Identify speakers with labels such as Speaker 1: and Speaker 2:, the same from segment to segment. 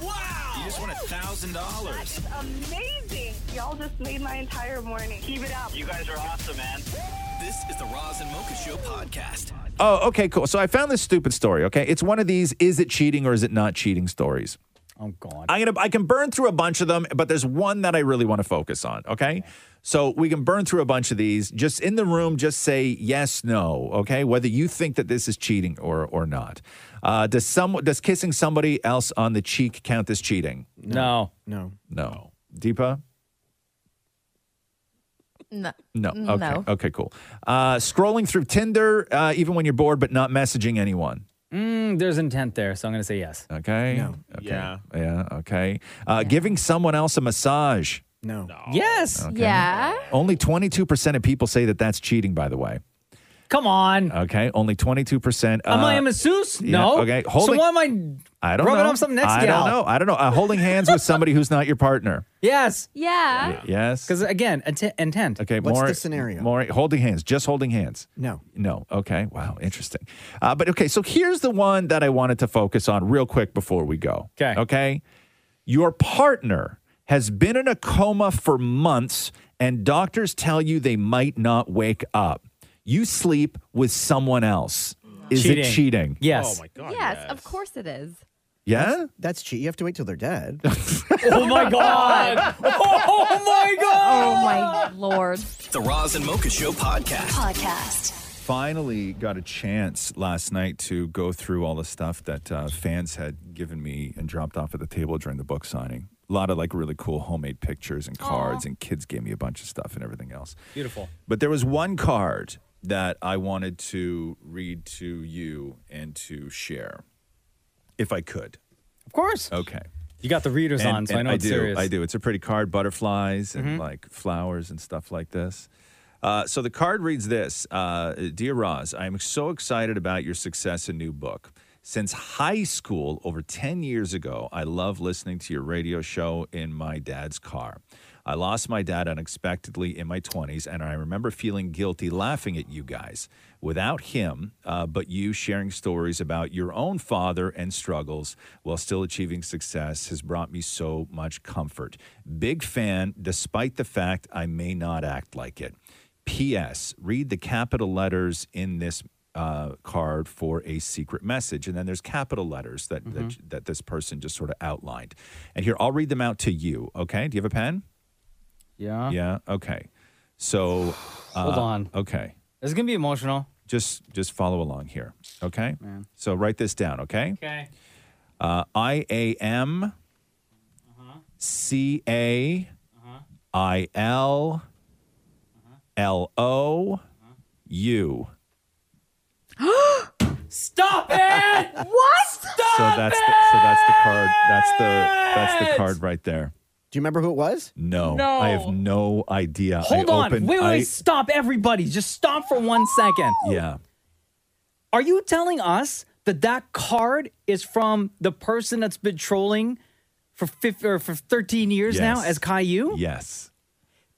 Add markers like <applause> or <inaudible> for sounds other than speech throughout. Speaker 1: Wow! You just won a thousand dollars.
Speaker 2: Amazing. Y'all just made my entire morning. Keep it up.
Speaker 1: You guys are awesome, man. This is the Roz and Mocha Show podcast.
Speaker 3: Oh, okay, cool. So I found this stupid story. Okay, it's one of these: is it cheating or is it not cheating stories?
Speaker 4: I'm gone.
Speaker 3: I'm gonna I can burn through a bunch of them, but there's one that I really want to focus on. Okay? So we can burn through a bunch of these. Just in the room, just say yes, no. Okay, whether you think that this is cheating or or not. Uh, does some does kissing somebody else on the cheek count as cheating?
Speaker 4: No.
Speaker 5: No.
Speaker 3: No. Deepa.
Speaker 6: No.
Speaker 3: No.
Speaker 6: No.
Speaker 3: Okay. Okay. Cool. Uh, scrolling through Tinder, uh, even when you're bored, but not messaging anyone.
Speaker 4: Mm, there's intent there, so I'm going to say yes.
Speaker 3: Okay.
Speaker 5: No.
Speaker 3: Okay.
Speaker 5: Yeah.
Speaker 3: Yeah. Okay. Uh, Giving someone else a massage.
Speaker 5: No.
Speaker 4: Yes.
Speaker 6: Yeah.
Speaker 3: Only 22% of people say that that's cheating, by the way.
Speaker 4: Come on.
Speaker 3: Okay. Only 22%.
Speaker 4: am I
Speaker 3: uh,
Speaker 4: a masseuse?
Speaker 3: yeah,
Speaker 4: no.
Speaker 3: okay,
Speaker 4: So
Speaker 3: holding-
Speaker 4: why am I?
Speaker 3: I don't
Speaker 4: rubbing
Speaker 3: know.
Speaker 4: off some next
Speaker 3: I
Speaker 4: gal?
Speaker 3: don't know. I don't know. Uh, holding hands with somebody who's not your
Speaker 4: <laughs>
Speaker 3: partner.
Speaker 4: Yes.
Speaker 6: Yeah.
Speaker 3: Yes.
Speaker 4: Because again, int- intent.
Speaker 3: Okay.
Speaker 5: What's
Speaker 3: more,
Speaker 5: the scenario?
Speaker 3: More holding hands. Just holding hands.
Speaker 5: No.
Speaker 3: No. Okay. Wow. Interesting. Uh, but okay. So here's the one that I wanted to focus on real quick before we go.
Speaker 4: Okay.
Speaker 3: Okay. Your partner has been in a coma for months, and doctors tell you they might not wake up. You sleep with someone else. Is it cheating?
Speaker 4: Yes.
Speaker 5: Oh my God.
Speaker 6: yes, of course it is.
Speaker 3: Yeah.
Speaker 5: That's cheat. You have to wait till they're dead.
Speaker 3: <laughs>
Speaker 4: <laughs> Oh my god. <laughs> oh my god.
Speaker 6: Oh my lord.
Speaker 1: The Roz and Mocha Show podcast.
Speaker 7: Podcast.
Speaker 3: finally got a chance last night to go through all the stuff that uh, fans had given me and dropped off at the table during the book signing. A lot of like really cool homemade pictures and cards, and kids gave me a bunch of stuff and everything else.
Speaker 7: <gasps>
Speaker 4: Beautiful.
Speaker 3: But there was one card that I wanted to read to you and to share, if I could.
Speaker 4: Of course.
Speaker 3: Okay.
Speaker 4: You got the readers on, so I know it's
Speaker 3: do.
Speaker 4: serious. Mm-hmm.
Speaker 3: I do. It's a pretty card, butterflies and like flowers and stuff like this. Uh, so the card reads this uh, Dear Roz, I am so excited about your success and new book. Since high school, over 10 years ago, I love listening to your radio show in my dad's car. I lost my dad unexpectedly in my 20s, and I remember feeling guilty laughing at you guys. Without him, uh, but you sharing stories about your own father and struggles while still achieving success has brought me so much comfort. Big fan, despite the fact I may not act like it. P.S. Read the capital letters in this uh, card for a secret message, and then there's capital letters that that, that this person just sort of outlined. And here, I'll read them out to you. Okay? Do you have a pen?
Speaker 4: Yeah.
Speaker 3: Yeah. Okay. So, uh,
Speaker 4: <sighs> Hold on.
Speaker 3: Okay.
Speaker 4: This is gonna be emotional.
Speaker 3: Just just follow along here. Okay. So write this down. Okay.
Speaker 4: Okay.
Speaker 3: Uh, I A M C A I L L O U.
Speaker 4: Stop it!
Speaker 6: What?
Speaker 3: So that's the, so that's the card. That's the that's the card right there.
Speaker 5: Do you remember who it was?
Speaker 3: No,
Speaker 4: No.
Speaker 3: I have no idea.
Speaker 4: Hold
Speaker 3: Uh, I
Speaker 4: on.
Speaker 3: Opened,
Speaker 4: wait, wait,
Speaker 3: I-
Speaker 4: wait. Stop, everybody. Just stop for one second.
Speaker 3: yeah.
Speaker 4: Are you telling us that that card is from the person that's been trolling for fif- or for 13 years now
Speaker 3: Yes.
Speaker 4: as Caillou?
Speaker 3: Yes.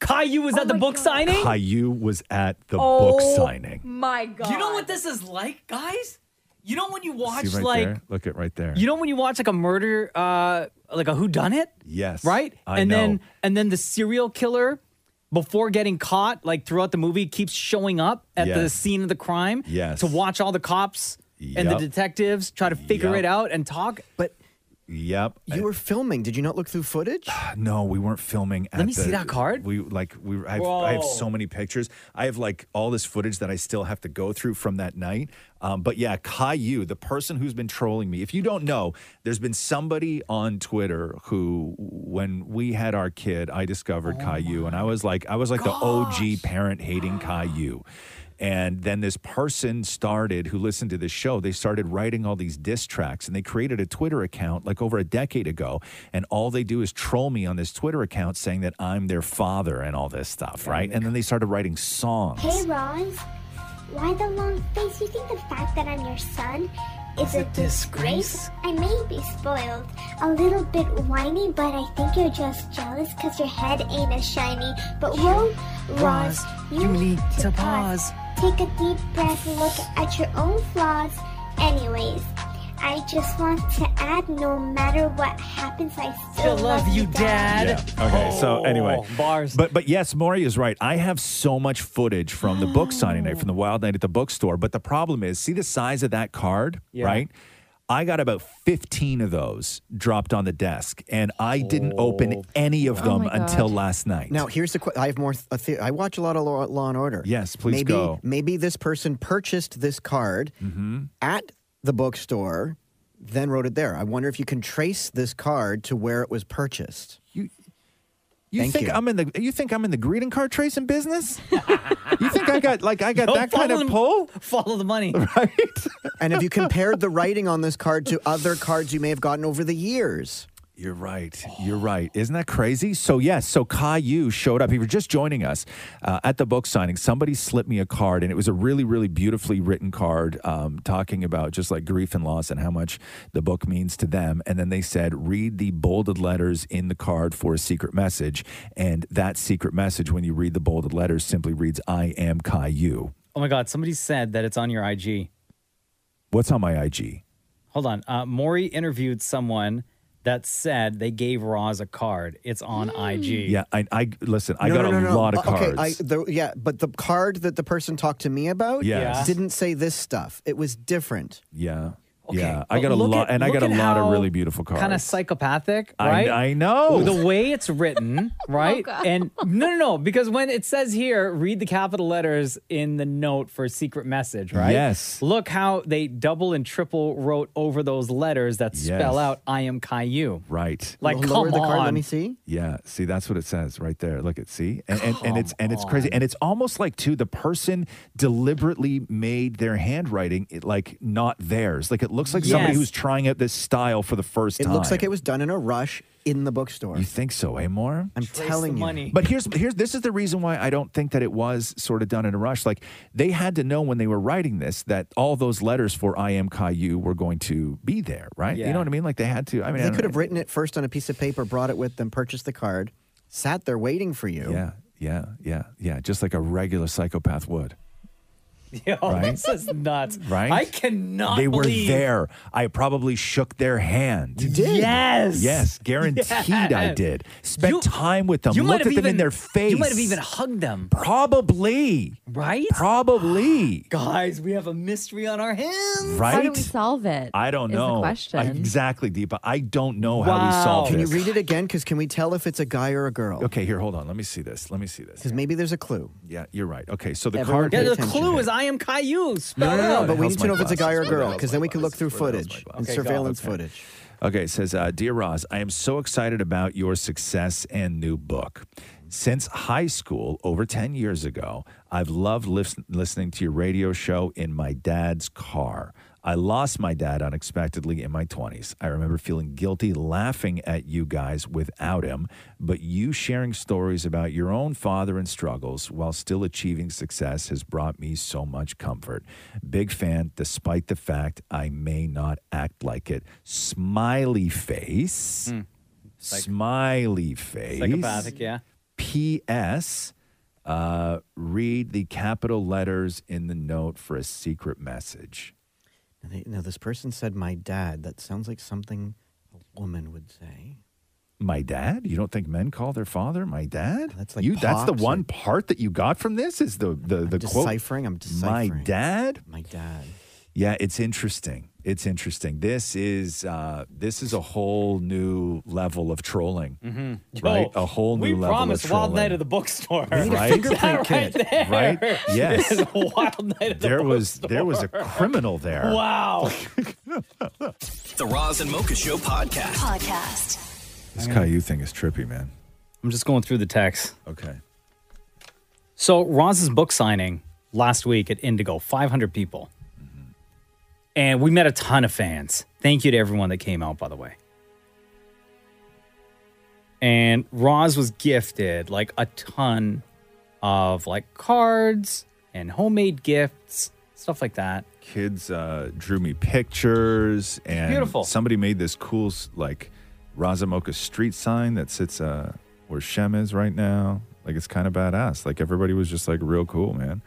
Speaker 4: Caillou was at the book signing?
Speaker 3: Caillou was at the
Speaker 6: Oh
Speaker 3: book signing.
Speaker 6: My God.
Speaker 4: You know what this is like, guys? You know when you watch
Speaker 3: See right
Speaker 4: like
Speaker 3: there? Look at right there.
Speaker 4: you know when you watch like a murder uh like a who done it?
Speaker 3: yes.
Speaker 4: right?
Speaker 3: I
Speaker 4: and
Speaker 3: know.
Speaker 4: then and then the serial killer before getting caught, like throughout the movie, keeps showing up at the
Speaker 3: Yes.
Speaker 4: scene of the crime
Speaker 3: Yes.
Speaker 4: to watch all the cops and the
Speaker 3: Yup.
Speaker 4: detectives try to figure
Speaker 3: Yup.
Speaker 4: it out and talk.
Speaker 5: But
Speaker 3: Yep.
Speaker 5: You were filming. Did you not look through footage?
Speaker 3: <sighs> No, we weren't filming.
Speaker 5: Let
Speaker 3: at
Speaker 5: me see
Speaker 3: the-
Speaker 5: that card.
Speaker 3: We like we. I've, I have
Speaker 5: Whoa.
Speaker 3: so many pictures. I have like all this footage that I still have to go through from that night. Um, but yeah, Caillou, the person who's been trolling me. If you don't know, there's been somebody on Twitter who, when we had our kid, I discovered
Speaker 5: Oh
Speaker 3: Caillou, and I was like, I was like the OG parent hating Caillou. And then this person started who listened to this show, they started writing all these diss tracks and they created a Twitter account like over a decade ago. And all they do is troll me on this Twitter account saying that I'm their father and all this stuff, right? And then they started writing songs.
Speaker 8: Hey, Roz. Why the long face? You think the fact that I'm your son is a disgrace? I may be spoiled, a little bit whiny, but I think you're just jealous because your head ain't as shiny. But whoa, Roz, you need to pause. Take a deep breath and look at your own flaws. Anyways, I just want to add no matter what happens, I still love you, Dad.
Speaker 3: Yeah. Okay. so
Speaker 5: Oh,
Speaker 3: anyway, bars. But but yes, Maury is right. I have so much footage from the
Speaker 5: <gasps>
Speaker 3: book signing night, from the Wild Night at the bookstore. But the problem is, see the size of that card, right? I got about 15 of those dropped on the desk, and I didn't open any of
Speaker 5: Oh
Speaker 3: them
Speaker 5: my God.
Speaker 3: until last night.
Speaker 5: Now here's the. Qu- I have more. Th- a the- I watch a lot of Law, Law and Order.
Speaker 3: Yes, please
Speaker 5: maybe,
Speaker 3: go. Mm-hmm.
Speaker 5: Maybe this person purchased this card at the bookstore, then wrote it there. I wonder if you can trace this card to where it was purchased.
Speaker 3: You, You
Speaker 5: Thank
Speaker 3: think
Speaker 5: you.
Speaker 3: I'm in the you think I'm in the greeting card tracing business? you think I got like
Speaker 4: <laughs>
Speaker 3: I got
Speaker 5: No,
Speaker 3: that kind
Speaker 5: follow
Speaker 3: of
Speaker 5: the-
Speaker 3: pull?
Speaker 4: Follow the money,
Speaker 3: <laughs> right?
Speaker 5: <laughs> and have you compared the writing on this card to other cards you may have gotten over the years?
Speaker 3: You're right. You're right. Isn't that crazy? So yes, so Caillou showed up. He was just joining us uh, at the book signing. Somebody slipped me a card, and it was a really, really beautifully written card, um, talking about just like grief and loss and how much the book means to them. And then they said, read the bolded letters in the card for a secret message. And that secret message, when you read the bolded letters, simply reads, "I am Caillou."
Speaker 4: Oh my God! Somebody said that it's on your IG.
Speaker 3: What's on my IG?
Speaker 4: Hold on. Uh, Maury interviewed someone that said they gave Roz a card. It's on IG.
Speaker 3: Mm. Yeah, I, I listen. I
Speaker 5: No,
Speaker 3: got
Speaker 5: no, no,
Speaker 3: a
Speaker 5: no.
Speaker 3: lot of
Speaker 5: Uh,
Speaker 3: cards.
Speaker 5: Okay, I, the, yeah, but the card that the person talked to me about
Speaker 3: Yes. Yeah.
Speaker 5: didn't say this stuff. It was different.
Speaker 3: yeah. Yeah, I got a lot, and I got a lot of really beautiful cards.
Speaker 4: Kind of psychopathic,
Speaker 3: I-
Speaker 4: right?
Speaker 3: I know.
Speaker 4: the way it's written, right?
Speaker 3: God.
Speaker 4: And no, no, no, because when it says here, read the capital letters in the note for secret message, right?
Speaker 3: Yes.
Speaker 4: Look how they double and triple wrote over those letters that spell
Speaker 3: Yes.
Speaker 4: out "I am Caillou."
Speaker 3: Right.
Speaker 4: Like,
Speaker 5: Lower
Speaker 4: come
Speaker 5: the card. Let
Speaker 4: on.
Speaker 5: me see.
Speaker 3: Yeah, see, that's what it says right there. Look at see, and and, and it's and it's crazy, and it's almost like too the person deliberately made their handwriting it, like not theirs. Like it looks like somebody
Speaker 5: Yes.
Speaker 3: who's trying out this style for the first
Speaker 5: It
Speaker 3: time.
Speaker 5: looks like it was done in a rush in the bookstore. You
Speaker 3: think so, eh, Moore?
Speaker 5: I'm telling you.
Speaker 3: But here's here's this is the reason why I don't think that it was sort of done in a rush. Like they had to know when they were writing this that all those letters for I am Caillou were going to be there, right? You
Speaker 5: Yeah.
Speaker 3: know what I mean? Like they had to. I mean, I
Speaker 5: they
Speaker 3: don't
Speaker 5: could
Speaker 3: know.
Speaker 5: have written it first on a piece of paper, brought it with them, purchased the card, sat there waiting for you.
Speaker 3: Yeah, yeah, yeah, yeah. Just like a regular psychopath would.
Speaker 4: <laughs> Yo,
Speaker 3: Right?
Speaker 4: this is nuts.
Speaker 3: Right?
Speaker 4: I cannot.
Speaker 3: They were
Speaker 4: believe-
Speaker 3: there. I probably shook their hand. You
Speaker 4: did? Yes.
Speaker 3: Yes. Guaranteed I
Speaker 4: Yes.
Speaker 3: did. Spent time with them.
Speaker 4: you might
Speaker 3: looked at
Speaker 4: have
Speaker 3: them in
Speaker 4: even-
Speaker 3: their face.
Speaker 4: You might have even hugged them.
Speaker 3: Probably.
Speaker 4: Right?
Speaker 3: Probably.
Speaker 4: <gasps> Guys, we have a mystery on our hands.
Speaker 3: Right?
Speaker 6: How do we solve it?
Speaker 3: I don't
Speaker 6: is
Speaker 3: know.
Speaker 6: The
Speaker 3: I-
Speaker 6: question.
Speaker 3: exactly, Deepa. I don't know Oh, how we solve
Speaker 5: Can
Speaker 3: this.
Speaker 5: you read it again? Because can we tell if it's a guy or a girl?
Speaker 3: Okay, here, hold on. Let me see this. Let me see this.
Speaker 5: Because maybe there's a clue.
Speaker 3: Yeah, you're right. Okay, so the
Speaker 5: Everyone
Speaker 3: card.
Speaker 5: pay
Speaker 4: Yeah, the
Speaker 5: attention
Speaker 4: clue is I am Caillou.
Speaker 5: No,
Speaker 4: Spell
Speaker 5: no, no,
Speaker 4: it
Speaker 5: no,
Speaker 4: out.
Speaker 5: But we need to
Speaker 3: my
Speaker 5: know if it's a guy or a
Speaker 3: glasses? Where the
Speaker 5: girl,
Speaker 3: hell's
Speaker 5: because then we can look through footage and
Speaker 3: Okay, go.
Speaker 5: surveillance
Speaker 3: Okay.
Speaker 5: footage.
Speaker 3: Okay, it says, uh, Dear Roz, I am so excited about your success and new book. Since high school, over 10 years ago, I've loved lis- listening to your radio show in my dad's car. I lost my dad unexpectedly in my 20s. I remember feeling guilty laughing at you guys without him, but you sharing stories about your own father and struggles while still achieving success has brought me so much comfort. Big fan, despite the fact I may not act like it. Smiley face. Smiley face.
Speaker 4: Hmm. Psychopathic, yeah.
Speaker 3: P.S. Uh, read the capital letters in the note for a secret message.
Speaker 5: Now, they- now, this person said, "My dad." That sounds like something a woman would say.
Speaker 3: My dad? You don't think men call their father my dad? That's
Speaker 5: like
Speaker 3: you. that's the
Speaker 5: pops,
Speaker 3: one part that you got from this is the the the quote.
Speaker 5: Deciphering. I'm
Speaker 3: My
Speaker 5: deciphering.
Speaker 3: dad.
Speaker 5: My dad.
Speaker 3: Yeah, it's interesting. It's interesting. This is uh, this is a whole new level of trolling,
Speaker 4: Mm-hmm.
Speaker 3: right? A whole new
Speaker 4: we
Speaker 3: level
Speaker 4: promise
Speaker 3: of trolling.
Speaker 4: Wild Night at the bookstore. <laughs>
Speaker 3: We need a Right? fingerprint
Speaker 4: That right
Speaker 3: kit.
Speaker 4: there.
Speaker 3: Right?
Speaker 4: <laughs>
Speaker 3: Yes.
Speaker 4: This is Wild Night at the
Speaker 3: there was there was a criminal there.
Speaker 4: <laughs> Wow.
Speaker 1: The Roz and Mocha Show podcast. Podcast.
Speaker 3: This Caillou thing is trippy, man.
Speaker 4: I'm just going through the text.
Speaker 3: Okay.
Speaker 4: So Roz's book signing last week at Indigo, 500 people, and we met a ton of fans. Thank you to everyone that came out, by the way. And Roz was gifted like a ton of like cards and homemade gifts, stuff like that.
Speaker 3: Kids uh, drew me pictures and
Speaker 4: beautiful.
Speaker 3: somebody made this cool s- like Razamoka street sign that sits uh, where Shem is right now. Like it's kind of badass. Like everybody was just like real cool, man.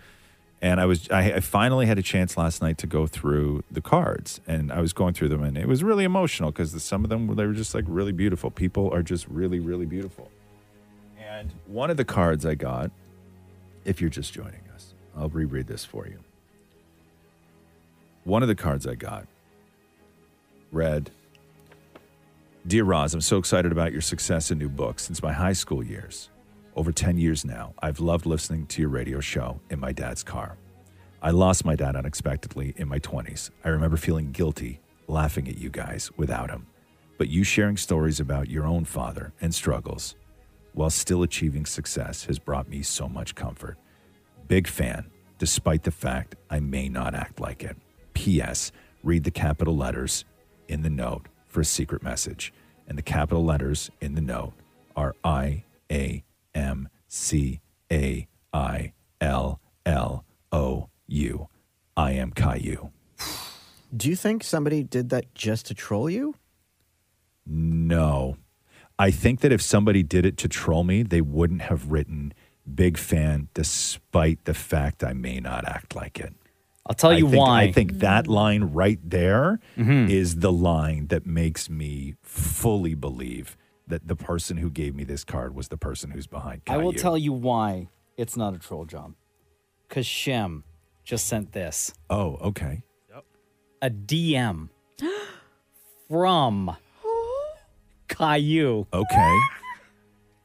Speaker 3: And I was I, I finally had a chance last night to go through the cards and I was going through them and it was really emotional because some of them were- they were just like really beautiful. People are just really really beautiful. And one of the cards I got, if you're just joining us, I'll reread this for you. One of the cards I got read, Dear Roz, I'm so excited about your success in new books since my high school years. Over 10 years now, I've loved listening to your radio show in my dad's car. I lost my dad unexpectedly in my 20s. I remember feeling guilty laughing at you guys without him, but you sharing stories about your own father and struggles while still achieving success has brought me so much comfort. Big fan, despite the fact I may not act like it. P.S. Read the capital letters in the note for a secret message. And the capital letters in the note are I A M C A I L L O U. I am Caillou.
Speaker 5: Do you think somebody did that just to troll you?
Speaker 3: No. I think that if somebody did it to troll me, they wouldn't have written big fan despite the fact I may not act like it.
Speaker 4: I'll tell
Speaker 3: I
Speaker 4: you
Speaker 3: think-
Speaker 4: why. Mm-hmm.
Speaker 3: I think that line right there is the line that makes me fully believe that the person who gave me this card was the person who's behind
Speaker 4: I will
Speaker 3: Caillou.
Speaker 4: tell you why it's not a troll job. Because Shem just sent this.
Speaker 3: Oh, okay.
Speaker 4: A DM from Caillou.
Speaker 3: Okay.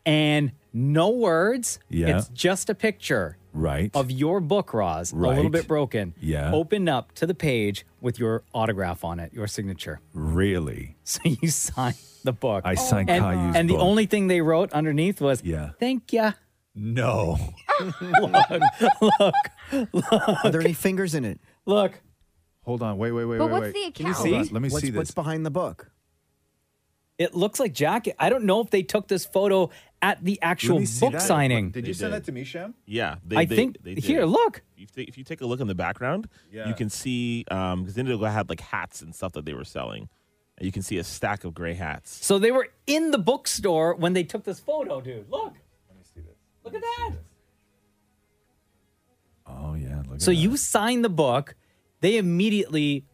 Speaker 4: And no words.
Speaker 3: Yeah.
Speaker 4: It's just a picture.
Speaker 3: Right.
Speaker 4: Of your book, Roz. A little
Speaker 3: Right.
Speaker 4: bit broken.
Speaker 3: Yeah.
Speaker 4: Opened up to the page with your autograph on it, your signature.
Speaker 3: Really?
Speaker 4: So you signed the book.
Speaker 3: I signed
Speaker 4: and,
Speaker 3: Caillou's
Speaker 4: And the
Speaker 3: book.
Speaker 4: only thing they wrote underneath was,
Speaker 3: Yeah.
Speaker 4: Thank ya.
Speaker 3: No.
Speaker 4: <laughs> look, look, look.
Speaker 5: Are there any fingers in it?
Speaker 4: Look.
Speaker 3: Hold on. Wait, wait, wait,
Speaker 5: But
Speaker 3: wait, wait.
Speaker 5: what's the
Speaker 3: Can you
Speaker 5: account?
Speaker 3: see?
Speaker 5: Hold on,
Speaker 3: Let me
Speaker 5: what's-
Speaker 3: see this.
Speaker 5: what's behind the book?
Speaker 4: It looks like jacket. I don't know if they took this photo at the actual
Speaker 9: me see
Speaker 4: book
Speaker 9: that.
Speaker 4: signing.
Speaker 9: Did you send that
Speaker 3: to me, Sham?
Speaker 9: Yeah,
Speaker 4: I think- here, look.
Speaker 9: If, they, if you take a look in the background,
Speaker 3: Yeah.
Speaker 9: you can see because Indigo had like hats and stuff that they were selling, and you can see a stack of gray hats.
Speaker 4: So they were in the bookstore when they took this photo, dude. Look. Let me see this. Look at that.
Speaker 3: Oh yeah. Look at
Speaker 4: so you signed the book. They immediately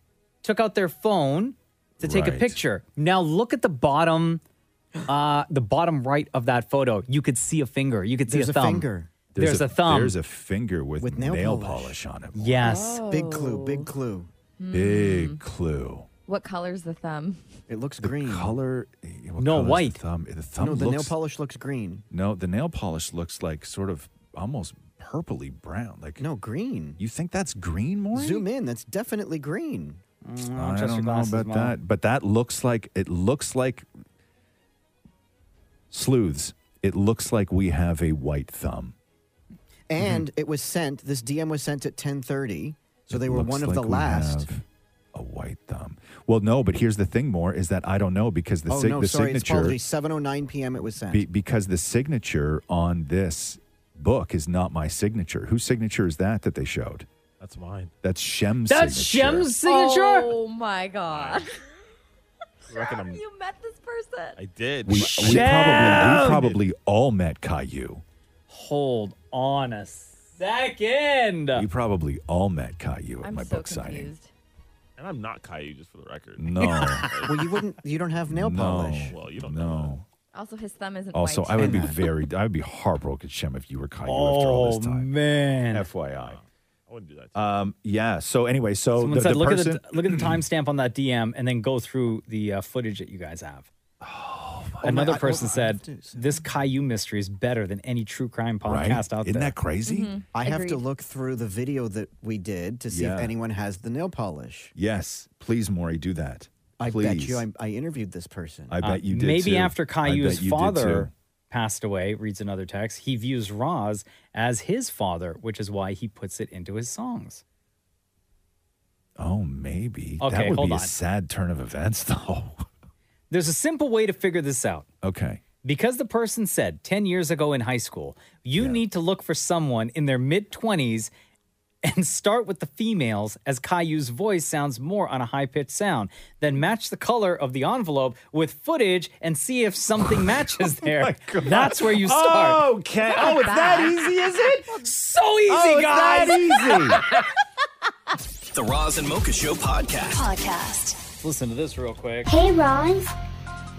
Speaker 4: took out their phone to take a
Speaker 3: Right.
Speaker 4: picture. Now look at the bottom, uh, the bottom right of that photo. You could see a finger. You could see
Speaker 5: There's
Speaker 4: a
Speaker 5: a
Speaker 4: thumb.
Speaker 5: finger.
Speaker 4: There's, a, thumb.
Speaker 3: There's a finger with, nail, polish. on it.
Speaker 4: Yes.
Speaker 5: Big clue, big clue.
Speaker 4: Mm.
Speaker 3: Big clue.
Speaker 6: What color's the thumb?
Speaker 5: It looks green.
Speaker 3: Color. eh, what
Speaker 5: No,
Speaker 3: color is
Speaker 5: white.
Speaker 3: The thumb. The thumb
Speaker 5: no, the nail
Speaker 3: looks-
Speaker 5: polish looks green.
Speaker 3: No, the nail polish looks like sort of almost purpley brown. Like
Speaker 5: no, green.
Speaker 3: You think that's green, more?
Speaker 5: Zoom in. That's definitely green.
Speaker 3: I don't know about that, but that looks like it looks like sleuths. It looks like we have a white thumb. Mhm.
Speaker 5: And it was sent. This DM was sent at 10:30, so
Speaker 3: It
Speaker 5: they were
Speaker 3: looks
Speaker 5: one of
Speaker 3: like
Speaker 5: the
Speaker 3: we
Speaker 5: last.
Speaker 3: have A white thumb. Well, no, but here's the thing. More is that I don't know because the
Speaker 5: oh
Speaker 3: sig-
Speaker 5: no,
Speaker 3: the
Speaker 5: sorry, it's oh
Speaker 3: signature
Speaker 5: apologies. 7:09 p.m. It was sent.
Speaker 3: be- because the signature on this book is not my signature. Whose signature is that that they showed?
Speaker 9: That's mine.
Speaker 3: That's Shem's.
Speaker 4: That's
Speaker 3: signature.
Speaker 4: Shem's signature.
Speaker 6: Oh my god.
Speaker 9: I reckon I'm-
Speaker 6: <laughs> you met this person.
Speaker 9: I did.
Speaker 3: We, we probably we probably all met Caillou.
Speaker 4: Hold on a second.
Speaker 3: We probably all met Caillou at my book signing.
Speaker 9: And I'm not Caillou, just for the record. <laughs>
Speaker 3: No.
Speaker 5: well, you wouldn't. You don't have nail
Speaker 3: no.
Speaker 5: polish.
Speaker 9: Well, you
Speaker 3: don't know.
Speaker 6: Also, his thumb isn't
Speaker 3: Also,
Speaker 6: white.
Speaker 3: I would be very I would be heartbroken, Shem, if you were Caillou after all this
Speaker 4: Oh,
Speaker 3: time.
Speaker 4: man.
Speaker 3: FYI.
Speaker 9: wouldn't do that.
Speaker 3: Um, yeah. So anyway, so
Speaker 4: Someone
Speaker 3: Oh, the,
Speaker 4: said,
Speaker 3: the
Speaker 4: look,
Speaker 3: person,
Speaker 4: at the, look at the timestamp on that DM and then go through the uh, footage that you guys have.
Speaker 3: Oh
Speaker 4: Another
Speaker 3: my- I-
Speaker 4: person
Speaker 3: oh, I
Speaker 4: said, this Caillou mystery is better than any true crime podcast
Speaker 5: Right?
Speaker 4: out there.
Speaker 5: Isn't that crazy?
Speaker 3: Mhm.
Speaker 5: I have to
Speaker 3: Agreed.
Speaker 5: look through the video that we did to see
Speaker 3: Yeah.
Speaker 5: if anyone has the nail polish.
Speaker 3: Yes, please, Maury, do that.
Speaker 5: I
Speaker 3: please.
Speaker 5: bet you I, I interviewed this person.
Speaker 3: I
Speaker 4: Uh,
Speaker 3: bet you did.
Speaker 4: Maybe
Speaker 3: too.
Speaker 4: after
Speaker 3: I bet
Speaker 4: Caillou's
Speaker 3: you did
Speaker 4: father
Speaker 3: too.
Speaker 4: passed away, reads another text, he views Roz as his father, which is why he puts it into his songs.
Speaker 3: Oh, maybe.
Speaker 4: Okay,
Speaker 3: that would
Speaker 4: hold
Speaker 3: be
Speaker 4: on.
Speaker 3: a sad turn of events, <laughs> though.
Speaker 4: There's a simple way to figure this out.
Speaker 3: Okay.
Speaker 4: Because the person said 10 years ago in high school, you need to look for someone in their mid 20s and start with the females, as Caillou's voice sounds more on a high pitched sound. Then match the color of the envelope with footage and see if
Speaker 3: <laughs>
Speaker 4: something matches there. That's where you start.
Speaker 3: Oh Okay. Oh, it's that easy, is
Speaker 10: <laughs>
Speaker 3: it?
Speaker 4: So
Speaker 1: easy,
Speaker 4: Oh, it's that
Speaker 1: <laughs> the Roz and Mocha Show podcast.
Speaker 8: Podcast.
Speaker 4: Listen to this real quick.
Speaker 8: Hey, Roz.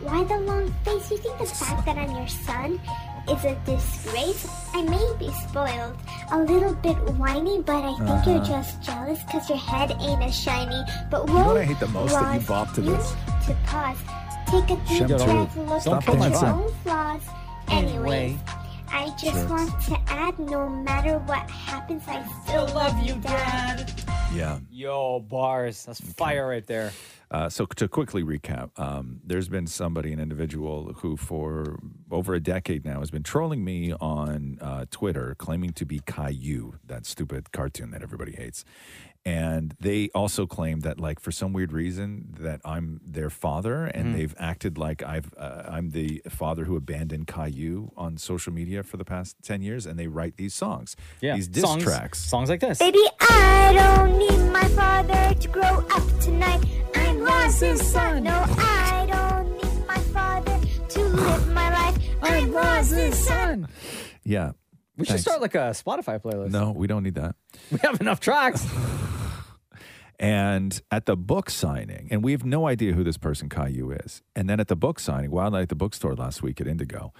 Speaker 8: Why the long face? You think the fact that I'm your son is a disgrace? I may be spoiled, a little bit whiny, but I think you're
Speaker 3: Uh-huh.
Speaker 8: just jealous because your head ain't as shiny. But
Speaker 3: You
Speaker 8: whoa,
Speaker 3: know what I hate the most?
Speaker 8: Roz,
Speaker 3: That you bop to
Speaker 8: you
Speaker 3: this.
Speaker 8: need to pause. Take a deep
Speaker 3: Shem too.
Speaker 8: breath, look
Speaker 3: Stop
Speaker 8: at your
Speaker 3: dancing.
Speaker 8: own flaws. Anyway, I just
Speaker 3: Jerks.
Speaker 8: want to add, no matter what happens, I still love you, Dad.
Speaker 3: Yeah.
Speaker 4: Yo, bars. That's fire right there.
Speaker 3: Uh, so to quickly recap, um, there's been somebody, an individual, who for over a decade now has been trolling me on uh, Twitter, claiming to be Caillou, that stupid cartoon that everybody hates, and they also claim that, like, for some weird reason, that I'm their father, and
Speaker 4: Mm-hmm.
Speaker 3: they've acted like I've uh, I'm the father who abandoned Caillou on social media for the past ten years, and they write these songs,
Speaker 4: Yeah.
Speaker 3: these diss
Speaker 4: songs,
Speaker 3: tracks.
Speaker 4: Songs like this.
Speaker 8: Baby, I don't need my father to grow up tonight. I'm Roz's son. No, I don't need my father to live my life. I'm Roz's son.
Speaker 3: Yeah,
Speaker 4: We should start like a Spotify playlist.
Speaker 3: No, we don't need that.
Speaker 4: <laughs> We have enough tracks.
Speaker 3: <laughs> And at the book signing, and we have no idea who this person Caillou is. And then at the book signing, wild night at the bookstore last week at Indigo,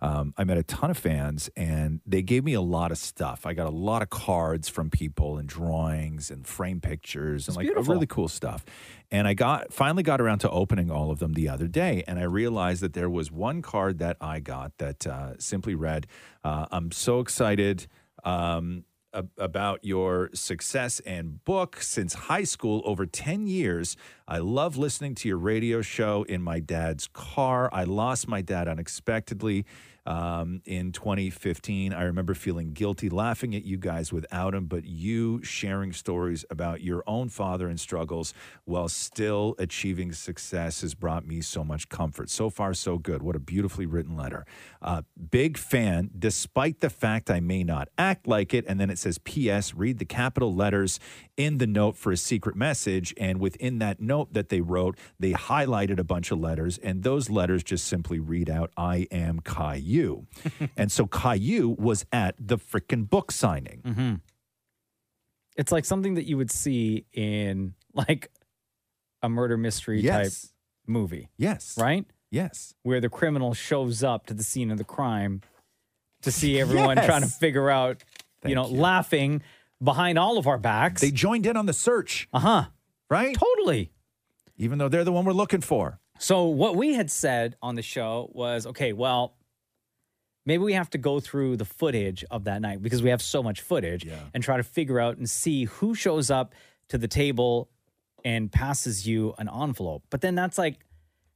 Speaker 3: um, I met a ton of fans, and they gave me a lot of stuff. I got a lot of cards from people, and drawings, and frame pictures, and
Speaker 4: It's
Speaker 3: like
Speaker 4: beautiful.
Speaker 3: really cool stuff. And I got finally got around to opening all of them the other day, and I realized that there was one card that I got that uh, simply read, uh, "I'm so excited." Um, ab- about your success and book since high school over 10 years. I love listening to your radio show in my dad's car. I lost my dad unexpectedly um, in 2015. I remember feeling guilty laughing at you guys without him, but you sharing stories about your own father and struggles while still achieving success has brought me so much comfort. So far, so good. What a beautifully written letter. Uh, big fan, despite the fact I may not act like it. And then it says, P.S. Read the capital letters in the note for a secret message. And within that note that they wrote, they highlighted a bunch of letters. And those letters just simply read out, I am Caillou. and so Caillou was at the freaking book signing.
Speaker 4: Mm-hmm. It's like something that you would see in like a murder mystery
Speaker 3: Yes.
Speaker 4: type movie.
Speaker 3: Yes.
Speaker 4: Right?
Speaker 3: Yes.
Speaker 4: Where the criminal shows up to the scene of the crime to see everyone
Speaker 3: Yes.
Speaker 4: trying to figure out,
Speaker 3: Thank
Speaker 4: you know,
Speaker 3: you.
Speaker 4: laughing behind all of our backs. They
Speaker 3: joined in on the search.
Speaker 4: Uh huh.
Speaker 3: Right?
Speaker 4: Totally.
Speaker 3: Even though they're the one we're looking for.
Speaker 4: So what we had said on the show was, okay, well, maybe we have to go through the footage of that night because we have so much footage and try to figure out and see who shows up to the table and passes you an envelope. But then that's like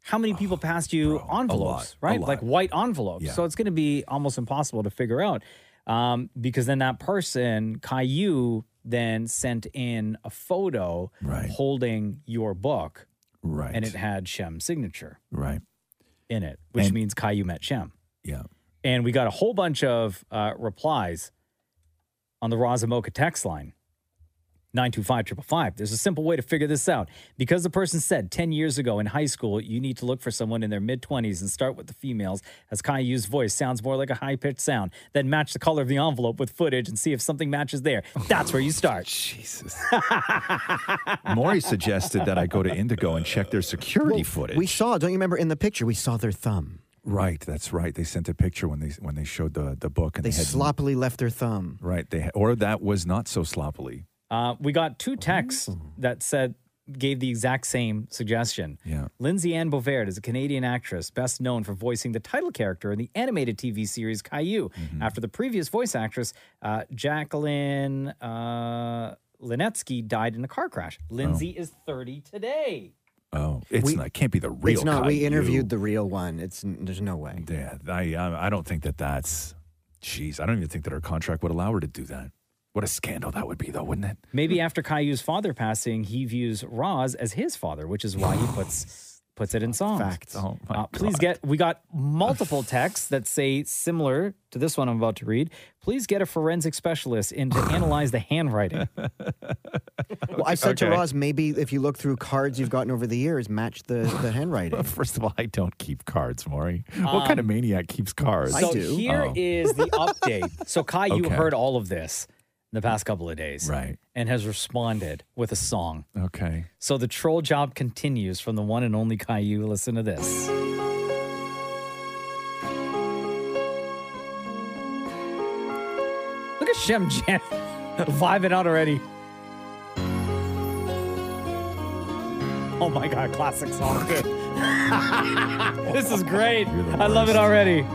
Speaker 4: how
Speaker 3: <sighs>
Speaker 4: many people passed you envelopes,
Speaker 3: a
Speaker 4: right?
Speaker 3: lot.
Speaker 4: Like white envelopes. So it's going to be almost impossible to figure out um, because then that person, Caillou, then sent in a photo holding your book.
Speaker 3: Right.
Speaker 4: And it had Shem's signature
Speaker 3: Right.
Speaker 4: in it, which
Speaker 3: And-
Speaker 4: means Caillou met Shem.
Speaker 3: Yeah.
Speaker 4: And we got a whole bunch of uh, replies on the Razamoka text line. 925 There's a simple way to figure this out. Because the person said 10 years ago in high school, you need to look for someone in their mid 20s and start with the females, as Caillou's voice sounds more like a high pitched sound. Then match the color of the envelope with footage and see if something matches there. That's where you
Speaker 3: <laughs>
Speaker 4: start.
Speaker 3: Jesus. Maury suggested that I go to Indigo and check their security footage.
Speaker 5: We saw, don't you remember in the picture, we saw their thumb.
Speaker 3: Right, that's right. They sent a picture when they when they showed the the book and
Speaker 5: They
Speaker 3: they, had
Speaker 5: sloppily left their thumb.
Speaker 3: Right, they had, or that was not so sloppily.
Speaker 4: Uh, we got two texts that said gave the exact same suggestion.
Speaker 3: Yeah.
Speaker 4: Lindsay Ann Bovaird is a Canadian actress best known for voicing the title character in the animated TV series Caillou
Speaker 3: Mm-hmm.
Speaker 4: after the previous voice actress, uh, Jacqueline uh, Linetsky, died in a car crash. Lindsay is
Speaker 3: <laughs>
Speaker 4: 30 today.
Speaker 3: Oh, it's
Speaker 4: We-
Speaker 3: not, it can't be the real.
Speaker 5: It's not. We
Speaker 3: Caillou.
Speaker 5: interviewed the real one. It's n- there's no way.
Speaker 3: Yeah, I I I don't think that that's. Jeez, I don't even think that our contract would allow her to do that. What a scandal that would be, though, wouldn't it?
Speaker 4: Maybe after Caillou's father passing, he views Roz as his father, which is why he puts puts
Speaker 3: <sighs>
Speaker 4: it in songs. Facts.
Speaker 3: Oh my
Speaker 4: please get we got multiple texts that say similar to this one I'm about to read. Please get a forensic specialist in to analyze the
Speaker 3: <laughs>
Speaker 4: handwriting.
Speaker 5: Well, I said to
Speaker 4: Okay.
Speaker 5: Roz, maybe if you look through cards you've gotten over the years, match the,
Speaker 3: <laughs>
Speaker 5: the handwriting.
Speaker 3: First of all, I don't keep cards, Maury. what
Speaker 4: Um,
Speaker 3: kind of maniac keeps cards?
Speaker 4: So here is the
Speaker 3: <laughs>
Speaker 4: update. So Kai, you
Speaker 3: Oh. Okay.
Speaker 4: heard all of this in the past couple of days,
Speaker 3: Right.
Speaker 4: And has responded with a song.
Speaker 3: Oh, Okay.
Speaker 4: So the troll job continues from the one and only Caillou. Listen to this. Look at Shem Jam <laughs> vibing out already. Oh my god, classic song. <laughs> this is great. I love it already.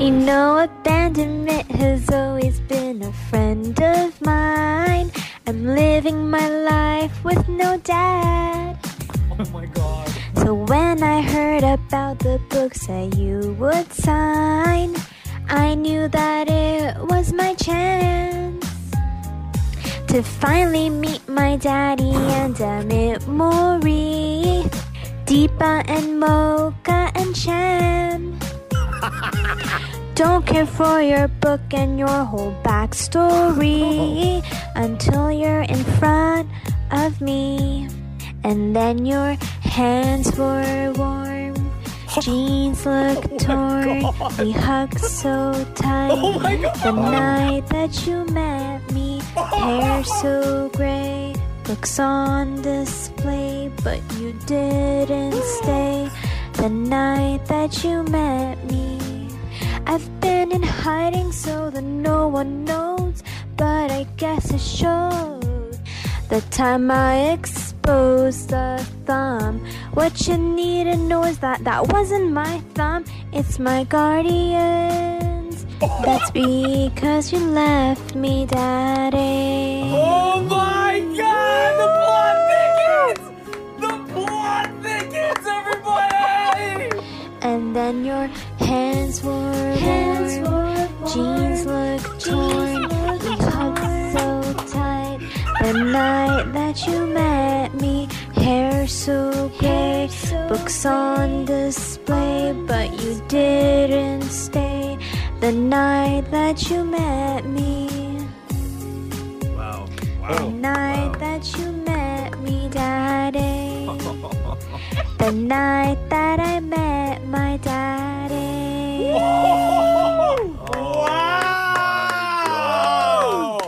Speaker 8: You know, abandonment has always been a friend of mine. I'm living my life with no dad.
Speaker 4: Oh my god.
Speaker 8: So when I heard about the books that you would sign, I knew that it was my chance to finally meet my daddy and Amit Mori, Deepa and Mocha and Shem. Don't care for your book and your whole backstory until you're in front of me. And then your hands were warm, jeans looked torn. We hugged so tight the night that you met me. Hair so gray, looks on display, but you didn't stay the night that you met me. I've been in hiding so that no one knows, but I guess it showed. The time I exposed the thumb. What you need to know is that that wasn't my thumb, it's my guardian's. That's because you left me, Daddy.
Speaker 1: Oh my God! The plot thickens. The plot thickens, everybody.
Speaker 8: And then your hands were hands were jeans looked torn. We hugged so tight the night that you met me. Hair so gray, books on display, but you didn't stay the night that you met me.
Speaker 3: Wow.
Speaker 8: The night that you met me, Daddy. the night that I met my daddy.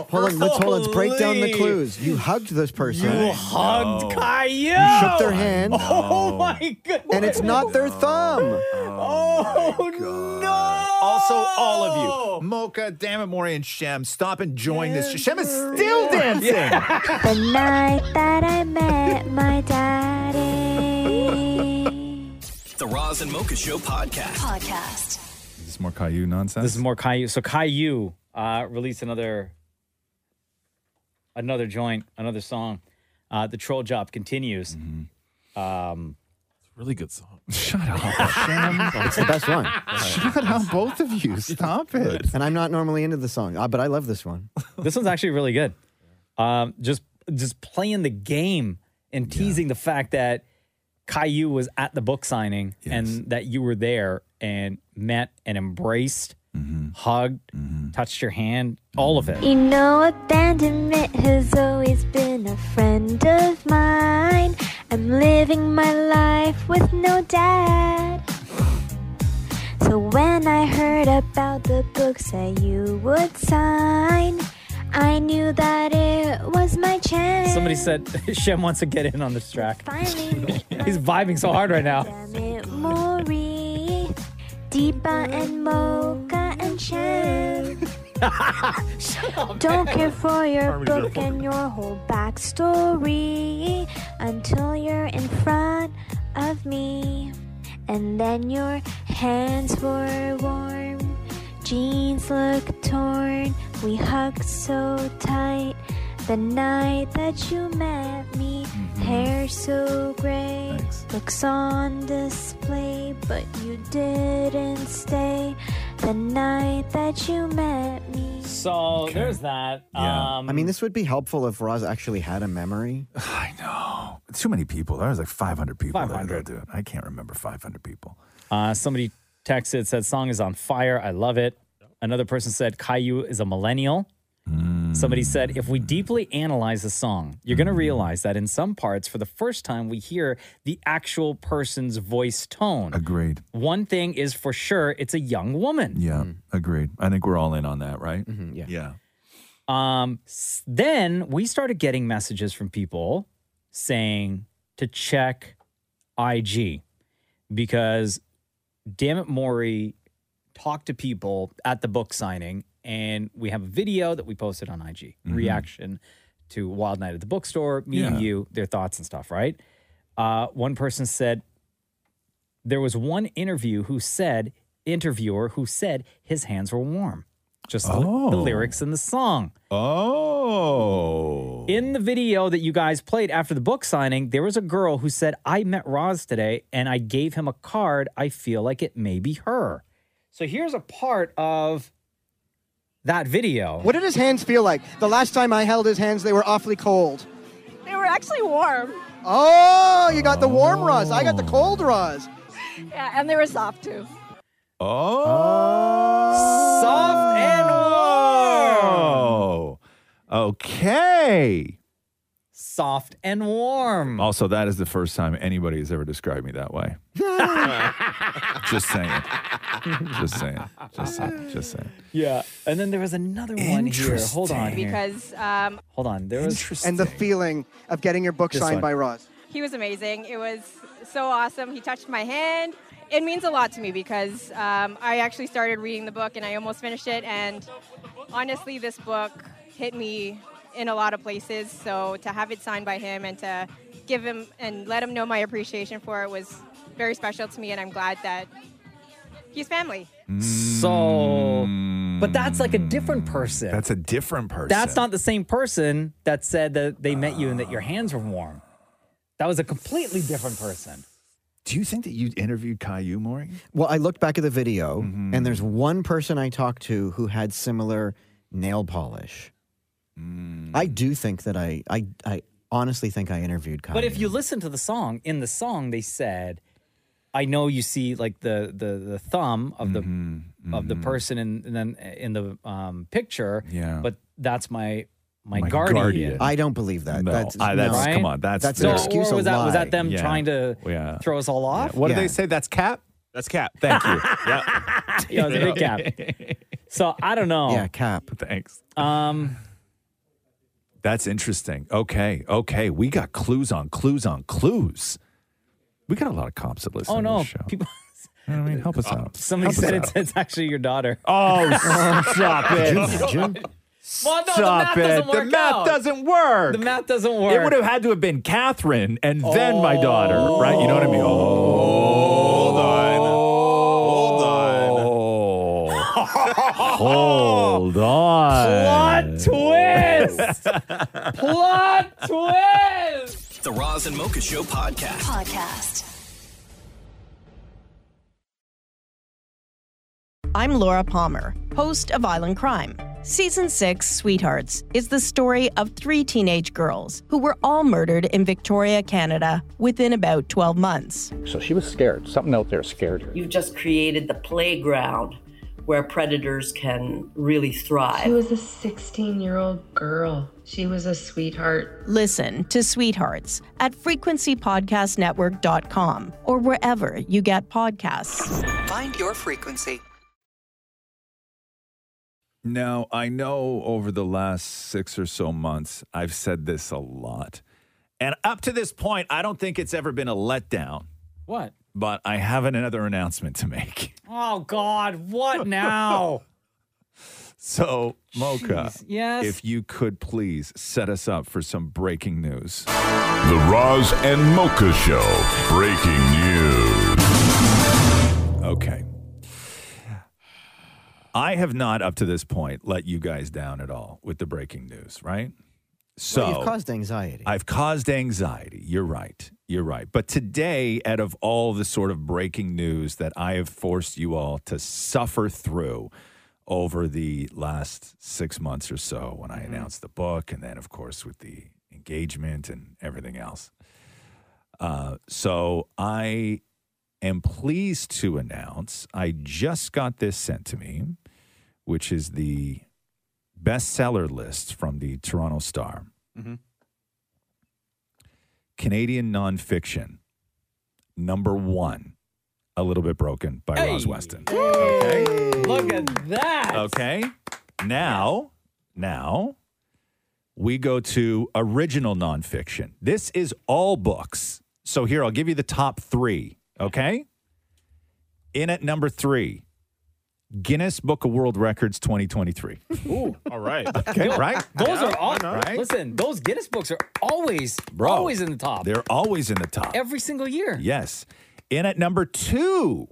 Speaker 5: Hold on, let's hold. Let's break down the clues. You hugged this person.
Speaker 4: You hugged Caillou.
Speaker 5: You shook their hand.
Speaker 4: <laughs> Oh my god.
Speaker 5: And it's not their thumb.
Speaker 4: Oh
Speaker 3: no! Also, all of you, Mocha, damn it, Maury, and Shem, stop enjoying this. Shem is still <laughs> dancing.
Speaker 8: the night that I met my daddy.
Speaker 1: The Roz and Mocha Show podcast.
Speaker 7: Podcast.
Speaker 3: Is this more Caillou nonsense?
Speaker 4: This is more Caillou. So Caillou uh, released another another joint, another song. Uh, the troll job continues. Um, it's
Speaker 9: Mm-hmm. a really good
Speaker 4: <laughs>
Speaker 9: song.
Speaker 3: Shut up, <laughs> Shem.
Speaker 5: <laughs> It's the best one.
Speaker 3: Shut up, both of you. Stop it.
Speaker 5: And I'm not normally into the song, uh, but I love this one.
Speaker 4: this one's actually really good. Um, just just playing the game and teasing the fact that Caillou was at the book signing and that you were there and met and embraced,
Speaker 9: Mm-hmm.
Speaker 4: hugged, touched your hand, all of it.
Speaker 8: You know, abandonment has always been a friend of mine. I'm living my life with no dad. So when I heard about the books that you would sign, I knew that it was my chance.
Speaker 4: Somebody said <laughs> Shem wants to get in on this track. <laughs>
Speaker 8: Finally,
Speaker 4: He's vibing so hard right now.
Speaker 8: Amit Mori, Deepa and Mocha and Shem. Don't care for your
Speaker 11: Harmony's
Speaker 8: book
Speaker 11: there.
Speaker 8: and your whole backstory until you're in front of me. And then your hands were warm, jeans look torn. We hugged so tight the night that you met me. Hair so gray, looks on display, but you didn't stay the night that you met me.
Speaker 4: So there's that.
Speaker 5: Yeah.
Speaker 4: Um,
Speaker 5: I mean, this would be helpful if Roz actually had a memory.
Speaker 3: <sighs> I know. Too many people. There was like 500 people. that-
Speaker 4: 500.
Speaker 3: that do it. I can't remember 500 people.
Speaker 4: Uh, somebody texted, said, song is on fire. I love it. Another person said, Caillou is a millennial.
Speaker 3: Hmm.
Speaker 4: Somebody said, if we deeply analyze the song, you're going to realize that in some parts, for the first time, we hear the actual person's voice tone.
Speaker 3: Agreed.
Speaker 4: One thing is for sure, it's a young woman.
Speaker 3: Yeah, Hmm. agreed. I think we're all in on that, right?
Speaker 4: Mm-hmm,
Speaker 3: yeah. Yeah.
Speaker 4: Um, s- then we started getting messages from people saying to check IG because damn it, Maury talked to people at the book signing, and we have a video that we posted on IG reaction to Wild Night at the bookstore, me and
Speaker 12: Yeah.
Speaker 4: you, their thoughts and stuff, right? Uh, one person said there was one interview who said interviewer who said his hands were warm just the- the
Speaker 12: Oh.
Speaker 4: lyrics in the song
Speaker 3: oh
Speaker 4: in the video that you guys played after the book signing there was a girl who said i met roz today and i gave him a card i feel like it may be her so here's a part of that
Speaker 12: <laughs>
Speaker 4: video
Speaker 13: What did his hands feel like? The last time I held his hands, they were awfully cold.
Speaker 10: They were actually warm.
Speaker 13: Oh, you got the warm Roz. I got the cold Roz.
Speaker 10: <laughs> Yeah, and they were soft too.
Speaker 3: Oh.
Speaker 4: Soft and
Speaker 3: Oh. Okay.
Speaker 4: Soft and warm.
Speaker 3: Also, that is the first time anybody has ever described me that way. Just
Speaker 4: <laughs>
Speaker 3: saying. Just saying. Just saying. Just saying.
Speaker 4: yeah and then there was another one here hold on here.
Speaker 10: Because um,
Speaker 4: hold on there was
Speaker 13: And the feeling of getting your book
Speaker 4: This
Speaker 13: signed
Speaker 4: one.
Speaker 13: by Roz.
Speaker 10: he was amazing. It was so awesome. He touched my hand. It means a lot to me because um, I actually started reading the book and I almost finished it. And honestly, this book hit me in a lot of places. So to have it signed by him and to give him and let him know my appreciation for it was very special to me. And I'm glad that he's family.
Speaker 4: so but that's like a different person
Speaker 3: That's a different person.
Speaker 4: That's not the same person that said that they met you and that your hands were warm. That was a completely different person.
Speaker 3: Do you think that you interviewed Caillou Mm-hmm. Maury?
Speaker 5: Well, I looked back at the video, and there's one person I talked to who had similar nail polish.
Speaker 3: Mm.
Speaker 5: I do think that I, I, I honestly think I interviewed Kanye.
Speaker 4: But if you listen to the song, in the song they said, "I know you see like the the the thumb of the
Speaker 3: Mm-hmm.
Speaker 4: of the person in in, the- in the um, picture,
Speaker 3: Yeah.
Speaker 4: but that's my." My,
Speaker 3: My
Speaker 4: guardian.
Speaker 3: guardian. I don't
Speaker 5: believe
Speaker 3: that. No, That's- I- that's- no. come on, that's- That's an
Speaker 4: so,
Speaker 3: excuse,
Speaker 4: Or
Speaker 3: a
Speaker 4: was that was
Speaker 3: lie.
Speaker 4: that them
Speaker 3: Yeah.
Speaker 4: trying to
Speaker 3: Yeah.
Speaker 4: throw us all off?
Speaker 3: What do they say? That's Cap? That's Cap. Thank you. yeah.
Speaker 4: <laughs> <laughs> Yeah, it was a big cap. So I don't know.
Speaker 3: <laughs> Yeah,
Speaker 5: Cap.
Speaker 3: Thanks.
Speaker 4: Um,
Speaker 3: That's interesting. Okay. Okay. We got clues on clues on clues. We got a lot of cops that listen
Speaker 4: oh
Speaker 3: to
Speaker 4: no,
Speaker 3: this show.
Speaker 4: people. <laughs>
Speaker 3: You know what I mean, help us out.
Speaker 4: Somebody
Speaker 3: Help us
Speaker 4: said
Speaker 3: out.
Speaker 4: it's, it's <laughs> actually your daughter. <laughs>
Speaker 3: Oh, <laughs> stop it.
Speaker 4: Well, no,
Speaker 3: Stop
Speaker 4: the math
Speaker 3: it.
Speaker 4: doesn't
Speaker 3: The
Speaker 4: work.
Speaker 3: math
Speaker 4: out.
Speaker 3: doesn't work.
Speaker 4: The math doesn't work.
Speaker 3: It would have had to have been Catherine and then my daughter, right? You know what I mean? Oh. Hold on. Hold on. Oh.
Speaker 4: Oh.
Speaker 3: Hold on.
Speaker 4: Plot Oh. <laughs> twist. Plot twist.
Speaker 1: The Roz and Mocha Show podcast.
Speaker 7: Podcast.
Speaker 14: I'm Laura Palmer, host of Island Crime. Season 6, Sweethearts, is the story of three teenage girls who were all murdered in Victoria, Canada within about 12 months.
Speaker 15: So she was scared. Something out there scared her.
Speaker 16: You've just created the playground where predators can really
Speaker 17: She
Speaker 16: thrive.
Speaker 17: was a 16 year old girl. She was a sweetheart.
Speaker 14: Listen to Sweethearts at frequencypodcastnetwork.com or wherever you get podcasts.
Speaker 18: Find your frequency.
Speaker 3: Now, I know over the last six or so months, I've said this a lot. And up to this point, I don't think it's ever been a letdown.
Speaker 4: <laughs> What?
Speaker 3: but I have another announcement to make. <laughs>
Speaker 4: Oh God, what now?
Speaker 3: So, Mocha,
Speaker 4: yes?
Speaker 3: if you could please set us up for some breaking news.
Speaker 11: The Roz and Mocha Show. Breaking news.
Speaker 3: Okay. I have not up to this point let you guys down at all with the breaking news, right? So
Speaker 5: Well, you've caused anxiety.
Speaker 3: I've caused anxiety. You're right. You're right. But today, out of all the sort of breaking news that I have forced you all to suffer through over the last six months or so, when I announced the book, and then, of course, with the engagement and everything else. Uh, so I am pleased to announce I just got this sent to me, which is the bestseller list from the Toronto Star.
Speaker 4: Mhm.
Speaker 3: Canadian nonfiction, number one, A Little Bit Broken by Roz Weston. Okay.
Speaker 4: Look at that.
Speaker 3: Okay. Now, now we go to original nonfiction. This is all books. So here, I'll give you the top three. Okay. In at number three, Guinness Book of World Records 2023.
Speaker 4: Ooh,
Speaker 9: all right.
Speaker 3: <laughs> Okay, right?
Speaker 4: Those
Speaker 3: Yeah,
Speaker 4: are all.
Speaker 3: why not?
Speaker 4: Listen, those Guinness books are always,
Speaker 3: Bro.
Speaker 4: always in the top.
Speaker 3: They're always in the top.
Speaker 4: every single year.
Speaker 3: Yes. In at number two,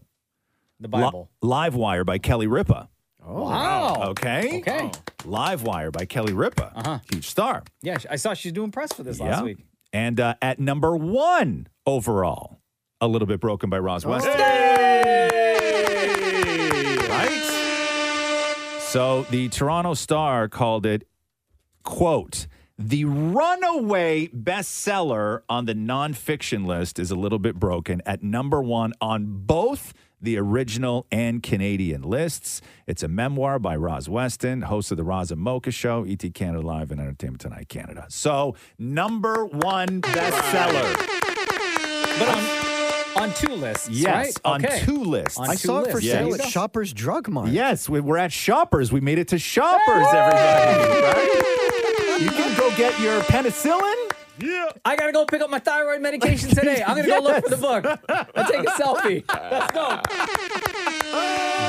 Speaker 4: The Bible.
Speaker 3: Live Wire by Kelly Ripa.
Speaker 4: Oh, wow.
Speaker 3: Okay. Oh.
Speaker 4: Okay.
Speaker 3: Live Wire by Kelly Ripa. Uh-huh. Huge star.
Speaker 4: Yeah, I saw she's doing press for this last
Speaker 3: Yeah.
Speaker 4: week.
Speaker 3: And uh, at number one overall, a little bit broken by
Speaker 1: Oh.
Speaker 3: Roz West. So the Toronto Star called it, quote, the runaway bestseller on the nonfiction list is a little bit broken at number one on both the original and Canadian lists. It's a memoir by Roz Weston, host of the Roz and Mocha Show, ET Canada Live and Entertainment Tonight Canada. So number one bestseller.
Speaker 4: But on, on two lists,
Speaker 3: Yes,
Speaker 4: right?
Speaker 3: on
Speaker 4: Okay.
Speaker 3: two lists.
Speaker 4: On
Speaker 5: I
Speaker 4: two
Speaker 5: saw it for
Speaker 4: lists.
Speaker 5: sale
Speaker 4: There you
Speaker 5: at
Speaker 4: go.
Speaker 5: Shoppers Drug Mart.
Speaker 3: Yes, we, we're at Shoppers. We made it to Shoppers, everybody. right? You can go get your penicillin.
Speaker 9: Yeah.
Speaker 4: I gotta go pick up my thyroid medication today. I'm gonna go look for
Speaker 3: <laughs>
Speaker 4: the book. I take a selfie. Let's go.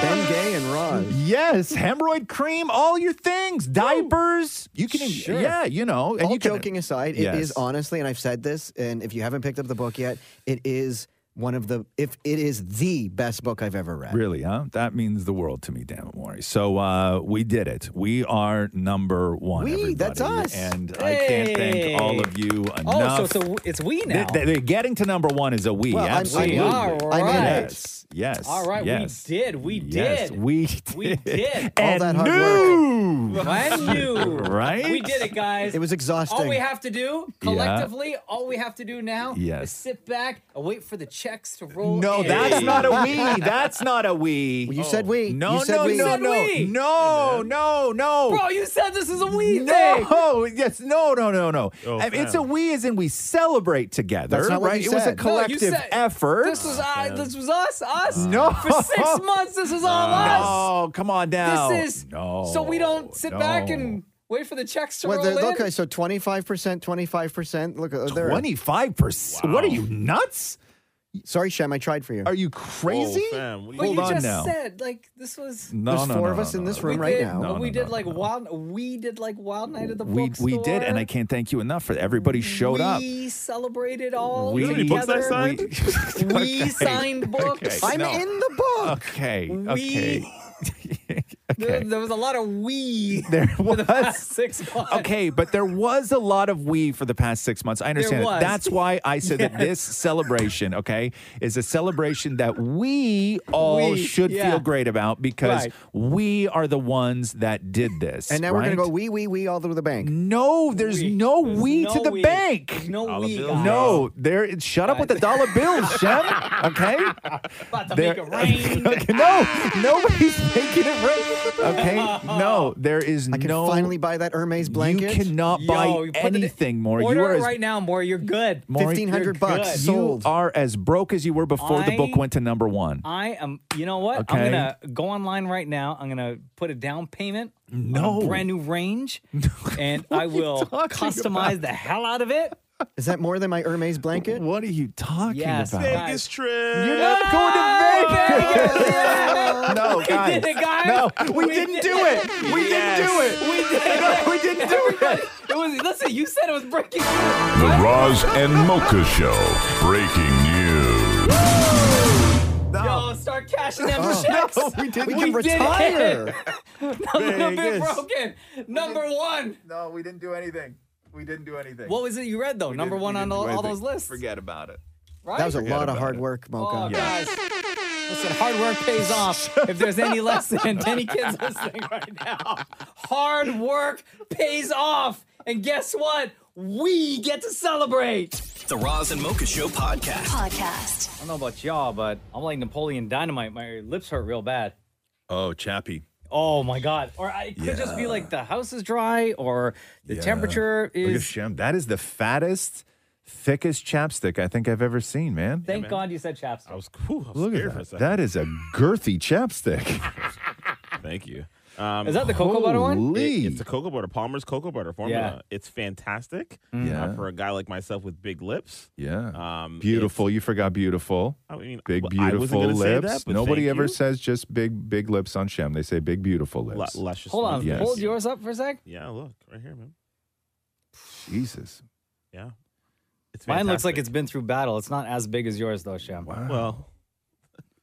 Speaker 5: Ben Gay and Roz.
Speaker 3: Yes, hemorrhoid cream, all your things, diapers. You can,
Speaker 5: Sure.
Speaker 3: yeah, you know. And
Speaker 5: All
Speaker 3: you can,
Speaker 5: joking aside, it is
Speaker 3: Yes.
Speaker 5: honestly, and I've said this, and if you haven't picked up the book yet, it is one of the, if it is the best book I've ever read.
Speaker 3: Really, huh? That means the world to me, damn it, Maury. So uh, we did it. We are number one.
Speaker 5: We,
Speaker 3: everybody.
Speaker 5: that's us.
Speaker 3: And I can't
Speaker 4: Hey.
Speaker 3: thank all of you enough.
Speaker 4: Oh, so, so it's we now.
Speaker 3: Th- th- they're getting to number one is a we.
Speaker 4: Well, I'm- I'm
Speaker 3: absolutely.
Speaker 4: in. All I'm in right. it.
Speaker 3: Yes. Yes.
Speaker 4: All right,
Speaker 3: Yes.
Speaker 4: we did. We
Speaker 3: Yes,
Speaker 4: did.
Speaker 3: we did.
Speaker 4: We did.
Speaker 3: <laughs> And
Speaker 5: All that hard
Speaker 3: knew.
Speaker 5: work.
Speaker 4: Brand new.
Speaker 3: Right?
Speaker 4: We did it, guys.
Speaker 5: It was exhausting.
Speaker 4: All we have to do collectively, all we have to do now
Speaker 3: Yes.
Speaker 4: is sit back and wait for the checks to roll.
Speaker 3: No,
Speaker 4: in.
Speaker 3: that's not a
Speaker 4: <laughs>
Speaker 3: we. That's not a we.
Speaker 5: You said we.
Speaker 3: No,
Speaker 5: you said
Speaker 3: no,
Speaker 5: we.
Speaker 3: no,
Speaker 4: said
Speaker 3: no,
Speaker 4: we.
Speaker 3: no, no, no.
Speaker 4: Bro, you said this is a we thing.
Speaker 3: No, yes, no, no, no, no.
Speaker 9: Oh,
Speaker 3: I mean, it's a
Speaker 9: fam.
Speaker 3: we as in we celebrate together,
Speaker 5: That's not what
Speaker 3: right?
Speaker 5: he
Speaker 3: It was a
Speaker 5: said.
Speaker 4: No, you
Speaker 3: collective
Speaker 4: said-
Speaker 3: effort.
Speaker 4: This was I. This was us. Us.
Speaker 3: No.
Speaker 4: For
Speaker 3: <laughs>
Speaker 4: six months, this is all us.
Speaker 3: no, come on down.
Speaker 4: This is
Speaker 3: no.
Speaker 4: so we don't sit back
Speaker 3: no.
Speaker 4: and wait for the checks to
Speaker 5: Well,
Speaker 4: roll
Speaker 5: there-
Speaker 4: in.
Speaker 5: okay, so 25%, 25%. Look, uh, there.
Speaker 3: 25 percent. What are you nuts?
Speaker 5: Sorry, Shem, I tried for you.
Speaker 3: Are you crazy?
Speaker 9: Whoa, Oh, fam, what
Speaker 4: But
Speaker 3: Hold
Speaker 4: you
Speaker 3: on
Speaker 4: just
Speaker 3: now.
Speaker 4: said like this was.
Speaker 3: no,
Speaker 5: There's
Speaker 3: no,
Speaker 5: four
Speaker 3: no,
Speaker 5: of us
Speaker 3: no,
Speaker 5: in
Speaker 3: no,
Speaker 5: this
Speaker 3: no.
Speaker 5: room
Speaker 4: we
Speaker 5: right
Speaker 4: did,
Speaker 5: now.
Speaker 3: No,
Speaker 4: we
Speaker 3: no,
Speaker 4: did
Speaker 3: no,
Speaker 4: like
Speaker 3: no.
Speaker 4: wild. We did like wild night at the
Speaker 3: We
Speaker 4: bookstore.
Speaker 3: we did, and I can't thank you enough for everybody showed up.
Speaker 4: <laughs>
Speaker 3: <laughs>
Speaker 4: We celebrated all
Speaker 3: We-
Speaker 9: You know how many books I
Speaker 4: together.
Speaker 9: signed?
Speaker 3: We- <laughs>
Speaker 4: We
Speaker 3: Okay.
Speaker 4: signed books.
Speaker 3: Okay.
Speaker 5: I'm
Speaker 3: No.
Speaker 5: in the book.
Speaker 3: Okay.
Speaker 4: We- <laughs>
Speaker 3: Okay.
Speaker 4: There,
Speaker 3: okay.
Speaker 4: there was a lot of we.
Speaker 5: <laughs>
Speaker 3: There
Speaker 4: for the past
Speaker 3: was.
Speaker 4: six months.
Speaker 3: Okay, but there was a lot of we for the past six months. I understand.
Speaker 4: was.
Speaker 3: That. That's why I said
Speaker 4: <laughs>
Speaker 3: that this celebration, okay, is a celebration that we all
Speaker 4: We,
Speaker 3: should
Speaker 4: yeah.
Speaker 3: feel great about because
Speaker 4: Right.
Speaker 3: we are the ones that did this.
Speaker 5: And now we're going
Speaker 3: right?
Speaker 5: to go wee, wee, wee all through the bank.
Speaker 3: No, there's
Speaker 4: We.
Speaker 3: no
Speaker 4: There's
Speaker 3: we
Speaker 4: no
Speaker 3: to the
Speaker 4: we. There's
Speaker 3: bank.
Speaker 4: No
Speaker 9: Dollar
Speaker 4: we.
Speaker 9: bill.
Speaker 4: guys.
Speaker 3: No, there. it- Shut up with the
Speaker 4: <laughs>
Speaker 3: dollar bills, Shem. Okay.
Speaker 4: About to
Speaker 3: There-
Speaker 4: make it rain.
Speaker 3: <laughs> Okay, no, nobody's <laughs> making it rain. Okay. No, there is
Speaker 5: I can
Speaker 3: no.
Speaker 5: finally buy that Hermes
Speaker 3: You
Speaker 5: blanket.
Speaker 3: cannot
Speaker 4: Yo,
Speaker 3: buy
Speaker 4: put the-
Speaker 3: anything more.
Speaker 4: Order
Speaker 3: You are
Speaker 4: it
Speaker 3: as,
Speaker 4: right now, Maury. You're good.
Speaker 3: <laughs> Maury,
Speaker 5: 1500
Speaker 4: You're
Speaker 5: bucks
Speaker 4: good.
Speaker 3: you
Speaker 5: sold.
Speaker 3: are as broke as you were before the book
Speaker 4: I-
Speaker 3: went to number one.
Speaker 4: I am. You know what?
Speaker 3: Okay.
Speaker 4: I'm gonna go online right now. I'm gonna put a down payment. on
Speaker 3: No. <laughs>
Speaker 4: a brand new range, and I will
Speaker 3: talking
Speaker 4: customize the hell out of it.
Speaker 5: Is that more than my Hermes blanket?
Speaker 3: What are you talking
Speaker 5: yes,
Speaker 3: about?
Speaker 5: Vegas
Speaker 9: trip.
Speaker 5: You're not going to Vegas.
Speaker 1: Oh,
Speaker 3: No, guys. <laughs>
Speaker 1: did it, guys.
Speaker 3: No, we, didn't do it. We didn't do it.
Speaker 1: We
Speaker 3: <laughs>
Speaker 1: did
Speaker 3: No, we didn't do
Speaker 1: it. It was listen. You said it was breaking.
Speaker 11: The Roz and Mocha Show. Breaking news.
Speaker 1: Yo, start cashing them
Speaker 5: Oh.
Speaker 1: checks.
Speaker 5: No, we didn't. We can
Speaker 1: did it. <laughs>
Speaker 5: retire.
Speaker 1: A little bit
Speaker 5: Vegas.
Speaker 1: broken. Number one.
Speaker 3: No, we didn't do anything. We didn't do anything.
Speaker 4: What was it you read though?
Speaker 3: We
Speaker 4: Number
Speaker 3: didn't-
Speaker 4: one
Speaker 3: we
Speaker 4: on
Speaker 3: didn't
Speaker 4: all,
Speaker 3: do
Speaker 4: all
Speaker 3: anything.
Speaker 4: those lists.
Speaker 3: Forget about it.
Speaker 4: Right?
Speaker 5: That was a
Speaker 4: Forget
Speaker 5: lot of
Speaker 4: about
Speaker 5: hard work, Mocha.
Speaker 4: Oh, guys. Listen, hard work
Speaker 5: <laughs>
Speaker 4: pays off. If there's any lesson to any kids listening right now, hard work pays off. And guess what? We get to celebrate.
Speaker 1: The Roz and Mocha Show podcast.
Speaker 7: Podcast.
Speaker 4: I don't know about y'all, but I'm like Napoleon Dynamite. My lips hurt real bad.
Speaker 3: Oh, Chappie.
Speaker 4: Oh my God. Or I it could just be like the house is dry or the
Speaker 3: Yeah.
Speaker 4: temperature
Speaker 3: Look at
Speaker 4: is.
Speaker 3: Shem. That is the fattest, thickest chapstick I think I've ever seen, man.
Speaker 4: Thank God you said chapstick. I was
Speaker 9: cool.
Speaker 3: Look at that. That is a
Speaker 9: <laughs>
Speaker 3: girthy chapstick.
Speaker 9: <laughs> Thank you. Um,
Speaker 4: Is that the cocoa butter one?
Speaker 9: It-
Speaker 3: holy.
Speaker 9: it's the cocoa butter. Palmer's cocoa butter formula. It's fantastic.
Speaker 3: Mm.
Speaker 9: uh,
Speaker 3: Yeah.
Speaker 9: for a guy like myself with big lips.
Speaker 3: Yeah.
Speaker 9: Um,
Speaker 3: beautiful. You forgot beautiful.
Speaker 9: I mean,
Speaker 3: big
Speaker 9: well, I wasn't
Speaker 3: beautiful
Speaker 9: gonna say that,
Speaker 3: lips.
Speaker 9: but
Speaker 3: Nobody
Speaker 9: thank
Speaker 3: ever
Speaker 9: you.
Speaker 3: says just big big lips on Shem. They say big beautiful lips.
Speaker 9: luscious
Speaker 4: Hold on.
Speaker 3: Yes.
Speaker 4: Hold yours up for
Speaker 18: <laughs>
Speaker 4: a sec.
Speaker 9: Yeah, look right here, man.
Speaker 3: Jesus.
Speaker 9: Yeah. It's
Speaker 4: Mine looks like
Speaker 9: fantastic.
Speaker 4: it's been through battle. It's not as big as yours, though, Shem.
Speaker 9: Well,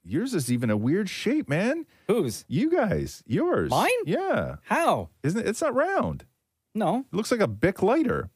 Speaker 3: Yours is even a weird shape, man.
Speaker 4: Whose?
Speaker 3: You guys. Yours.
Speaker 4: Mine?
Speaker 3: Yeah.
Speaker 4: How?
Speaker 3: Isn't it? It's not round.
Speaker 4: No.
Speaker 3: It looks like a Bic lighter.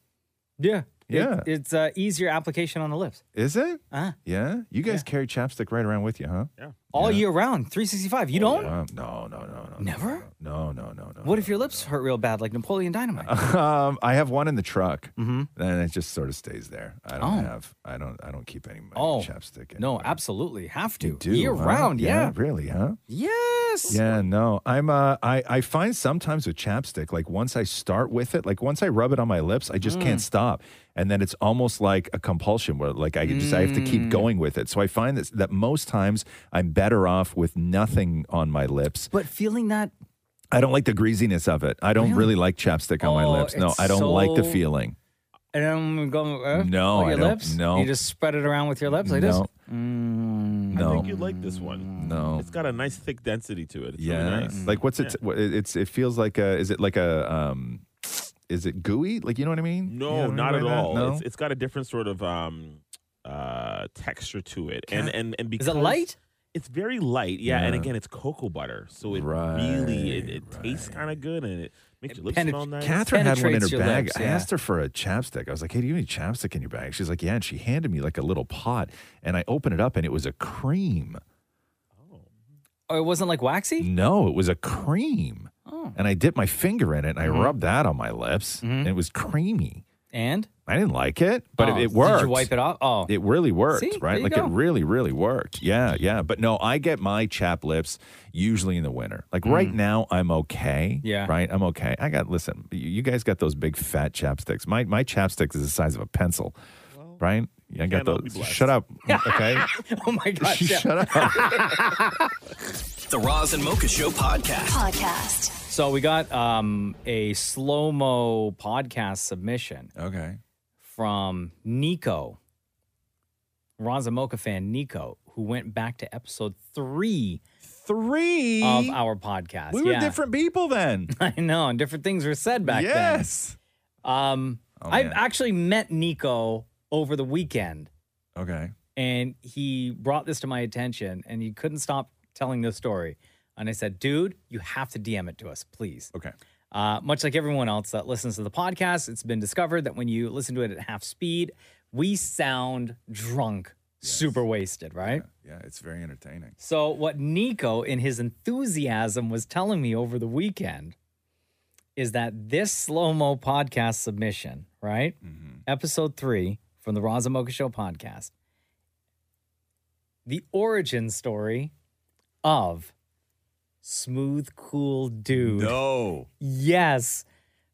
Speaker 4: Yeah.
Speaker 3: Yeah.
Speaker 4: It, it's uh, easier application on the lips.
Speaker 3: Is it?
Speaker 4: Uh,
Speaker 3: Yeah. You guys carry chapstick right around with you, huh?
Speaker 4: all year round, 365. You don't?
Speaker 3: Um, no, no, no, no.
Speaker 4: Never?
Speaker 3: No, <laughs> no, no, no.
Speaker 4: What if your lips hurt real bad, like Napoleon Dynamite?
Speaker 3: Um, I have one in the truck,
Speaker 4: mm-hmm.
Speaker 3: and it just sort of stays there. I don't
Speaker 4: Oh.
Speaker 3: have. I don't. I don't keep any money
Speaker 4: Oh,
Speaker 3: chapstick. in.
Speaker 4: no, absolutely. Have to.
Speaker 3: You do
Speaker 4: Year
Speaker 3: huh?
Speaker 4: round, yeah.
Speaker 3: Really, huh?
Speaker 4: Yes.
Speaker 3: Yeah, no. I'm uh I, I find sometimes with chapstick, like once I start with it, like once I rub it on my lips, I just
Speaker 4: Mm.
Speaker 3: can't stop. And then it's almost like a compulsion where like I just I have to
Speaker 4: Mm.
Speaker 3: keep going with it. So I find that that most times I'm better off with nothing on my lips.
Speaker 4: But feeling that.
Speaker 3: I don't like the greasiness of it. I don't really, like chapstick on my
Speaker 4: Oh,
Speaker 3: lips. No,
Speaker 4: it's
Speaker 3: I don't like the
Speaker 4: so-
Speaker 3: feeling.
Speaker 4: And I'm going, uh,
Speaker 3: No,
Speaker 4: oh,
Speaker 3: I
Speaker 4: your
Speaker 3: don't-
Speaker 4: lips?
Speaker 3: no.
Speaker 4: You just spread it around with your lips like this?
Speaker 3: No.
Speaker 4: Mm.
Speaker 9: I
Speaker 3: No.
Speaker 9: think you'd like this one.
Speaker 3: No.
Speaker 9: It's got a nice thick density to it. It's
Speaker 3: Oh. Yeah. Mm.
Speaker 9: really nice.
Speaker 4: Mm.
Speaker 3: Like what's it
Speaker 9: Yeah.
Speaker 3: what- it- it's it feels like a is it like a um is it gooey? Like you know what I mean? You know
Speaker 9: No,
Speaker 3: what I mean
Speaker 9: not
Speaker 3: by
Speaker 9: at
Speaker 3: that?
Speaker 9: all.
Speaker 3: No?
Speaker 9: It's, it's got a different sort of um, uh, texture to it, and and and because
Speaker 4: light?
Speaker 9: It's very light, yeah. And
Speaker 3: Yeah.
Speaker 9: again, it's cocoa butter, so it really it,
Speaker 3: Right,
Speaker 9: it tastes kind of good, and it makes your lips
Speaker 4: penet-
Speaker 9: smell nice.
Speaker 3: Catherine had one in her
Speaker 4: penetrates your
Speaker 3: bag.
Speaker 4: lips,
Speaker 3: I
Speaker 4: yeah.
Speaker 3: asked her for a chapstick. I was like, "Hey, do you have any chapstick in your bag?" She's like, "Yeah." And she handed me like a little pot, and I opened it up, and it was a cream.
Speaker 4: Oh, it wasn't like waxy?
Speaker 3: No, it was a cream.
Speaker 4: Oh. Mm-hmm.
Speaker 3: And I dipped my finger in it, and I rubbed that on my lips, and it was creamy.
Speaker 4: And?
Speaker 3: I didn't like it, but
Speaker 4: Oh,
Speaker 3: it, it worked.
Speaker 4: Did you wipe it off? Oh.
Speaker 3: It really worked,
Speaker 4: See? There
Speaker 3: right?
Speaker 4: you
Speaker 3: Like
Speaker 4: go.
Speaker 3: it really, really worked. Yeah, yeah. But no, I get my chap lips usually in the winter. Like right now, I'm okay.
Speaker 4: Mm. Yeah.
Speaker 3: Right? I'm okay. I got, listen, you you guys got those big fat chapsticks. My, my chapstick is the size of a pencil, right? I got
Speaker 9: can't help you
Speaker 3: those.
Speaker 9: blessed.
Speaker 3: Shut
Speaker 4: <laughs>
Speaker 3: up. Okay.
Speaker 4: oh my gosh. yeah.
Speaker 3: Shut up.
Speaker 1: The Roz and Mocha Show podcast.
Speaker 7: Podcast.
Speaker 4: So we got um, a slow mo podcast submission
Speaker 3: Okay.
Speaker 4: from Nico, Ronza Mocha fan Nico, who went back to episode three
Speaker 3: Three.
Speaker 4: of our podcast.
Speaker 3: we were
Speaker 4: Yeah.
Speaker 3: different people then.
Speaker 4: <laughs> I know, and different things were said back
Speaker 3: yes.
Speaker 4: then. Um,
Speaker 3: Oh,
Speaker 4: I
Speaker 3: man.
Speaker 4: actually met Nico over the weekend,
Speaker 3: Okay.
Speaker 4: and he brought this to my attention, and he couldn't stop telling this story. And I said, "Dude, you have to DM it to us, please."
Speaker 3: Okay.
Speaker 4: Uh, much like everyone else that listens to the podcast, it's been discovered that when you listen to it at half speed, we sound drunk, super wasted, right?
Speaker 3: Yeah, it's very entertaining.
Speaker 4: So, what Nico, in his enthusiasm, was telling me over the weekend is that this slow mo podcast submission, right?
Speaker 3: Mm-hmm.
Speaker 4: Episode three from the Raza Mocha Show podcast, the origin story of Smooth Cool Dude.
Speaker 3: No.
Speaker 4: Yes.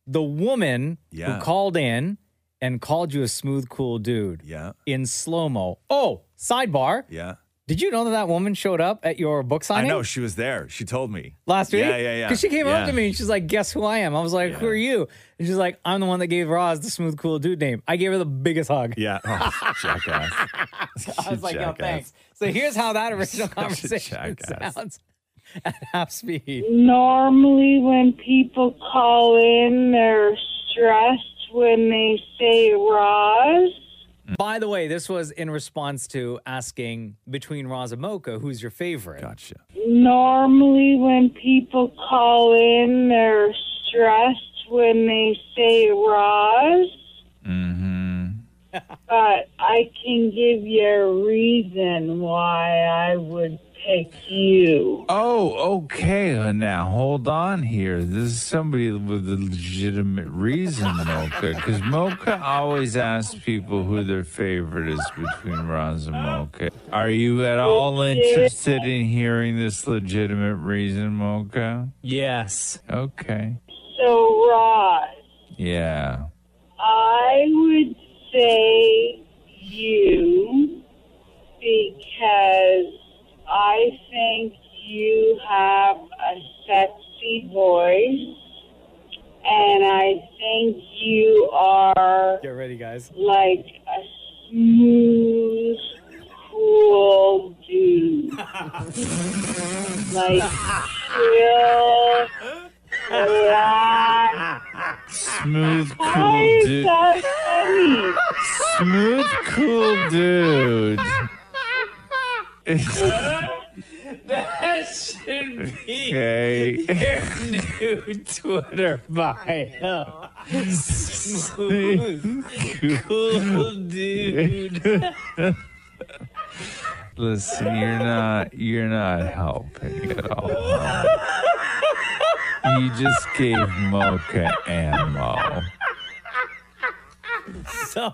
Speaker 4: The woman
Speaker 3: Yeah.
Speaker 4: who called in and called you a smooth, cool dude
Speaker 3: Yeah.
Speaker 4: in slow mo. Oh, sidebar.
Speaker 3: Yeah.
Speaker 4: Did you know that that woman showed up at your book
Speaker 3: I
Speaker 4: signing?
Speaker 3: know she was there. She told me
Speaker 4: last week.
Speaker 3: Yeah, yeah, yeah.
Speaker 4: Because she came up
Speaker 3: Yeah.
Speaker 4: to me and she's like, "Guess who I am?" I was like, "Who are you?" And she's like, "I'm the one that gave Roz the smooth, cool dude name." I gave her the biggest hug.
Speaker 3: Yeah, Oh,
Speaker 4: <laughs>
Speaker 3: jackass.
Speaker 4: I was like, "No,
Speaker 3: jackass.
Speaker 4: thanks." So here's how
Speaker 3: <laughs>
Speaker 4: that original
Speaker 3: such a
Speaker 4: conversation <laughs>
Speaker 3: jackass.
Speaker 4: sounds at half speed.
Speaker 12: Normally, when people call in, they're stressed when they say Roz.
Speaker 4: By the way, this was in response to asking between Roz and Mocha, who's your favorite?
Speaker 3: Gotcha.
Speaker 12: Normally, when people call in, they're stressed when they say Roz. Mm-hmm. But I can give you a reason why I would pick you.
Speaker 18: Oh, okay. uh, Now hold on here. This is somebody with a legitimate reason, Mocha, because Mocha always asks people who their favorite is between Roz and Mocha. Are you at all interested in hearing this legitimate reason, Mocha?
Speaker 4: Yes.
Speaker 18: Okay.
Speaker 12: So, Roz,
Speaker 18: Yeah.
Speaker 12: I would say you because I think you have a sexy voice and I think you are
Speaker 4: Get ready, guys.
Speaker 12: like a smooth, cool
Speaker 4: <laughs>
Speaker 12: dude. like chill, relaxed.
Speaker 4: <laughs>
Speaker 18: Smooth,
Speaker 12: How
Speaker 18: cool
Speaker 12: is
Speaker 18: dude.
Speaker 12: that funny?
Speaker 18: <laughs> Smooth, cool dude.
Speaker 4: <laughs>
Speaker 1: That should be
Speaker 18: Okay.
Speaker 1: your new Twitter bio. Smooth, cool dude.
Speaker 18: <laughs> Listen, you're not you're not helping at all. You just gave Mocha ammo.
Speaker 4: So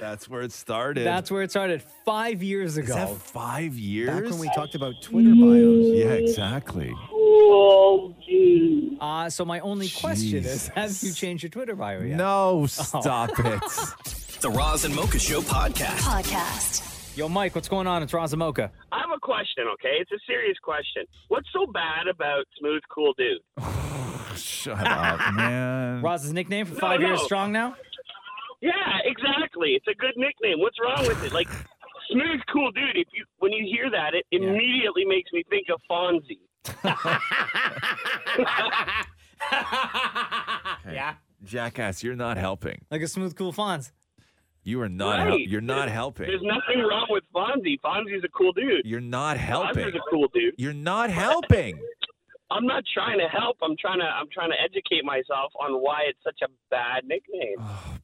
Speaker 3: That's where it started.
Speaker 4: that's where it started five years ago.
Speaker 3: that five years?
Speaker 5: Back when we talked about
Speaker 3: Twitter bios. Yeah, exactly.
Speaker 12: Cool dude.
Speaker 4: Uh, so my only question is, have you changed your Twitter bio yet? Oh.
Speaker 3: No,
Speaker 1: stop
Speaker 4: it.
Speaker 1: The Roz and Mocha Show podcast.
Speaker 4: Podcast. <laughs> Yo, Mike, what's going on? It's Roz and Mocha.
Speaker 19: I have a question, okay? It's a serious question. What's so bad about Smooth Cool Dude?
Speaker 3: Shut
Speaker 4: <laughs>
Speaker 3: up, man.
Speaker 4: Roz's nickname for
Speaker 19: No,
Speaker 4: five years
Speaker 19: no.
Speaker 4: strong now? <laughs>
Speaker 19: Yeah, exactly. It's a good nickname. What's wrong with it? Like Smooth Cool Dude, if you when you hear that, it immediately makes me think of Fonzie.
Speaker 3: <laughs>
Speaker 19: <laughs>
Speaker 4: Yeah.
Speaker 3: Jackass, you're not helping.
Speaker 4: Like a smooth, cool Fonz.
Speaker 3: You are not help. You're not helping.
Speaker 19: There's nothing wrong with Fonzie. Fonzie's a cool dude.
Speaker 3: You're not helping.
Speaker 19: Fonzie's a cool dude.
Speaker 3: You're not helping.
Speaker 19: I'm not trying to help. I'm trying to I'm trying to educate myself on why it's such a
Speaker 3: <sighs>
Speaker 19: bad nickname.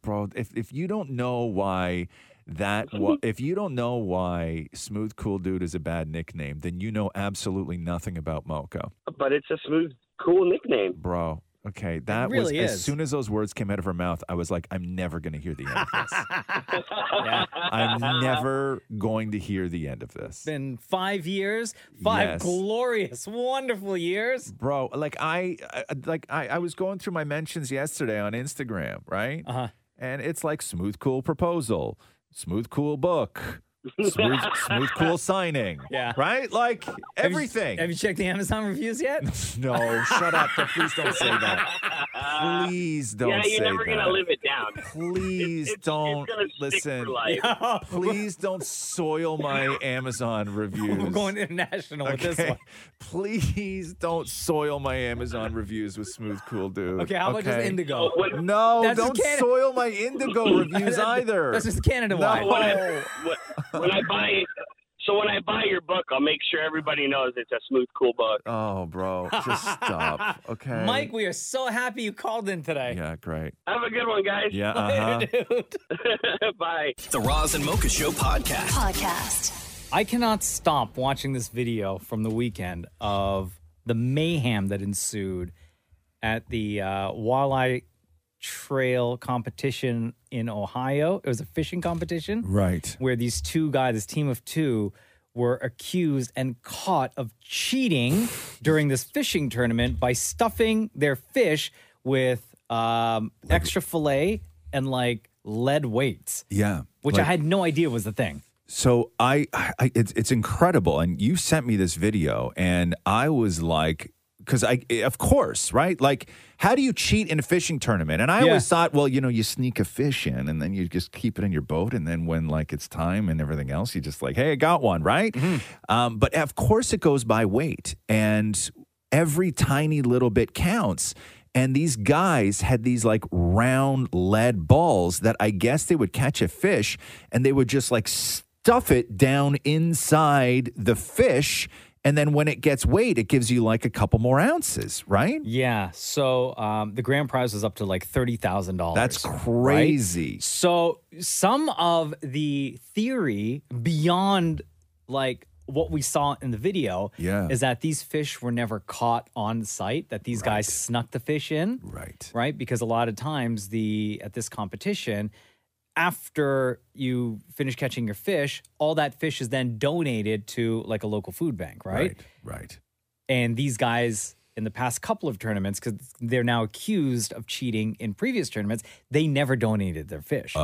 Speaker 3: bro if, if you don't know why that wa- if you don't know why smooth cool dude is a bad nickname then you know absolutely nothing about mocha
Speaker 19: But it's a smooth cool nickname.
Speaker 3: bro okay that
Speaker 19: really
Speaker 3: was as
Speaker 19: is.
Speaker 3: soon as those words came out of her mouth i was like i'm never going to hear the end of this
Speaker 4: <laughs>
Speaker 3: i'm never going to hear the end of this
Speaker 4: It's been five years, five
Speaker 3: Yes.
Speaker 4: glorious, wonderful years.
Speaker 3: bro like i, I like I, I was going through my mentions yesterday on instagram right uh-huh. and it's like smooth cool proposal smooth cool book smooth, smooth
Speaker 4: <laughs>
Speaker 3: cool signing
Speaker 4: Yeah.
Speaker 3: right like
Speaker 4: Have you-
Speaker 3: everything
Speaker 4: Have you, checked the Amazon reviews yet?
Speaker 3: <laughs> no shut up please don't say that please don't
Speaker 19: Uh, yeah,
Speaker 3: say
Speaker 19: you're never
Speaker 3: that.
Speaker 19: gonna live it down. <laughs>
Speaker 3: Please don't listen.
Speaker 4: <laughs>
Speaker 19: life.
Speaker 3: Please don't soil my
Speaker 4: <laughs>
Speaker 3: Amazon reviews.
Speaker 4: We're going international with this
Speaker 3: Okay.
Speaker 4: one.
Speaker 3: <laughs> Please don't soil my Amazon reviews with smooth cool dude.
Speaker 4: <laughs> Okay, how about just
Speaker 19: Oh,
Speaker 4: Indigo?
Speaker 3: No,
Speaker 4: That's just
Speaker 3: don't
Speaker 4: Canada-
Speaker 3: soil my
Speaker 4: <laughs>
Speaker 3: Indigo reviews either.
Speaker 4: That's just Canada wide.
Speaker 3: No.
Speaker 19: when I,
Speaker 3: <laughs>
Speaker 19: when I buy so when I buy your book, I'll make sure everybody knows it's a smooth, cool book.
Speaker 3: Oh, bro,
Speaker 4: <laughs>
Speaker 3: just stop. Okay.
Speaker 4: Mike, we are so happy you called in today.
Speaker 3: Yeah, great.
Speaker 19: Have a good one, guys.
Speaker 4: <laughs>
Speaker 3: Yeah, uh-huh.
Speaker 19: Bye.
Speaker 1: The Roz and Mocha Show podcast.
Speaker 7: Podcast.
Speaker 4: I cannot stop watching this video from the weekend of the mayhem that ensued at the uh, walleye trail competition in Ohio. It was a fishing competition.
Speaker 3: Right.
Speaker 4: Where these two guys, this team of two, were accused and caught of cheating during this fishing tournament by stuffing their fish with um, extra fillet and like lead weights.
Speaker 3: Yeah.
Speaker 4: Which I
Speaker 3: like-
Speaker 4: had no idea was the thing.
Speaker 3: So I, I it's it's incredible, and you sent me this video, and I was like, because I, of course, right? Like, how do you cheat in a fishing tournament? And I
Speaker 20: Yeah.
Speaker 3: always thought, well, you know, you sneak a fish in, and then you just keep it in your boat, and then when like it's time and everything else, you just like, hey, I got one, right? Um, but of course, it goes by weight, and every tiny little bit counts. And these guys had these like round lead balls that I guess they would catch a fish and they would just like stuff it down inside the fish. And then when it gets weight, it gives you like a couple more ounces, right?
Speaker 4: Yeah. So um, the grand prize was up to like thirty thousand dollars.
Speaker 3: That's crazy.
Speaker 4: So some of the theory beyond like what we saw in the video
Speaker 3: Yeah.
Speaker 4: is that these fish were never caught on site. That these guys snuck the fish in.
Speaker 3: Right.
Speaker 4: Right. Because a lot of times the at this competition. After you finish catching your fish, all that fish is then donated to like a local food bank, right?
Speaker 3: Right. right.
Speaker 4: And these guys in the past couple of tournaments, because they're now accused of cheating in previous tournaments, they never donated their fish.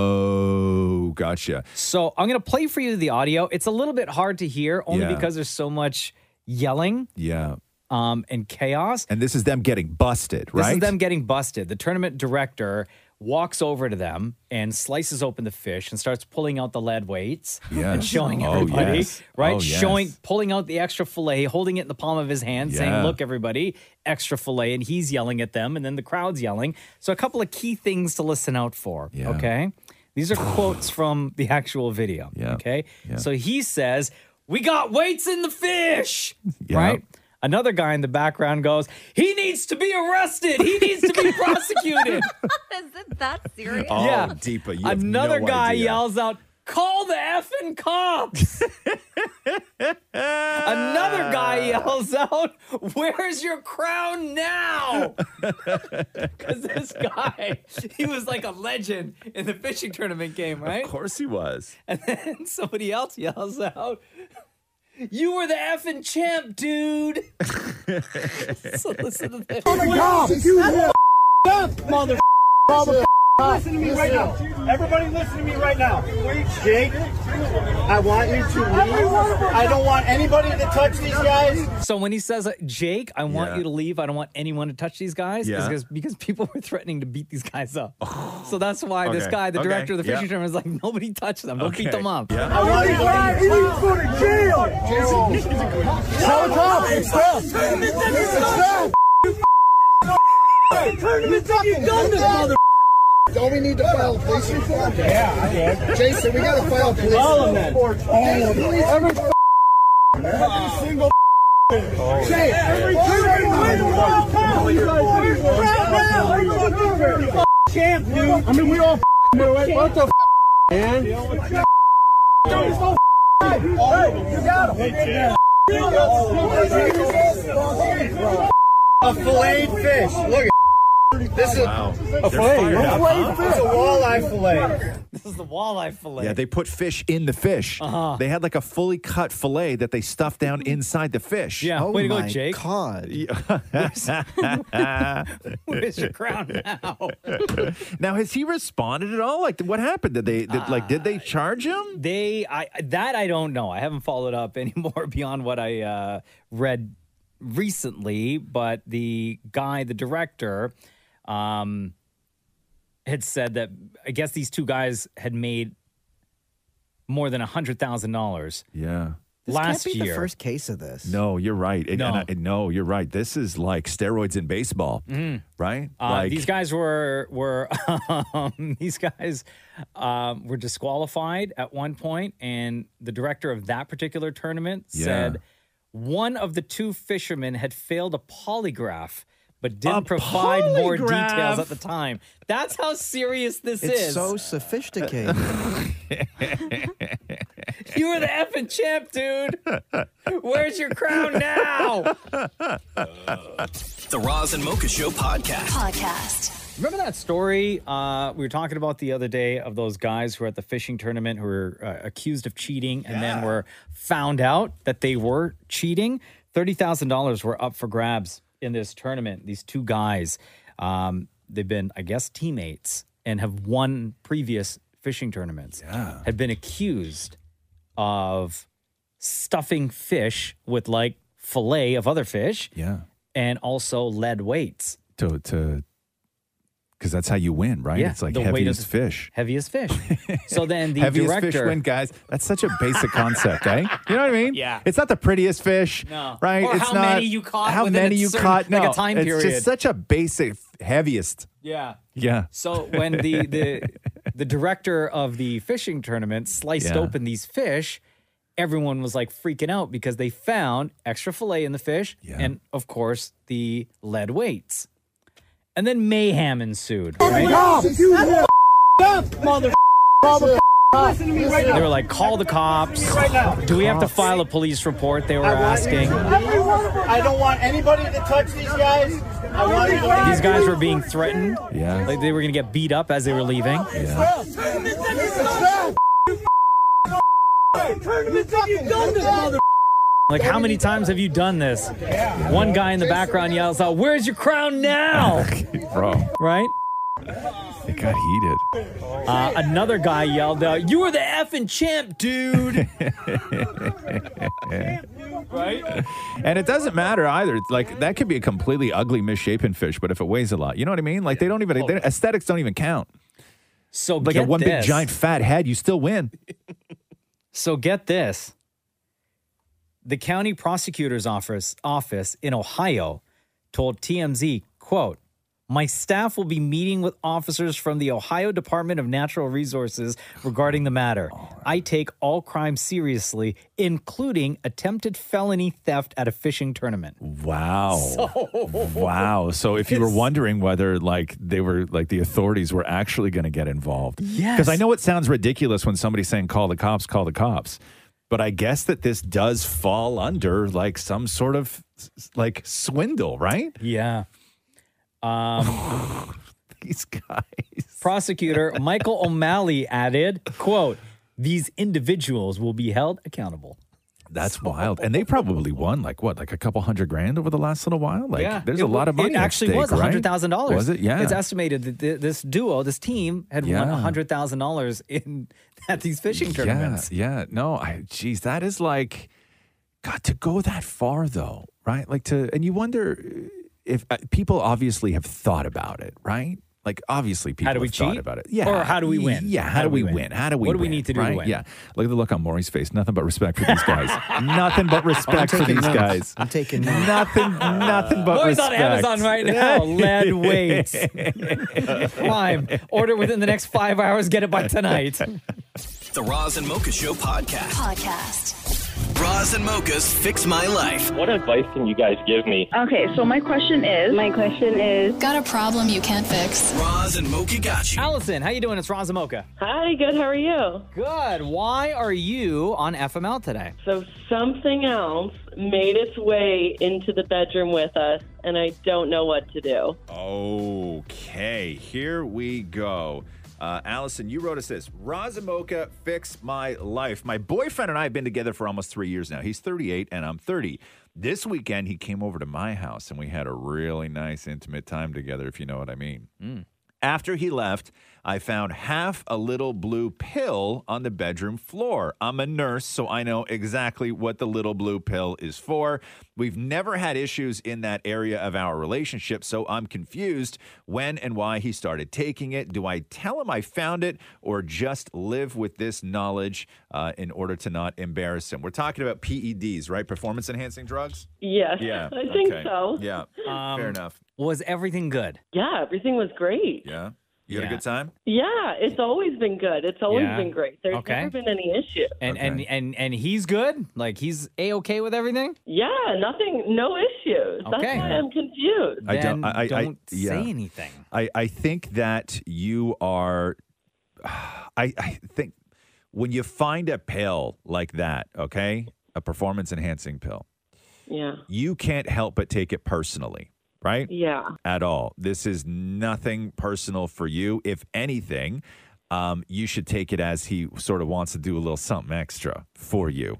Speaker 3: Oh, gotcha.
Speaker 4: So I'm going to play for you the audio. It's a little bit hard to hear only
Speaker 3: Yeah.
Speaker 4: because there's so much yelling
Speaker 3: Yeah.
Speaker 4: um, and chaos.
Speaker 3: And this is them getting busted,
Speaker 4: This
Speaker 3: right?
Speaker 4: is them getting busted. The tournament director walks over to them and slices open the fish and starts pulling out the lead weights and
Speaker 3: Yes.
Speaker 4: showing
Speaker 3: Oh,
Speaker 4: everybody,
Speaker 3: yes.
Speaker 4: right?
Speaker 3: Oh, yes.
Speaker 4: Showing, pulling out the extra fillet, holding it in the palm of his hand, saying,
Speaker 3: Yeah.
Speaker 4: "Look, everybody, extra fillet," and he's yelling at them, and then the crowd's yelling. So a couple of key things to listen out for. Okay, these are quotes from the actual video. Okay, so he says, "We got weights in the fish," right? Another guy in the background goes, "He needs to be arrested. He needs to
Speaker 1: <laughs>
Speaker 4: be <laughs> prosecuted."
Speaker 6: <laughs> Is it that serious?
Speaker 3: Oh, Deepa, you have
Speaker 4: Another
Speaker 3: no
Speaker 4: guy
Speaker 3: idea.
Speaker 4: yells out, <laughs> "Call the
Speaker 3: <laughs>
Speaker 4: effing cops!" Another guy yells out, "Where's your crown now?"
Speaker 3: <laughs>
Speaker 4: Because this guy, he was like a legend in the fishing tournament game, right?
Speaker 3: Of course he was.
Speaker 4: And then <laughs> somebody else yells out, "You were the effing champ, dude!" so listen to this.
Speaker 1: Call the cops! Shut the
Speaker 4: up, motherfucker!
Speaker 1: Call the Listen to me right now. Everybody listen to me right now. Jake, I want you to leave. I don't want anybody to touch these guys.
Speaker 4: So when he says, uh, Jake, I want
Speaker 1: Yeah.
Speaker 4: you to leave. I don't want anyone to touch these guys.
Speaker 1: Yeah. Oh.
Speaker 4: is Because, because people <laughs> were threatening to beat these guys up. so that's why this
Speaker 1: Okay.
Speaker 4: guy, the
Speaker 1: Okay.
Speaker 4: director of the fishing
Speaker 1: Yeah.
Speaker 4: tournament, is like, nobody touch them. Don't beat
Speaker 1: Okay.
Speaker 4: them up.
Speaker 1: I want you to leave. You need to go to jail. Tell the cops. It's up. It's up. Tournament's up. You've done this, mother.
Speaker 21: Don't we need to file a police report? Yeah, I did. Jason, we gotta file a police
Speaker 1: All of them.
Speaker 21: report.
Speaker 1: All of them.
Speaker 21: Jason,
Speaker 1: Every
Speaker 21: please-
Speaker 1: Every single. Jay, every Champ, dude. I mean, we all know it. What the f- man?
Speaker 21: A filleted fish. Look at this is
Speaker 1: A fillet, fired up, huh?
Speaker 21: It's a walleye fillet.
Speaker 4: <laughs> This is the walleye fillet.
Speaker 3: Yeah, they put fish in the fish.
Speaker 4: Uh-huh.
Speaker 3: They had like a fully cut fillet that they stuffed down inside the fish. Oh
Speaker 4: Yeah,
Speaker 1: Oh
Speaker 4: way to go,
Speaker 3: <laughs>
Speaker 4: Jake.
Speaker 3: Where's <laughs>
Speaker 4: Where's your crown <laughs> now?
Speaker 3: now has he responded at all? Like what happened? Did they
Speaker 4: Uh,
Speaker 3: did, like did they charge him?
Speaker 4: They, I that I don't know. I haven't followed up <laughs> anymore beyond what I uh, read recently. But the guy, the director, um, had said that I guess these two guys had made more than a hundred thousand dollars.
Speaker 3: Yeah.
Speaker 5: This
Speaker 4: last
Speaker 5: can't be
Speaker 4: year.
Speaker 5: the first case of this.
Speaker 3: No, you're right. And-
Speaker 4: No.
Speaker 3: and I- no, you're right. This is like steroids in baseball,
Speaker 4: Mhm.
Speaker 3: right?
Speaker 4: Uh,
Speaker 3: like
Speaker 4: these guys were were <laughs> um, these guys um, were disqualified at one point, and the director of that particular tournament
Speaker 3: Yeah.
Speaker 4: said one of the two fishermen had failed a polygraph, but didn't provide more details
Speaker 5: polygraph?
Speaker 4: at the time. That's how serious this
Speaker 5: it's
Speaker 4: is. <laughs>
Speaker 5: so sophisticated. <laughs>
Speaker 4: you were the effing champ, dude. Where's your crown now?
Speaker 1: <laughs> The Roz and Mocha Show podcast.
Speaker 7: Podcast.
Speaker 4: Remember that story uh, we were talking about the other day of those guys who were at the fishing tournament who were uh, accused of cheating and then were found out that they were cheating? $30,000 were up for grabs in this tournament. These two guys, um, they've been, I guess, teammates and have won previous fishing tournaments had been accused of stuffing fish with like fillet of other fish
Speaker 3: Yeah.
Speaker 4: and also lead weights.
Speaker 3: To to because that's how you win, right?
Speaker 4: Yeah,
Speaker 3: it's like
Speaker 4: the weight of
Speaker 3: heaviest
Speaker 4: the-
Speaker 3: fish.
Speaker 4: Heaviest fish. so then the
Speaker 3: <laughs> heaviest
Speaker 4: director
Speaker 3: fish win, guys. That's such a basic concept,
Speaker 4: <laughs>
Speaker 3: eh? You know what I mean? Yeah. It's not the prettiest fish,
Speaker 4: No.
Speaker 3: right?
Speaker 4: Or
Speaker 3: it's
Speaker 4: how
Speaker 3: not
Speaker 4: many you caught
Speaker 3: How
Speaker 4: within
Speaker 3: many
Speaker 4: a
Speaker 3: you
Speaker 4: certain-
Speaker 3: caught? No,
Speaker 4: like a time
Speaker 3: it's
Speaker 4: period.
Speaker 3: just such a basic heaviest.
Speaker 4: Yeah.
Speaker 3: Yeah.
Speaker 4: So when the the
Speaker 3: <laughs>
Speaker 4: the director of the fishing tournament sliced
Speaker 3: Yeah.
Speaker 4: open these fish, everyone was like freaking out because they found extra fillet in the fish and of course the lead weights. And then mayhem ensued.
Speaker 1: Oh
Speaker 4: right?
Speaker 1: Listen to me right
Speaker 4: They were
Speaker 1: now.
Speaker 4: like, call the cops.
Speaker 1: right now.
Speaker 4: Do we have to file a police report? They were asking.
Speaker 1: I don't want anybody to touch these guys. I want you to
Speaker 4: These guys were being threatened.
Speaker 3: Yeah.
Speaker 4: Like they were gonna get beat up as they were leaving. Like, how many times have you done this? One guy in the background yells out, Where's your
Speaker 3: <laughs>
Speaker 4: crown now?
Speaker 3: Bro,
Speaker 4: right?
Speaker 3: it got heated.
Speaker 4: Uh, another guy yelled out, You were the effing champ, <laughs> dude. <laughs>
Speaker 3: right? And it doesn't matter either. It's Like that could be a completely ugly, misshapen fish, but if it weighs a lot, you know what I mean? Like they don't even they don't- aesthetics don't even count.
Speaker 4: So
Speaker 3: like
Speaker 4: get
Speaker 3: a one big
Speaker 4: this.
Speaker 3: giant fat head, you still win.
Speaker 4: So get this. The county prosecutor's office office in Ohio told TMZ, quote, my staff will be meeting with officers from the Ohio Department of Natural Resources regarding the matter. I take all crimes seriously, including attempted felony theft at a fishing tournament.
Speaker 3: Wow.
Speaker 9: <laughs>
Speaker 3: wow. So if you were wondering whether like they were like the authorities were actually going to get involved.
Speaker 4: Yes.
Speaker 3: Cuz I know it sounds ridiculous when somebody's saying call the cops, call the cops. But I guess that this does fall under like some sort of s- like swindle, right?
Speaker 4: Yeah. Um,
Speaker 3: <laughs> These guys.
Speaker 4: Prosecutor Michael O'Malley added, quote, these individuals will be held accountable.
Speaker 3: That's wild. And they probably won like what, like a couple hundred grand over the last little while? Like
Speaker 4: Yeah.
Speaker 3: there's
Speaker 4: It
Speaker 3: a lot
Speaker 4: wa-
Speaker 3: of money.
Speaker 4: It
Speaker 3: at
Speaker 4: actually
Speaker 3: stake,
Speaker 4: was
Speaker 3: right?
Speaker 4: $100,000.
Speaker 3: Was it? Yeah.
Speaker 4: It's estimated that th- this duo, this team, had won
Speaker 3: Yeah.
Speaker 4: $100,000 in <laughs> at these fishing tournaments.
Speaker 3: Yeah, yeah. No, I geez, that is like God to go that far though, right? Like to and you wonder if uh, people obviously have thought about it, right? Like obviously people
Speaker 4: How do we
Speaker 3: have thought
Speaker 4: cheat?
Speaker 3: about it. Yeah.
Speaker 4: Or how do we win?
Speaker 3: Yeah, how, do, we win? How do we
Speaker 4: What do we
Speaker 3: win,
Speaker 4: need to do to
Speaker 3: right?
Speaker 4: win?
Speaker 3: Yeah. Look at the look on Maury's face. Nothing but
Speaker 4: <laughs>
Speaker 3: respect for these guys. Nothing but respect for
Speaker 5: taking
Speaker 3: these
Speaker 5: notes.
Speaker 3: guys.
Speaker 5: I'm taking
Speaker 3: nothing nothing but
Speaker 4: Boys
Speaker 3: respect.
Speaker 4: on Amazon
Speaker 3: <laughs>
Speaker 4: right now. Lead weights. Prime. Order within the next five hours. Get it by tonight.
Speaker 20: The Roz and Mocha Show podcast.
Speaker 7: Podcast.
Speaker 20: Roz and Mocha's Fix My Life.
Speaker 22: What advice can you guys give me?
Speaker 7: Okay, so my question is. My question is. Got a problem you can't fix.
Speaker 20: Roz and Mocha got you.
Speaker 4: Allison, how you doing? It's Roz and Mocha.
Speaker 22: Hi, good. How are you?
Speaker 4: Good. Why are you on FML today?
Speaker 22: So something else made its way into the bedroom with us, and I don't know what to do.
Speaker 3: Okay, here we go. Uh, Allison, you wrote us this. Razamoka, fix my life. My boyfriend and I have been together for almost three years now. He's 38 and I'm 30. This weekend, he came over to my house and we had a really nice, intimate time together, if you know what I mean. After he left, I found half a little blue pill on the bedroom floor. I'm a nurse, so I know exactly what the little blue pill is for. We've never had issues in that area of our relationship, so I'm confused when and why he started taking it. Do I tell him I found it or just live with this knowledge uh, in order to not embarrass him? We're talking about PEDs, right? Performance enhancing drugs?
Speaker 22: Yes, <laughs>
Speaker 3: Yeah.
Speaker 22: I think
Speaker 3: okay.
Speaker 22: so.
Speaker 3: Yeah. Fair enough.
Speaker 4: Um, Was everything good?
Speaker 22: Yeah, everything was great.
Speaker 3: Yeah. You had
Speaker 4: Yeah.
Speaker 3: a good time?
Speaker 22: Yeah, it's always been good. It's always
Speaker 4: Yeah.
Speaker 22: been great. There's
Speaker 4: Okay.
Speaker 22: never been any issue.
Speaker 4: And and and and he's good. Like he's a okay with everything. Oh.
Speaker 22: Yeah, nothing, no issues.
Speaker 4: Okay.
Speaker 22: That's why I'm confused.
Speaker 3: I don't.
Speaker 4: Then
Speaker 3: I, I,
Speaker 4: don't
Speaker 3: I, yeah.
Speaker 4: say anything.
Speaker 3: I, I think that you are. <sighs> I, I think when you find a pill like that, okay, a performance enhancing pill,
Speaker 22: Yeah.
Speaker 3: you can't help but take it personally, right?
Speaker 22: Yeah.
Speaker 3: At all. This is nothing personal for you. If anything, um, you should take it as he sort of wants to do a little something extra for
Speaker 22: <laughs>
Speaker 3: you.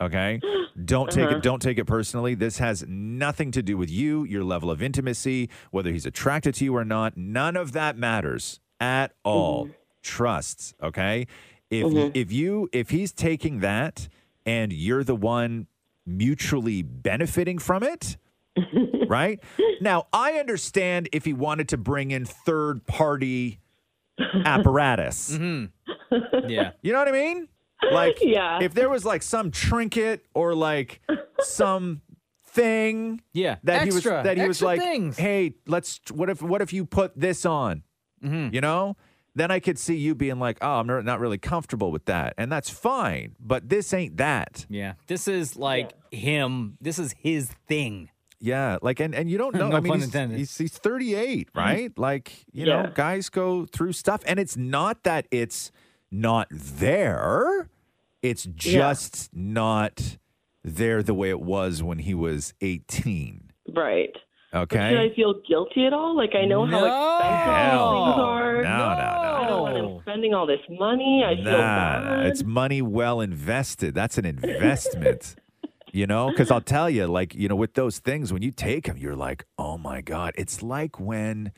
Speaker 3: Okay. Don't take
Speaker 22: Uh-huh.
Speaker 3: it. Don't take it personally. This has nothing to do with you, your level of intimacy, whether he's attracted to you or not. None of that matters at all. trusts. Okay, if
Speaker 22: Mhm.
Speaker 3: if you if he's taking that and you're the one mutually benefiting from it. right now, I understand if he wanted to bring in third party apparatus.
Speaker 4: <laughs> Mm-hmm. Yeah.
Speaker 3: <laughs> You know what I mean? Like,
Speaker 4: Yeah.
Speaker 3: if there was like some trinket or like some thing,
Speaker 4: Yeah.
Speaker 3: that he was
Speaker 4: Extra-
Speaker 3: that he was
Speaker 4: extra
Speaker 3: like,
Speaker 4: things.
Speaker 3: hey, let's. What if what if you put this on?
Speaker 4: Mm-hmm.
Speaker 3: You know, then I could see you being like, oh, I'm not- not really comfortable with that, and that's fine. But this ain't that.
Speaker 4: Yeah. This is like him. This is his thing.
Speaker 3: Yeah, like and and you don't know.
Speaker 4: <laughs> No
Speaker 3: I mean,
Speaker 4: pun
Speaker 3: he's,
Speaker 4: intended. Mm-hmm.
Speaker 3: he's he's 38, right? Like you
Speaker 4: Yeah.
Speaker 3: know, guys go through stuff, and it's not that it's not there. It's just not there the way it was when he was 18.
Speaker 22: Right. Should I
Speaker 3: Okay.
Speaker 22: feel guilty at all? Like I know how
Speaker 3: No.
Speaker 22: expensive all things
Speaker 3: Hell no,
Speaker 22: are.
Speaker 3: no,
Speaker 22: I don't want him spending all this money. I feel
Speaker 3: Nah, nah,
Speaker 22: bad.
Speaker 3: it's money well invested. That's an investment. You know, because I'll tell you, like, you know, with those things, when you take them, you're like, oh my God. It's like when,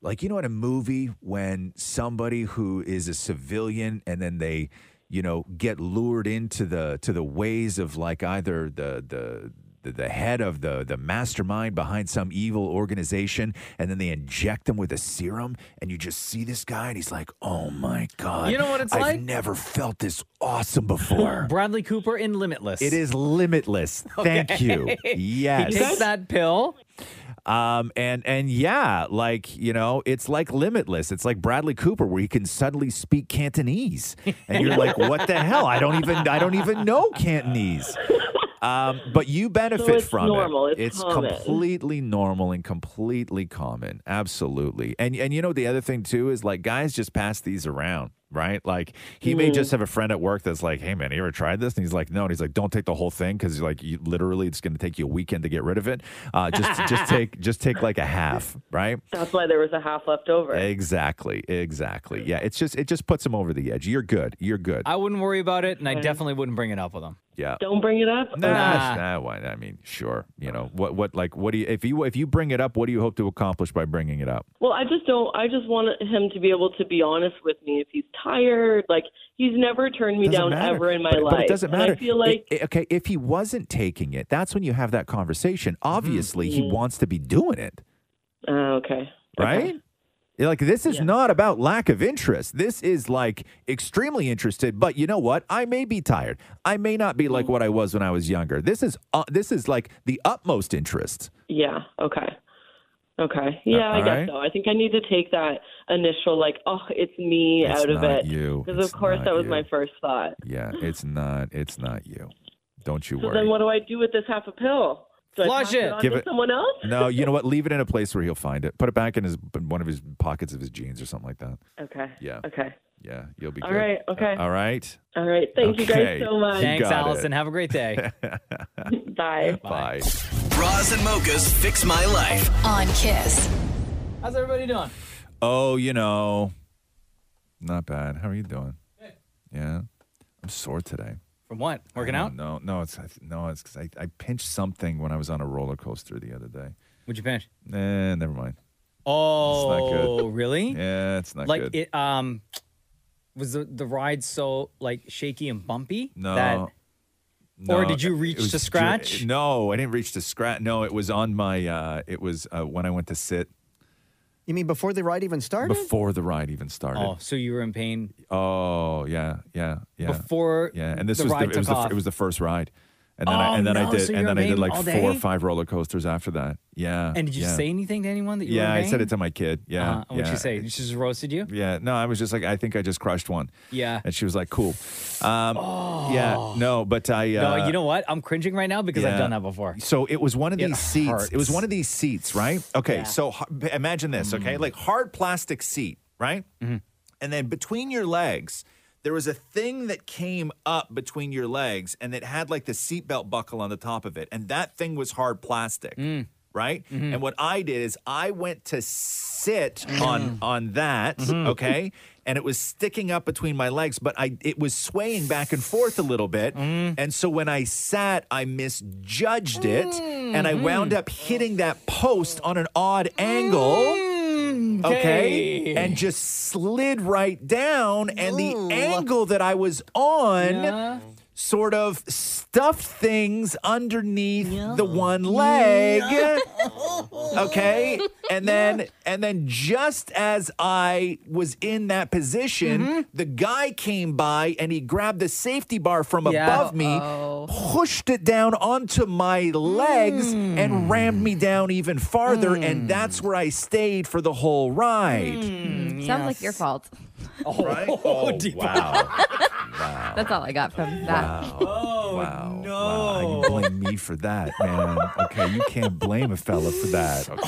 Speaker 3: like, you know, in a movie, when somebody who is a civilian and then they, you know, get lured into the to the ways of like either the the the, the head of the the mastermind behind some evil organization, and then they inject them with a serum, and you just see this guy, and he's like, "Oh my god,
Speaker 4: You know what it's
Speaker 3: I've
Speaker 4: like?
Speaker 3: never felt this awesome before."
Speaker 4: Bradley Cooper in <laughs> Limitless.
Speaker 3: It
Speaker 4: <laughs>
Speaker 3: is limitless. Thank you.
Speaker 4: Okay.
Speaker 3: Yes.
Speaker 4: <laughs> He takes that pill.
Speaker 3: Um, and and yeah, like you know, it's like limitless. It's like Bradley Cooper, where he can suddenly speak Cantonese, and you're like, "What the hell? I don't even I don't even know Cantonese." Um, but you benefit
Speaker 22: it's
Speaker 3: from
Speaker 22: normal.
Speaker 3: it.
Speaker 22: It's common.
Speaker 3: completely normal and completely common. Absolutely. And and you know the other thing too is like guys just pass these around, right? Like he may
Speaker 22: Mm.
Speaker 3: just have a friend at work that's like, "Hey man, you ever tried this?" And he's like, "No." And he's like, "Don't take the whole thing because like you, literally it's going to take you a weekend to get rid of it. Uh, just just
Speaker 22: <laughs>
Speaker 3: take just take like a half, right?"
Speaker 22: That's why there was a half left over.
Speaker 3: Exactly. Exactly. Yeah. It's just it just puts him over the edge. You're good. You're good.
Speaker 4: I wouldn't worry about it, and I
Speaker 22: Okay.
Speaker 4: definitely wouldn't bring it up with him.
Speaker 3: yeah.
Speaker 22: Don't bring it up.
Speaker 3: Nah, nah. why, I mean, sure. You know what? What like what do you if you if you bring it up? What do you hope to accomplish by bringing it up?
Speaker 22: Well, I just don't. I just want him to be able to be honest with me if he's tired. Like he's never turned me
Speaker 3: Doesn't
Speaker 22: down
Speaker 3: matter.
Speaker 22: ever in my
Speaker 3: But-
Speaker 22: life.
Speaker 3: But it doesn't
Speaker 22: And
Speaker 3: matter.
Speaker 22: I feel
Speaker 3: I-
Speaker 22: like
Speaker 3: I- okay, if he wasn't taking it, that's when you have that conversation. Obviously, he
Speaker 22: Mm-hmm.
Speaker 3: wants to be doing it.
Speaker 22: uh, okay.
Speaker 3: Right? You're Like this is not about lack of interest. This is like extremely interested, but you know what? I may be tired. I may not be
Speaker 22: Mm-hmm.
Speaker 3: like what I was when I was younger. This is uh, this is like the utmost interest.
Speaker 22: yeah, okay,
Speaker 3: Uh,
Speaker 22: okay, Uh, yeah. I
Speaker 3: all
Speaker 22: guess
Speaker 3: right.
Speaker 22: so. I think I need to take that initial like, oh, it's me
Speaker 3: It's
Speaker 22: out of
Speaker 3: not
Speaker 22: it.
Speaker 3: you.
Speaker 22: Because
Speaker 3: It's
Speaker 22: of course
Speaker 3: not
Speaker 22: that was
Speaker 3: you.
Speaker 22: my first thought.
Speaker 3: Yeah, it's not it's not you. Don't you
Speaker 22: So
Speaker 3: worry.
Speaker 22: then, what do I do with this half a pill? Do I
Speaker 4: Flush
Speaker 22: pass
Speaker 4: it.
Speaker 22: it on
Speaker 3: Give
Speaker 22: to
Speaker 3: it-
Speaker 22: someone else?
Speaker 3: No, you know what? Leave it in a place where he'll find it. Put it back in his in one of his pockets of his jeans or something like that.
Speaker 22: Okay.
Speaker 3: Yeah.
Speaker 22: Okay.
Speaker 3: Yeah, you'll be
Speaker 22: All
Speaker 3: good.
Speaker 22: right, okay.
Speaker 3: All right.
Speaker 22: All right. Thank you
Speaker 3: Okay.
Speaker 22: guys so much.
Speaker 3: You
Speaker 4: Thanks,
Speaker 3: got
Speaker 4: Allison.
Speaker 3: it.
Speaker 4: Have a great
Speaker 3: <laughs>
Speaker 4: day. <laughs>
Speaker 22: Bye.
Speaker 3: Bye.
Speaker 20: Bras and mochas fix my life.
Speaker 7: on Kiss.
Speaker 4: How's everybody doing?
Speaker 3: Oh, you know, not bad. How are you doing? Yeah. I'm sore today.
Speaker 4: From what? Working
Speaker 3: Oh,
Speaker 4: out?
Speaker 3: No, no, it's I- no, it's because I, I pinched something when I was on a roller coaster the other day.
Speaker 4: What'd you pinch?
Speaker 3: Nah, never mind.
Speaker 4: Oh,
Speaker 3: good.
Speaker 4: really?
Speaker 3: Yeah, it's not
Speaker 4: like
Speaker 3: good.
Speaker 4: it um was the, the ride so like shaky and bumpy
Speaker 3: no.
Speaker 4: that
Speaker 3: No,
Speaker 4: or did you
Speaker 3: it
Speaker 4: reach
Speaker 3: was
Speaker 4: to
Speaker 3: ju-
Speaker 4: scratch?
Speaker 3: no, I didn't reach to scratch. No, it was on my. Uh, it was uh, when I went to sit
Speaker 5: You mean before the ride even started?
Speaker 3: before the ride even started.
Speaker 4: oh, so you were in pain
Speaker 3: Oh yeah, yeah, yeah.
Speaker 4: Before
Speaker 3: yeah, and this
Speaker 4: the
Speaker 3: was
Speaker 4: ride
Speaker 3: the, it was
Speaker 4: took
Speaker 3: the,
Speaker 4: off.
Speaker 3: it was the first ride, and then
Speaker 4: Oh,
Speaker 3: I and then
Speaker 4: no,
Speaker 3: I did
Speaker 4: so you
Speaker 3: and
Speaker 4: were
Speaker 3: then I did
Speaker 4: in
Speaker 3: like
Speaker 4: all
Speaker 3: four or
Speaker 4: day?
Speaker 3: five roller coasters after that. Yeah.
Speaker 4: and did you
Speaker 3: uh, yeah.
Speaker 4: say anything to anyone that you
Speaker 3: Yeah,
Speaker 4: were in
Speaker 3: I said
Speaker 4: pain?
Speaker 3: it to my kid. Yeah,
Speaker 4: Uh-huh. And what'd
Speaker 3: yeah.
Speaker 4: she say? She just roasted you?
Speaker 3: Yeah, no, I was just like, I think I just crushed one.
Speaker 4: Yeah. Oh.
Speaker 3: And she was like, cool. Um, Yeah, no, but I. Uh,
Speaker 4: no, you know what? I'm cringing right now because I've
Speaker 3: yeah.
Speaker 4: done that before.
Speaker 3: So it was one of
Speaker 4: It
Speaker 3: these
Speaker 4: <laughs>
Speaker 3: seats. It was
Speaker 4: hurts.
Speaker 3: one of these seats, right? Okay,
Speaker 4: Yeah.
Speaker 3: so ha- b- imagine this,
Speaker 4: Mm.
Speaker 3: okay? Like hard plastic seat, right?
Speaker 4: Mm-hmm.
Speaker 3: And then between your legs, there was a thing that came up between your legs and it had like the seatbelt buckle on the top of it. And that thing was hard plastic.
Speaker 4: Mm.
Speaker 3: Right?
Speaker 4: Mm-hmm.
Speaker 3: And what I did is I went to sit on
Speaker 4: Mm.
Speaker 3: on that, <laughs> okay? And it was sticking up between my legs, but I it was swaying back and forth a little bit. And so when I sat, I misjudged
Speaker 4: Mm,
Speaker 3: it and I wound up hitting that post on an odd angle.
Speaker 1: Mm.
Speaker 3: okay, and just slid right down, and the angle that I was on. Sort of stuffed things underneath the one leg. <laughs> okay and then and then just as i was in that position
Speaker 6: Mm-hmm.
Speaker 3: the guy came by and he grabbed the safety bar from
Speaker 8: Yeah.
Speaker 3: above me pushed it down onto my legs
Speaker 6: Mm.
Speaker 3: and rammed me down even farther and that's where i stayed for the whole ride
Speaker 6: Mm.
Speaker 19: Mm.
Speaker 6: Sounds like your fault.
Speaker 3: oh,
Speaker 4: <laughs>
Speaker 3: oh wow
Speaker 6: That's all I got from that.
Speaker 3: Oh, wow. no. Wow. You blame me for that, man. Okay, you can't blame a fella for that, okay?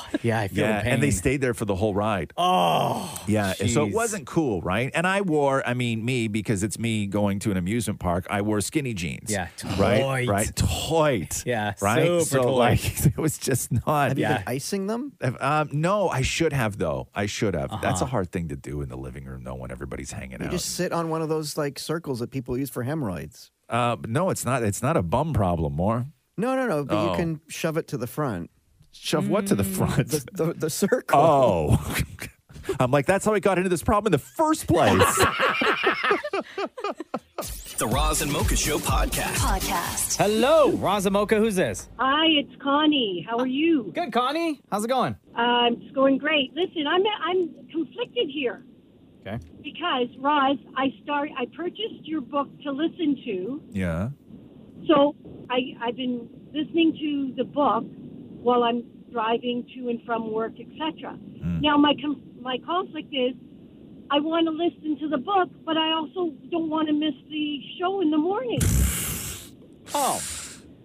Speaker 4: Oh, yeah, I feel the
Speaker 3: And they
Speaker 4: pain.
Speaker 3: stayed there for the whole ride.
Speaker 4: Oh,
Speaker 3: Yeah, and so
Speaker 4: jeez.
Speaker 3: it wasn't cool, right? And I wore, I mean, me, because it's me going to an amusement park, I wore skinny jeans.
Speaker 4: Yeah,
Speaker 3: Right?
Speaker 4: tight.
Speaker 3: Right? Tight.
Speaker 4: Yeah,
Speaker 3: Right?
Speaker 4: super
Speaker 3: so,
Speaker 4: tight.
Speaker 3: like, <laughs> it was just not.
Speaker 5: Have you been icing them?
Speaker 3: If- Um, no, I should have, though. I should have. That's
Speaker 5: Uh-huh.
Speaker 3: a hard thing to do in the living room, though, when everybody's hanging
Speaker 5: You
Speaker 3: out.
Speaker 5: just sit on one of those like circles that people use for hemorrhoids.
Speaker 3: Uh, no, it's not. It's not a bum problem, more.
Speaker 5: No, no, no. But
Speaker 3: Oh.
Speaker 5: you can shove it to the front.
Speaker 3: Shove what to the
Speaker 4: Mm.
Speaker 3: front?
Speaker 5: The, the, the circle.
Speaker 3: Oh. <laughs> I'm like, that's how I got into this problem in the first place.
Speaker 20: The Roz and Mocha Show podcast.
Speaker 2: Podcast.
Speaker 4: Hello, Razamoka. Who's this?
Speaker 2: Hi, it's Connie. How are you?
Speaker 4: Good, Connie. How's it going?
Speaker 2: Uh, it's going great. Listen, I'm I'm conflicted here
Speaker 4: <laughs> Okay.
Speaker 2: because Roz, I start I purchased your book to listen to,
Speaker 3: Yeah.
Speaker 2: so I I've been listening to the book while I'm driving to and from work, etc. Now my com- my conflict is I want to listen to the book, but I also don't want to miss the show in the morning.
Speaker 4: Oh.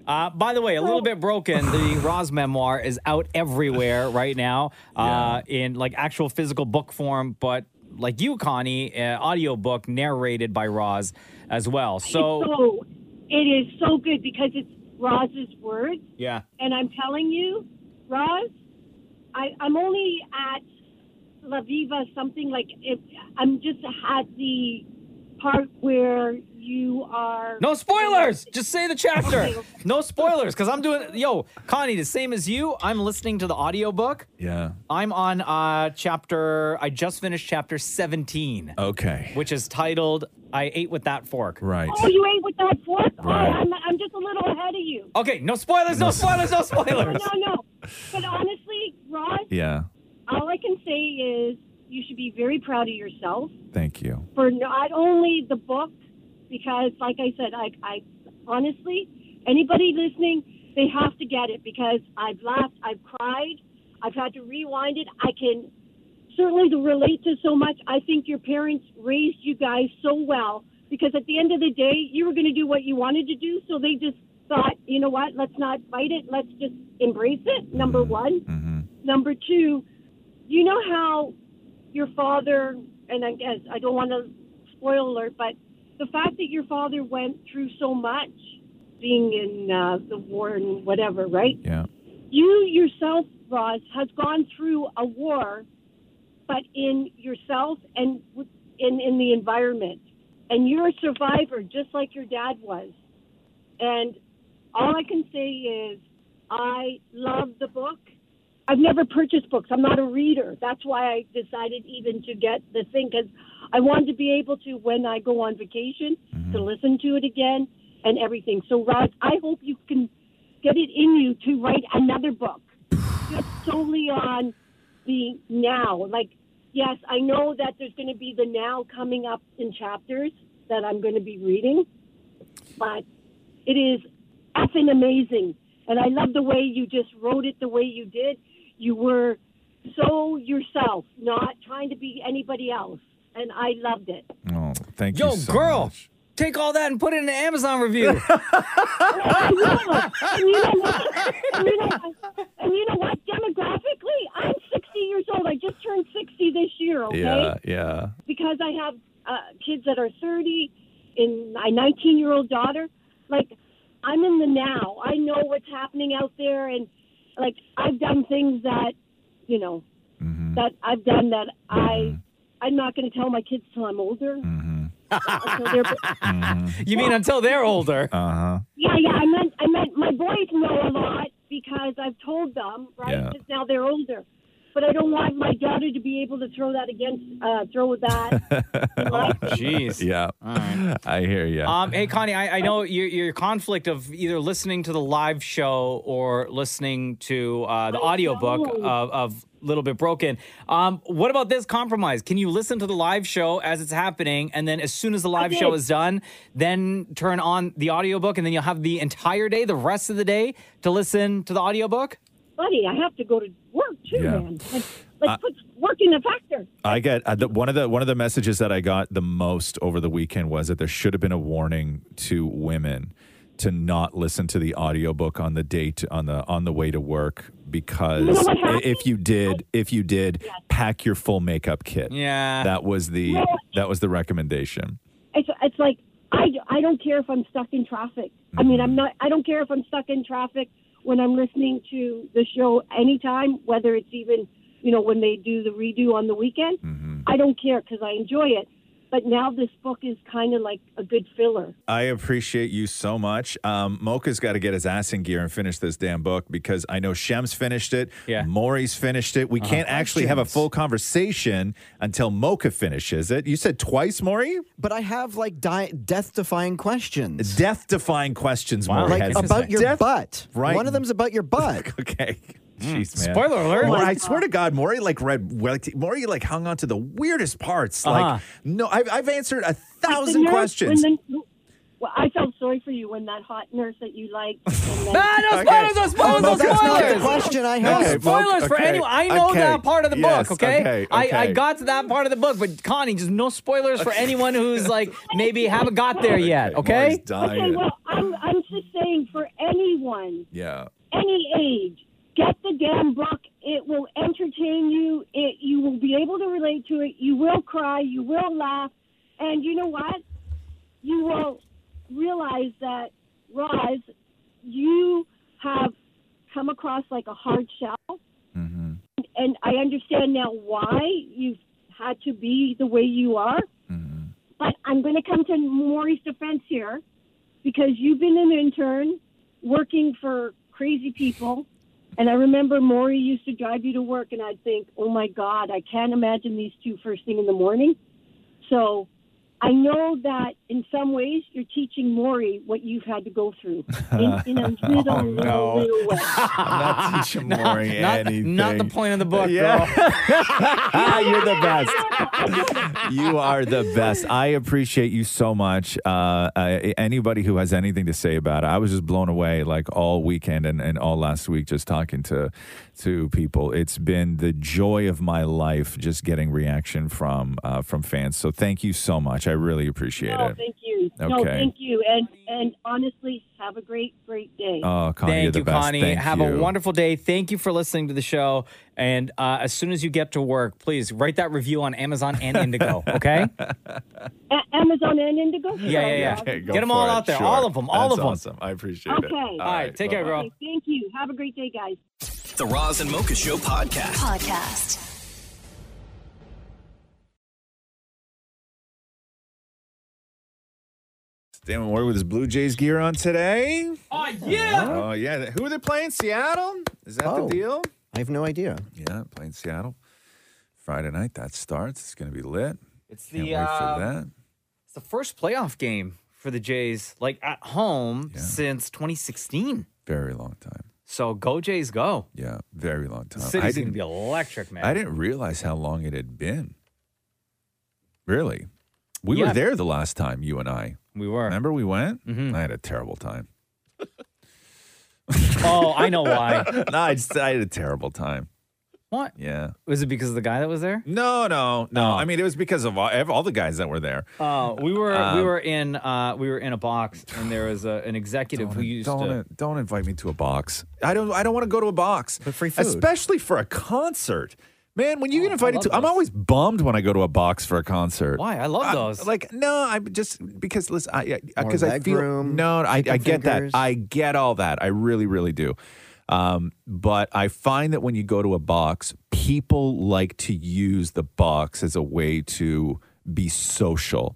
Speaker 4: Uh, by the way, a little bit broken.
Speaker 3: <laughs>
Speaker 4: The Roz memoir is out everywhere right now uh, in like actual physical book form, but like you, Connie, uh, audiobook narrated by Roz as well.
Speaker 2: it's
Speaker 4: So,
Speaker 2: so it is so good because it's Roz's words.
Speaker 4: yeah.
Speaker 2: And I'm telling you, Roz, I, I'm only at La Viva something like if I'm just at the part where you are.
Speaker 4: No spoilers. Just say the chapter. No spoilers, because I'm doing. Yo, Connie, the same as you. I'm listening to the audiobook.
Speaker 3: Yeah.
Speaker 4: I'm on uh chapter. I just finished chapter 17,
Speaker 3: Okay.
Speaker 4: which is titled "I Ate with That Fork."
Speaker 3: Right.
Speaker 2: Oh, you ate with that fork?
Speaker 4: Right.
Speaker 2: Oh, I'm, I'm just a little ahead of you.
Speaker 4: Okay. No spoilers. No spoilers. No spoilers.
Speaker 2: No, no. But honestly, Roz,
Speaker 3: Yeah.
Speaker 2: all I can say is you should be very proud of yourself.
Speaker 3: Thank you.
Speaker 2: for not only the book, because like I said, I, I honestly, anybody listening, they have to get it because I've laughed, I've cried, I've had to rewind it. I can certainly relate to so much. I think your parents raised you guys so well because at the end of the day, you were going to do what you wanted to do, so they just thought, you know what, let's not fight it, let's just embrace it. Number
Speaker 3: Mm-hmm.
Speaker 2: one. Number two, you know how your father, and I guess I don't want to spoil alert, but the fact that your father went through so much, being in uh, the war and whatever, right?
Speaker 3: Yeah.
Speaker 2: You yourself, Roz, has gone through a war, but in yourself and w- in in the environment, and you're a survivor just like your dad was. And all I can say is, I love the book. I've never purchased books. I'm not a reader. That's why I decided even to get the thing because I wanted to be able to, when I go on vacation, to listen to it again and everything. So, Roz, I hope you can get it in you to write another book just solely on the now. Like, yes, I know that there's going to be the now coming up in chapters that I'm going to be reading, but it is effing amazing. And I love the way you just wrote it the way you did. You were so yourself, not trying to be anybody else. And I loved it.
Speaker 3: Oh, thank
Speaker 4: Yo,
Speaker 3: you. so
Speaker 4: girl, take all that and put it in an Amazon review.
Speaker 2: and you know what? And you know, what? and you know what? Demographically, I'm 60 years old. I just turned 60 this year. Okay.
Speaker 3: Yeah. Yeah.
Speaker 2: because I have uh, kids that are 30 and my 19 year old daughter, like I'm in the now. I know what's happening out there, and like I've done things that, you know, that I've done that I I'm not going to tell my kids till I'm older. So they're-
Speaker 4: you mean until they're older?
Speaker 3: Uh huh.
Speaker 2: yeah, yeah. I meant I meant my boys know a lot because I've told them right
Speaker 3: Yeah.
Speaker 2: 'Cause now they're older. but I don't want my daughter to be able to throw that against, uh, throw that.
Speaker 4: <laughs> jeez.
Speaker 3: <laughs> yeah. I hear you.
Speaker 4: Um, hey, Connie, I, I know your, your conflict of either listening to the live show or listening to uh,
Speaker 5: Oh,
Speaker 4: the audiobook of, of Little Bit Broken. Um, what about this compromise? Can you listen to the live show as it's happening, and then as soon as the live show
Speaker 2: did.
Speaker 4: is done, then turn on the audiobook, and then you'll have the entire day, the rest of the day, to listen to the audiobook?
Speaker 2: Buddy, I have to go to work too,
Speaker 3: Yeah.
Speaker 2: man. Like, like
Speaker 3: Uh,
Speaker 2: put work in the factor.
Speaker 3: I get uh, the, one of the one of the messages that I got the most over the weekend was that there should have been a warning to women to not listen to the audiobook on the date on the on the way to work because
Speaker 2: You know what
Speaker 3: i- if you did if you did pack your full makeup kit.
Speaker 4: Yeah.
Speaker 3: That was the
Speaker 2: Yeah.
Speaker 3: that was the recommendation.
Speaker 2: It's, it's like I, I don't care if I'm stuck in traffic. I
Speaker 5: Mm-hmm.
Speaker 2: mean, I'm not. I don't care if I'm stuck in traffic when I'm listening to the show anytime, whether it's even you know when they do the redo on the weekend.
Speaker 5: Mm-hmm.
Speaker 2: I don't care because I enjoy it. But now this book is kind of like a good filler.
Speaker 3: I appreciate you so much. Um, Mocha's got to get his ass in gear and finish this damn book because I know Shem's finished it. Yeah. Maury's finished it. We can't actually have a full conversation until Mocha finishes it. You said twice, Maury?
Speaker 5: But I have like di- death-defying questions.
Speaker 3: Death defying questions, Maury
Speaker 5: Like
Speaker 3: has.
Speaker 5: about your
Speaker 3: Death-
Speaker 5: butt.
Speaker 3: Right.
Speaker 5: One of them's about your butt.
Speaker 3: <laughs> okay. Jeez, man.
Speaker 5: Spoiler alert.
Speaker 3: Maury, I swear to God, Maury like read like, Maury like hung on to the weirdest parts.
Speaker 2: Uh-huh.
Speaker 3: Like, no, I've, I've answered a
Speaker 2: Like the
Speaker 3: thousand
Speaker 2: nurse
Speaker 3: questions.
Speaker 2: when the- well, I felt sorry for you when that hot nurse that you
Speaker 5: <laughs>
Speaker 2: liked. and then-
Speaker 4: Ah, no spoilers, no spoilers, no
Speaker 5: Well, that's not the
Speaker 4: spoilers.
Speaker 5: question I
Speaker 4: No
Speaker 5: had.
Speaker 4: spoilers for
Speaker 5: Okay,
Speaker 4: anyone. I know
Speaker 5: okay,
Speaker 4: that part of the
Speaker 5: yes,
Speaker 4: book, okay?
Speaker 5: okay,
Speaker 4: I, I
Speaker 5: okay.
Speaker 4: got to that part of the book, but Connie, just no spoilers for anyone who's like
Speaker 5: <laughs>
Speaker 4: maybe haven't got there yet, okay?
Speaker 2: Okay, well, I'm, I'm just saying for anyone,
Speaker 3: Yeah.
Speaker 2: any age, get the damn book. It will entertain you. It you will be able to relate to it. You will cry. You will laugh, and you know what? You will realize that Roz, you have come across like a hard shell, and I understand now why you've had to be the way you are. But I'm going to come to Maury's defense here because you've been an intern working for crazy people. And I remember Maury used to drive you to work, and I'd think, oh my God, I can't imagine these two first thing in the morning. So I know that in some ways you're teaching Maury what you've had to go
Speaker 3: <laughs>
Speaker 2: through in, in a little,
Speaker 3: Oh, no.
Speaker 2: little, little way.
Speaker 3: I'm <laughs> not teaching
Speaker 1: <laughs>
Speaker 3: Maury
Speaker 4: not-
Speaker 3: anything.
Speaker 4: not the point of the book,
Speaker 3: yeah. <laughs> You're the
Speaker 4: <laughs>
Speaker 3: best. you are the best. I appreciate you so much. Uh, uh, anybody who has anything to say about it, I was just blown away like all weekend and, and all last week just talking to to people. It's been the joy of my life just getting reaction from uh, from fans. So thank you so much. I really appreciate
Speaker 2: No,
Speaker 3: it.
Speaker 2: thank you. No,
Speaker 3: Okay.
Speaker 2: thank you. And and honestly, have a great, great day.
Speaker 3: Oh, Connie,
Speaker 4: Thank
Speaker 3: you're the
Speaker 4: you,
Speaker 3: best.
Speaker 4: Connie.
Speaker 3: Thank
Speaker 4: Have
Speaker 3: you.
Speaker 4: a wonderful day. Thank you for listening to the show. And uh, as soon as you get to work, please write that review on Amazon and
Speaker 3: <laughs>
Speaker 4: Indigo, okay?
Speaker 2: A- Amazon and Indigo.
Speaker 4: Yeah, yeah, yeah.
Speaker 3: Okay, go
Speaker 4: Get them
Speaker 3: for
Speaker 4: all
Speaker 3: it.
Speaker 4: out there.
Speaker 3: Sure.
Speaker 4: All of them. All
Speaker 3: That's
Speaker 4: of them.
Speaker 3: awesome. I appreciate
Speaker 2: Okay.
Speaker 3: it.
Speaker 2: All
Speaker 4: right, take care, girl.
Speaker 2: Okay, thank you. Have a great day, guys.
Speaker 20: The Roz and Mocha Show podcast.
Speaker 7: Podcast.
Speaker 3: Damon Ward with his Blue Jays gear on today.
Speaker 4: Oh,
Speaker 3: Oh, yeah. Who are they playing? Seattle? Is that
Speaker 5: Oh.
Speaker 3: the deal?
Speaker 5: I have no idea.
Speaker 3: Yeah, playing Seattle. Friday night, that starts. It's going to be lit.
Speaker 4: It's
Speaker 3: Can't
Speaker 4: the,
Speaker 3: wait
Speaker 4: uh,
Speaker 3: for that.
Speaker 4: It's the first playoff game for the Jays, like at home since 2016.
Speaker 3: Very long time.
Speaker 4: So go Jays, go.
Speaker 3: Yeah, very long
Speaker 4: The
Speaker 3: time. I
Speaker 4: city's going to
Speaker 3: didn't,
Speaker 4: be electric, man.
Speaker 3: I didn't realize how long it had been. Really? We
Speaker 4: Yeah.
Speaker 3: were there the last time, you and I.
Speaker 4: We were. Mm-hmm.
Speaker 3: Remember we went? I had a terrible time.
Speaker 4: <laughs> Oh, I know why.
Speaker 3: <laughs> no, I just I had a terrible time.
Speaker 4: What? Oh.
Speaker 3: Yeah.
Speaker 4: Was it because of the guy that was there?
Speaker 3: No, no, no. I mean, it was because of all, all the guys that were there.
Speaker 4: Oh, we were we
Speaker 3: Um,
Speaker 4: were in uh, we were in a box, and there was a, an executive who used
Speaker 3: Don't
Speaker 4: to.
Speaker 3: don't invite me to a box. I don't I don't want to go to a box. But free
Speaker 4: food. Oh,
Speaker 3: especially for a concert. Man, when you get invited
Speaker 4: love
Speaker 3: to, I'm always bummed when I go to a box for a concert.
Speaker 4: Why? I love those.
Speaker 3: Like no, I'm just because listen, I
Speaker 4: More
Speaker 3: because I,
Speaker 4: leg
Speaker 3: feel
Speaker 4: room,
Speaker 3: no, I, I
Speaker 4: chicken
Speaker 3: get
Speaker 4: fingers.
Speaker 3: that. I get all that. I really, really do. Um, but I find that when you go to a box, people like to use the box as a way to be social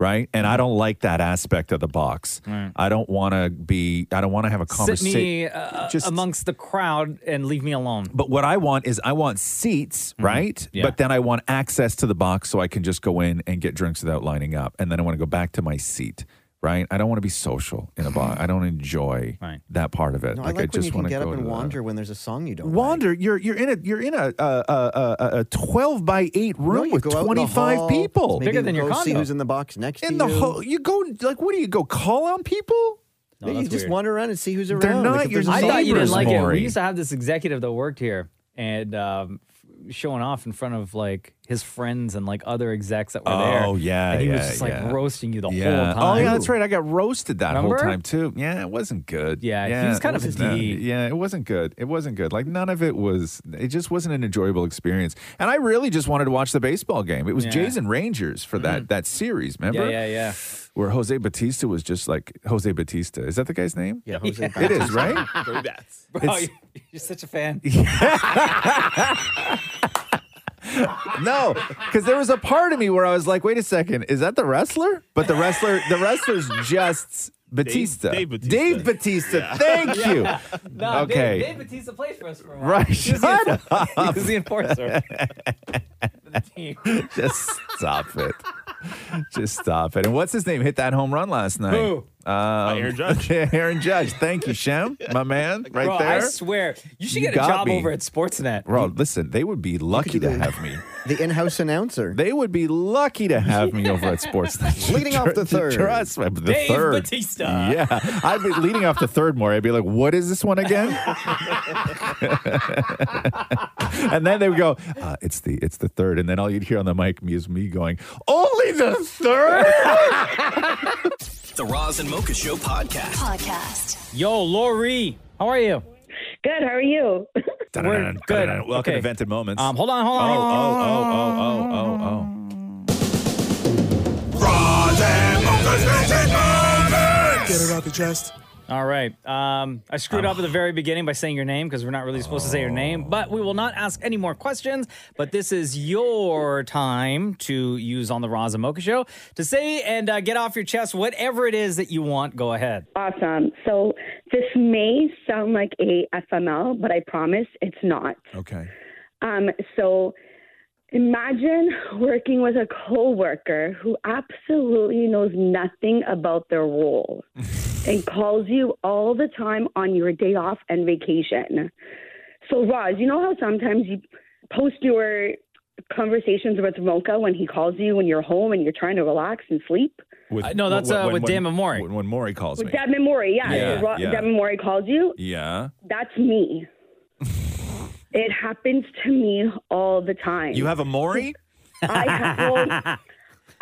Speaker 3: right? And I don't like that aspect of the box.
Speaker 4: Mm-hmm. Right.
Speaker 3: I don't want to be. I don't want to have a
Speaker 4: Sit
Speaker 3: conversation.
Speaker 4: me uh, amongst the crowd and leave me alone.
Speaker 3: But what I want is I want seats, right?
Speaker 4: Yeah.
Speaker 3: But then I want access to the box so I can just go in and get drinks without lining up. And then I want to go back to my seat, right? I don't want to be social in a box. I don't enjoy that part of it.
Speaker 5: No, I like when you can
Speaker 3: wanna
Speaker 5: get up
Speaker 3: go
Speaker 5: and
Speaker 3: to the-
Speaker 5: wander when there's a song you don't.
Speaker 3: Wander, you're you're in a you're in a a, a, a, a twelve by eight
Speaker 5: No,
Speaker 3: room
Speaker 5: you
Speaker 3: with
Speaker 5: go out in the
Speaker 3: twenty five
Speaker 5: hall,
Speaker 3: people.
Speaker 5: maybe go See who's in the box next
Speaker 3: in the
Speaker 5: to you.
Speaker 3: whole you go like what do you go call on people
Speaker 5: No, you just wander around and see who's around.
Speaker 3: They're not
Speaker 5: like if
Speaker 3: your
Speaker 5: there's a
Speaker 4: I thought you
Speaker 3: neighbors,
Speaker 4: didn't like it.
Speaker 3: Maury.
Speaker 4: We used to have this executive that worked here and um, f- showing off in front of like his friends and like other execs that were there.
Speaker 3: Oh, yeah,
Speaker 4: and he was
Speaker 3: yeah,
Speaker 4: just like
Speaker 3: yeah.
Speaker 4: roasting you the
Speaker 3: yeah
Speaker 4: whole time.
Speaker 3: oh yeah that's right i got roasted that
Speaker 4: Remember?
Speaker 3: whole time too yeah it wasn't good
Speaker 4: Yeah, he
Speaker 3: yeah
Speaker 4: was
Speaker 3: it
Speaker 4: kind of a
Speaker 3: wasn't-
Speaker 4: D.
Speaker 3: yeah it wasn't good it wasn't good like none of it was it just wasn't an enjoyable experience and i really just wanted to watch the baseball game it was
Speaker 4: Yeah. Mm.
Speaker 3: jays and rangers for that that series remember
Speaker 4: Yeah, yeah, yeah.
Speaker 3: where Jose Batista was just like Jose Batista. Is that the guy's name?
Speaker 5: Yeah,
Speaker 4: Jose
Speaker 3: <laughs> It is, right?
Speaker 4: Go Bats. <laughs>
Speaker 3: <laughs>
Speaker 4: Bro,
Speaker 3: It's-
Speaker 4: you're, you're such
Speaker 3: <laughs>
Speaker 4: a fan.
Speaker 3: no, because there was a part of me where I was like, wait a second, is that the wrestler? But the wrestler, the
Speaker 4: <laughs>
Speaker 3: wrestler's just Batista.
Speaker 1: Dave Batista.
Speaker 3: Dave Batista, Thank
Speaker 4: <laughs>
Speaker 3: you.
Speaker 4: No,
Speaker 3: okay.
Speaker 4: Dave, Dave Batista plays for us for a while.
Speaker 3: Right.
Speaker 4: He was the
Speaker 3: Shut
Speaker 4: enfor-
Speaker 3: up.
Speaker 4: <laughs> He was the enforcer.
Speaker 3: <laughs>
Speaker 4: <laughs>
Speaker 3: just stop it. Just stop it. And what's his name? Hit that home run last night.
Speaker 4: Who?
Speaker 3: Um,
Speaker 4: Aaron Judge.
Speaker 3: <laughs> Aaron Judge. Thank you, Shem, my
Speaker 4: <laughs>
Speaker 3: man, right
Speaker 4: Bro,
Speaker 3: there.
Speaker 4: I swear, you should
Speaker 3: You
Speaker 4: get a
Speaker 3: got
Speaker 4: job
Speaker 3: me.
Speaker 4: over at Sportsnet.
Speaker 3: Bro, listen, they would be lucky to have me.
Speaker 5: The in-house announcer.
Speaker 3: They would be lucky to have me over at Sportsnet.
Speaker 5: Leading off the third.
Speaker 3: Trust me, the
Speaker 5: Dave
Speaker 3: third.
Speaker 5: Bautista.
Speaker 3: Yeah. I'd be leading off the third more. I'd be like, what is this one again? and then they would go, uh, it's the it's the third. And then all you'd hear on the mic is me going, only the third.
Speaker 20: The Roz and Mocha Show podcast. Podcast.
Speaker 4: Yo, Lori, how are you?
Speaker 19: Good. How are you?
Speaker 4: We're good.
Speaker 3: Welcome to Vented Moments.
Speaker 4: Um, hold on, hold on.
Speaker 3: Oh, oh, oh, oh, oh, oh.
Speaker 19: Get it out the chest.
Speaker 4: All right. Um, I screwed up at the very beginning by saying your name because we're not really supposed to say your name, but we will not ask any more questions. But this is your time to use on the Roz and Mocha Show to say and uh, get off your chest whatever it is that you want. Go ahead.
Speaker 19: Awesome. So this may sound like a FML, but I promise it's not.
Speaker 3: Okay.
Speaker 19: Um, so imagine working with a coworker who absolutely knows nothing about
Speaker 3: <laughs>
Speaker 19: their role and calls you all the time on your day off and vacation. So Roz, you know how sometimes you post your conversations with Mocha when he calls you when you're home and you're trying to relax and sleep?
Speaker 3: With,
Speaker 19: Uh, no, that's, uh, with
Speaker 3: Damon Mori. When, when Maury calls
Speaker 19: With
Speaker 3: me.
Speaker 19: Deb Memori, yeah.
Speaker 3: Yeah,
Speaker 19: Ro-
Speaker 3: yeah.
Speaker 19: Deb Memori calls you.
Speaker 3: yeah.
Speaker 19: That's
Speaker 3: <laughs>
Speaker 19: me. it happens to me all the time.
Speaker 3: You have a Maury? <laughs>
Speaker 19: I have. Well,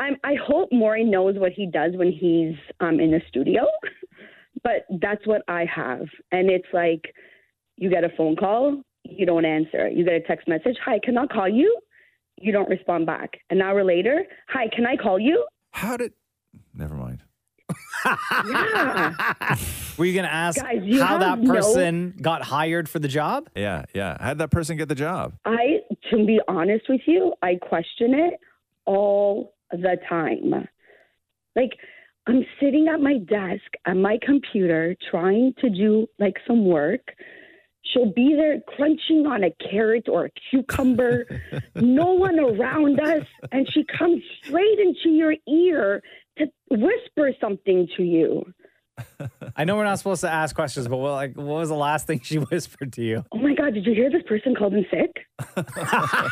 Speaker 19: I'm, I hope Maury knows what he does when he's um, in the studio, <laughs> but that's what I have, and it's like you get a phone call, you don't answer. You get a text message, "Hi, can I call you?" You don't respond back. An hour later, "Hi, can I call you?"
Speaker 3: How did? Never mind.
Speaker 19: yeah.
Speaker 4: Were you going to ask
Speaker 19: Guys, you
Speaker 4: how
Speaker 19: have
Speaker 4: that
Speaker 19: no-
Speaker 4: person got hired for the job?
Speaker 3: Yeah, yeah. How'd that person get the job?
Speaker 19: I, to be honest with you, I question it all the time. Like, I'm sitting at my desk at my computer trying to do like some work. She'll be there crunching on a carrot or a cucumber, no one around us. And she comes straight into your ear to whisper something to you.
Speaker 4: I know we're not supposed to ask questions, but what, like, what was the last thing she <laughs> whispered to
Speaker 3: <laughs>
Speaker 4: you?
Speaker 19: Oh my God, did you hear this person called in sick?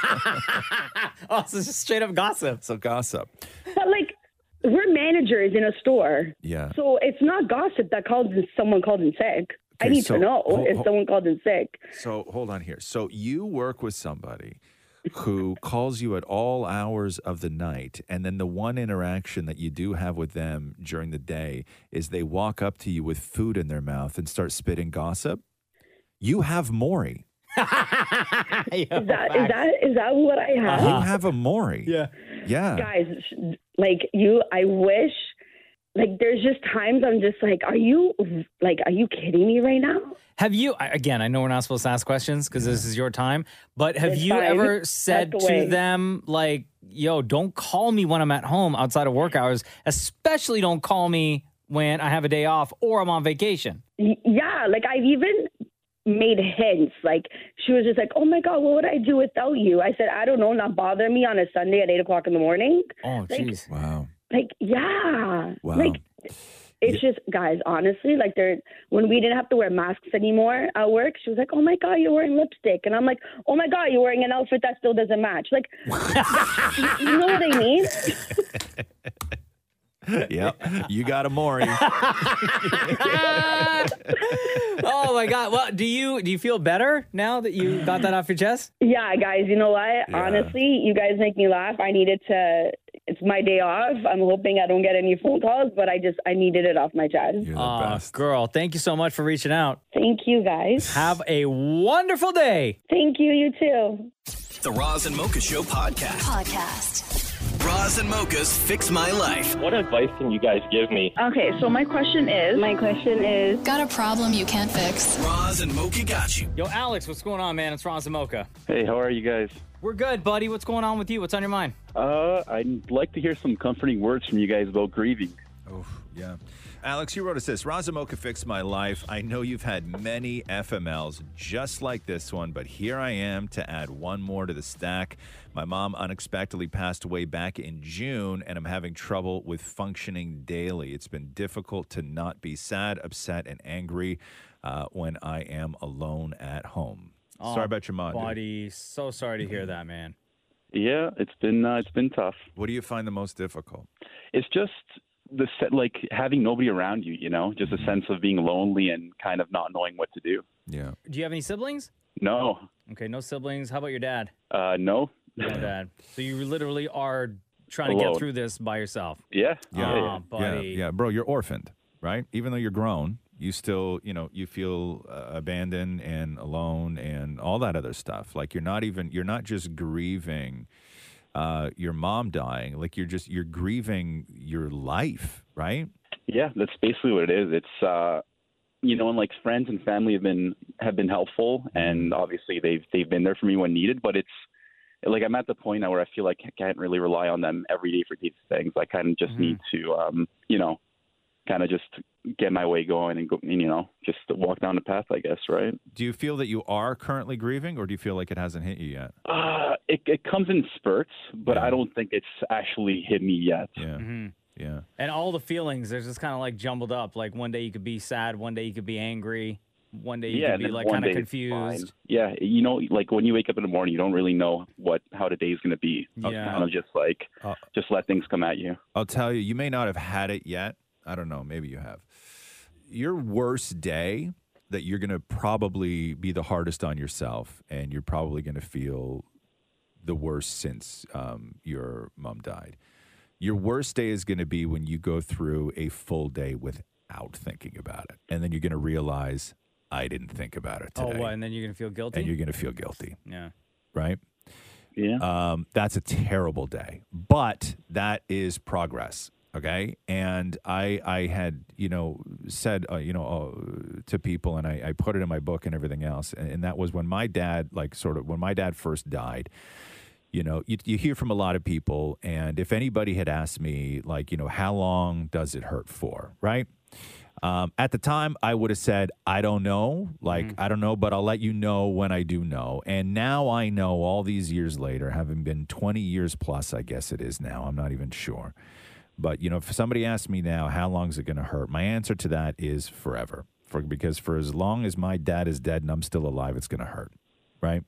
Speaker 4: Oh, so it's just straight up gossip.
Speaker 3: So gossip.
Speaker 19: But like, we're managers in a store.
Speaker 3: Yeah.
Speaker 19: So it's not gossip that called in, someone called in sick. I
Speaker 3: Okay,
Speaker 19: need
Speaker 3: so-
Speaker 19: to know
Speaker 3: ho- ho-
Speaker 19: if someone called in sick.
Speaker 3: So hold on here. So you work with somebody who calls you at all hours of the night, and then the one interaction that you do have with them during the day is they walk up to you with food in their mouth and start spitting gossip. You have Maury.
Speaker 19: Is that, is
Speaker 8: Uh,
Speaker 19: that is that what I have?
Speaker 3: You have a Maury. Yeah. Yeah.
Speaker 19: Guys, sh- like you, I wish
Speaker 8: like there's just times I'm just like, are you like, are you kidding me right now?
Speaker 4: Have you, I- again, I know we're not supposed to ask questions because this is your time, but have
Speaker 8: It's
Speaker 4: you
Speaker 8: fine.
Speaker 4: ever
Speaker 8: That's
Speaker 4: said
Speaker 8: the
Speaker 4: to
Speaker 8: way.
Speaker 4: them, like, yo, don't call me when I'm at home outside of work hours, especially don't call me when I have a day off or I'm
Speaker 8: <laughs>
Speaker 4: on vacation?
Speaker 8: Y- yeah, like I've even made hints. Like she was just like, oh my god, what would I do without you? I said, I don't know. Not bother me on a Sunday at eight o'clock in the morning.
Speaker 4: Oh,
Speaker 8: Like-
Speaker 4: jeez.
Speaker 3: Wow.
Speaker 8: Like yeah,
Speaker 3: Wow.
Speaker 8: like it's just guys. Honestly, like they're when we didn't have to wear masks anymore at work, she was like, oh my god, you're wearing lipstick, and I'm like, oh my god, you're wearing an outfit that still doesn't match. Like, you, you know what I mean?
Speaker 3: <laughs> yep. You got a Maury.
Speaker 4: oh my God. Well, do you do you feel better now that you got that off your chest?
Speaker 8: Yeah, guys, you know what? Honestly, you guys make me laugh. I needed to. It's my day off. I'm hoping I don't get any phone calls, but I just I needed it off my chest.
Speaker 4: Aw, girl, thank you so much for reaching out.
Speaker 8: Thank you, guys.
Speaker 4: Have a wonderful day.
Speaker 8: Thank you. You too.
Speaker 20: The Roz and Mocha Show podcast. Podcast. Roz and Mocha's Fix My Life.
Speaker 19: What advice can you guys give me?
Speaker 7: Okay, so my question is. My question is. Got a problem you can't fix?
Speaker 20: Roz and Mocha got you.
Speaker 4: Yo, Alex, what's going on, man? It's Ron Zamoka.
Speaker 13: Hey, how are you guys?
Speaker 4: We're good, buddy. What's going on with you? What's on your mind?
Speaker 13: Uh, I'd like to hear some comforting words from you guys about grieving.
Speaker 3: Yeah. Alex, you wrote us this Razamoka fixed my life. I know you've had many FMLs just like this one, but here I am to add one more to the stack. My mom unexpectedly passed away back in June, and I'm having trouble with functioning daily. It's been difficult to not be sad, upset, and angry uh, when I am alone at home. Sorry about your mom. dude.
Speaker 4: Oh, buddy. So sorry to hear that, man.
Speaker 13: Yeah, it's been uh, it's been tough.
Speaker 3: What do you find the most difficult?
Speaker 13: It's just the se- like having nobody around you. You know, just
Speaker 3: Mm-hmm.
Speaker 13: a sense of being lonely and kind of not knowing what to do.
Speaker 3: Yeah.
Speaker 4: Do you have any siblings?
Speaker 13: No.
Speaker 4: Okay, no siblings. How about your dad?
Speaker 13: Uh, no.
Speaker 4: No dad. So you literally are trying to
Speaker 3: Alone.
Speaker 4: get through this by yourself.
Speaker 13: Yeah.
Speaker 4: Aw,
Speaker 3: Yeah, yeah,
Speaker 4: buddy.
Speaker 3: yeah, bro, you're orphaned, right? Even though you're grown, you still, you know, you feel uh, abandoned and alone and all that other stuff. Like you're not even, you're not just grieving uh, your mom dying. Like you're just, you're grieving your life, right?
Speaker 13: Yeah, that's basically what it is. It's uh you know, and like friends and family have been have been helpful and
Speaker 3: Mm-hmm.
Speaker 13: obviously they've they've been there for me when needed, but it's like I'm at the point now where I feel like I can't really rely on them every day for these things. I kind of just need
Speaker 3: Mm-hmm.
Speaker 13: to um, you know, kind of just get my way going and go and, you know, just walk down the path, I guess, right?
Speaker 3: Do you feel that you are currently grieving, or do you feel like it hasn't hit you yet?
Speaker 13: Uh it it comes in spurts, but I don't think it's actually hit me yet.
Speaker 3: Yeah. Yeah.
Speaker 4: Mm-hmm. And all the feelings, they're just kind of like jumbled up. Like one day you could be sad, one day you could be angry, one day you could
Speaker 13: and
Speaker 4: be
Speaker 13: then
Speaker 4: like
Speaker 13: one
Speaker 4: kind of
Speaker 13: day it's fine.
Speaker 4: confused.
Speaker 13: Yeah, you know, like when you wake up in the morning, you don't really know what how the day's going to be.
Speaker 3: Yeah. Uh,
Speaker 13: kind of just like just let things come at you.
Speaker 3: I'll tell you, you may not have had it yet. I don't know. Maybe you have. Your worst day that you're going to probably be the hardest on yourself, and you're probably going to feel the worst since um, your mom died. Your worst day is going to be when you go through a full day without thinking about it. And then you're going to realize, I didn't think about it today.
Speaker 4: Oh, what? And then you're going to feel guilty?
Speaker 3: And you're going to feel guilty
Speaker 4: yeah.
Speaker 3: right?
Speaker 13: Yeah.
Speaker 3: Um, that's a terrible day, but that is progress. Okay. And I, I had, you know, said, uh, you know, uh, to people and I, I put it in my book and everything else. And, and that was when my dad, like sort of when my dad first died, you know, you, you hear from a lot of people. And if anybody had asked me like, you know, how long does it hurt for? Right. Um, at the time, I would have said, I don't know. Like, I don't know, but I'll let you know when I do know. And now I know all these years later, having been 20 years plus, I guess it is now. I'm not even sure. But, you know, if somebody asked me now, how long is it going to hurt? My answer to that is forever. For, because for as long as my dad is dead and I'm still alive, it's going to hurt. Right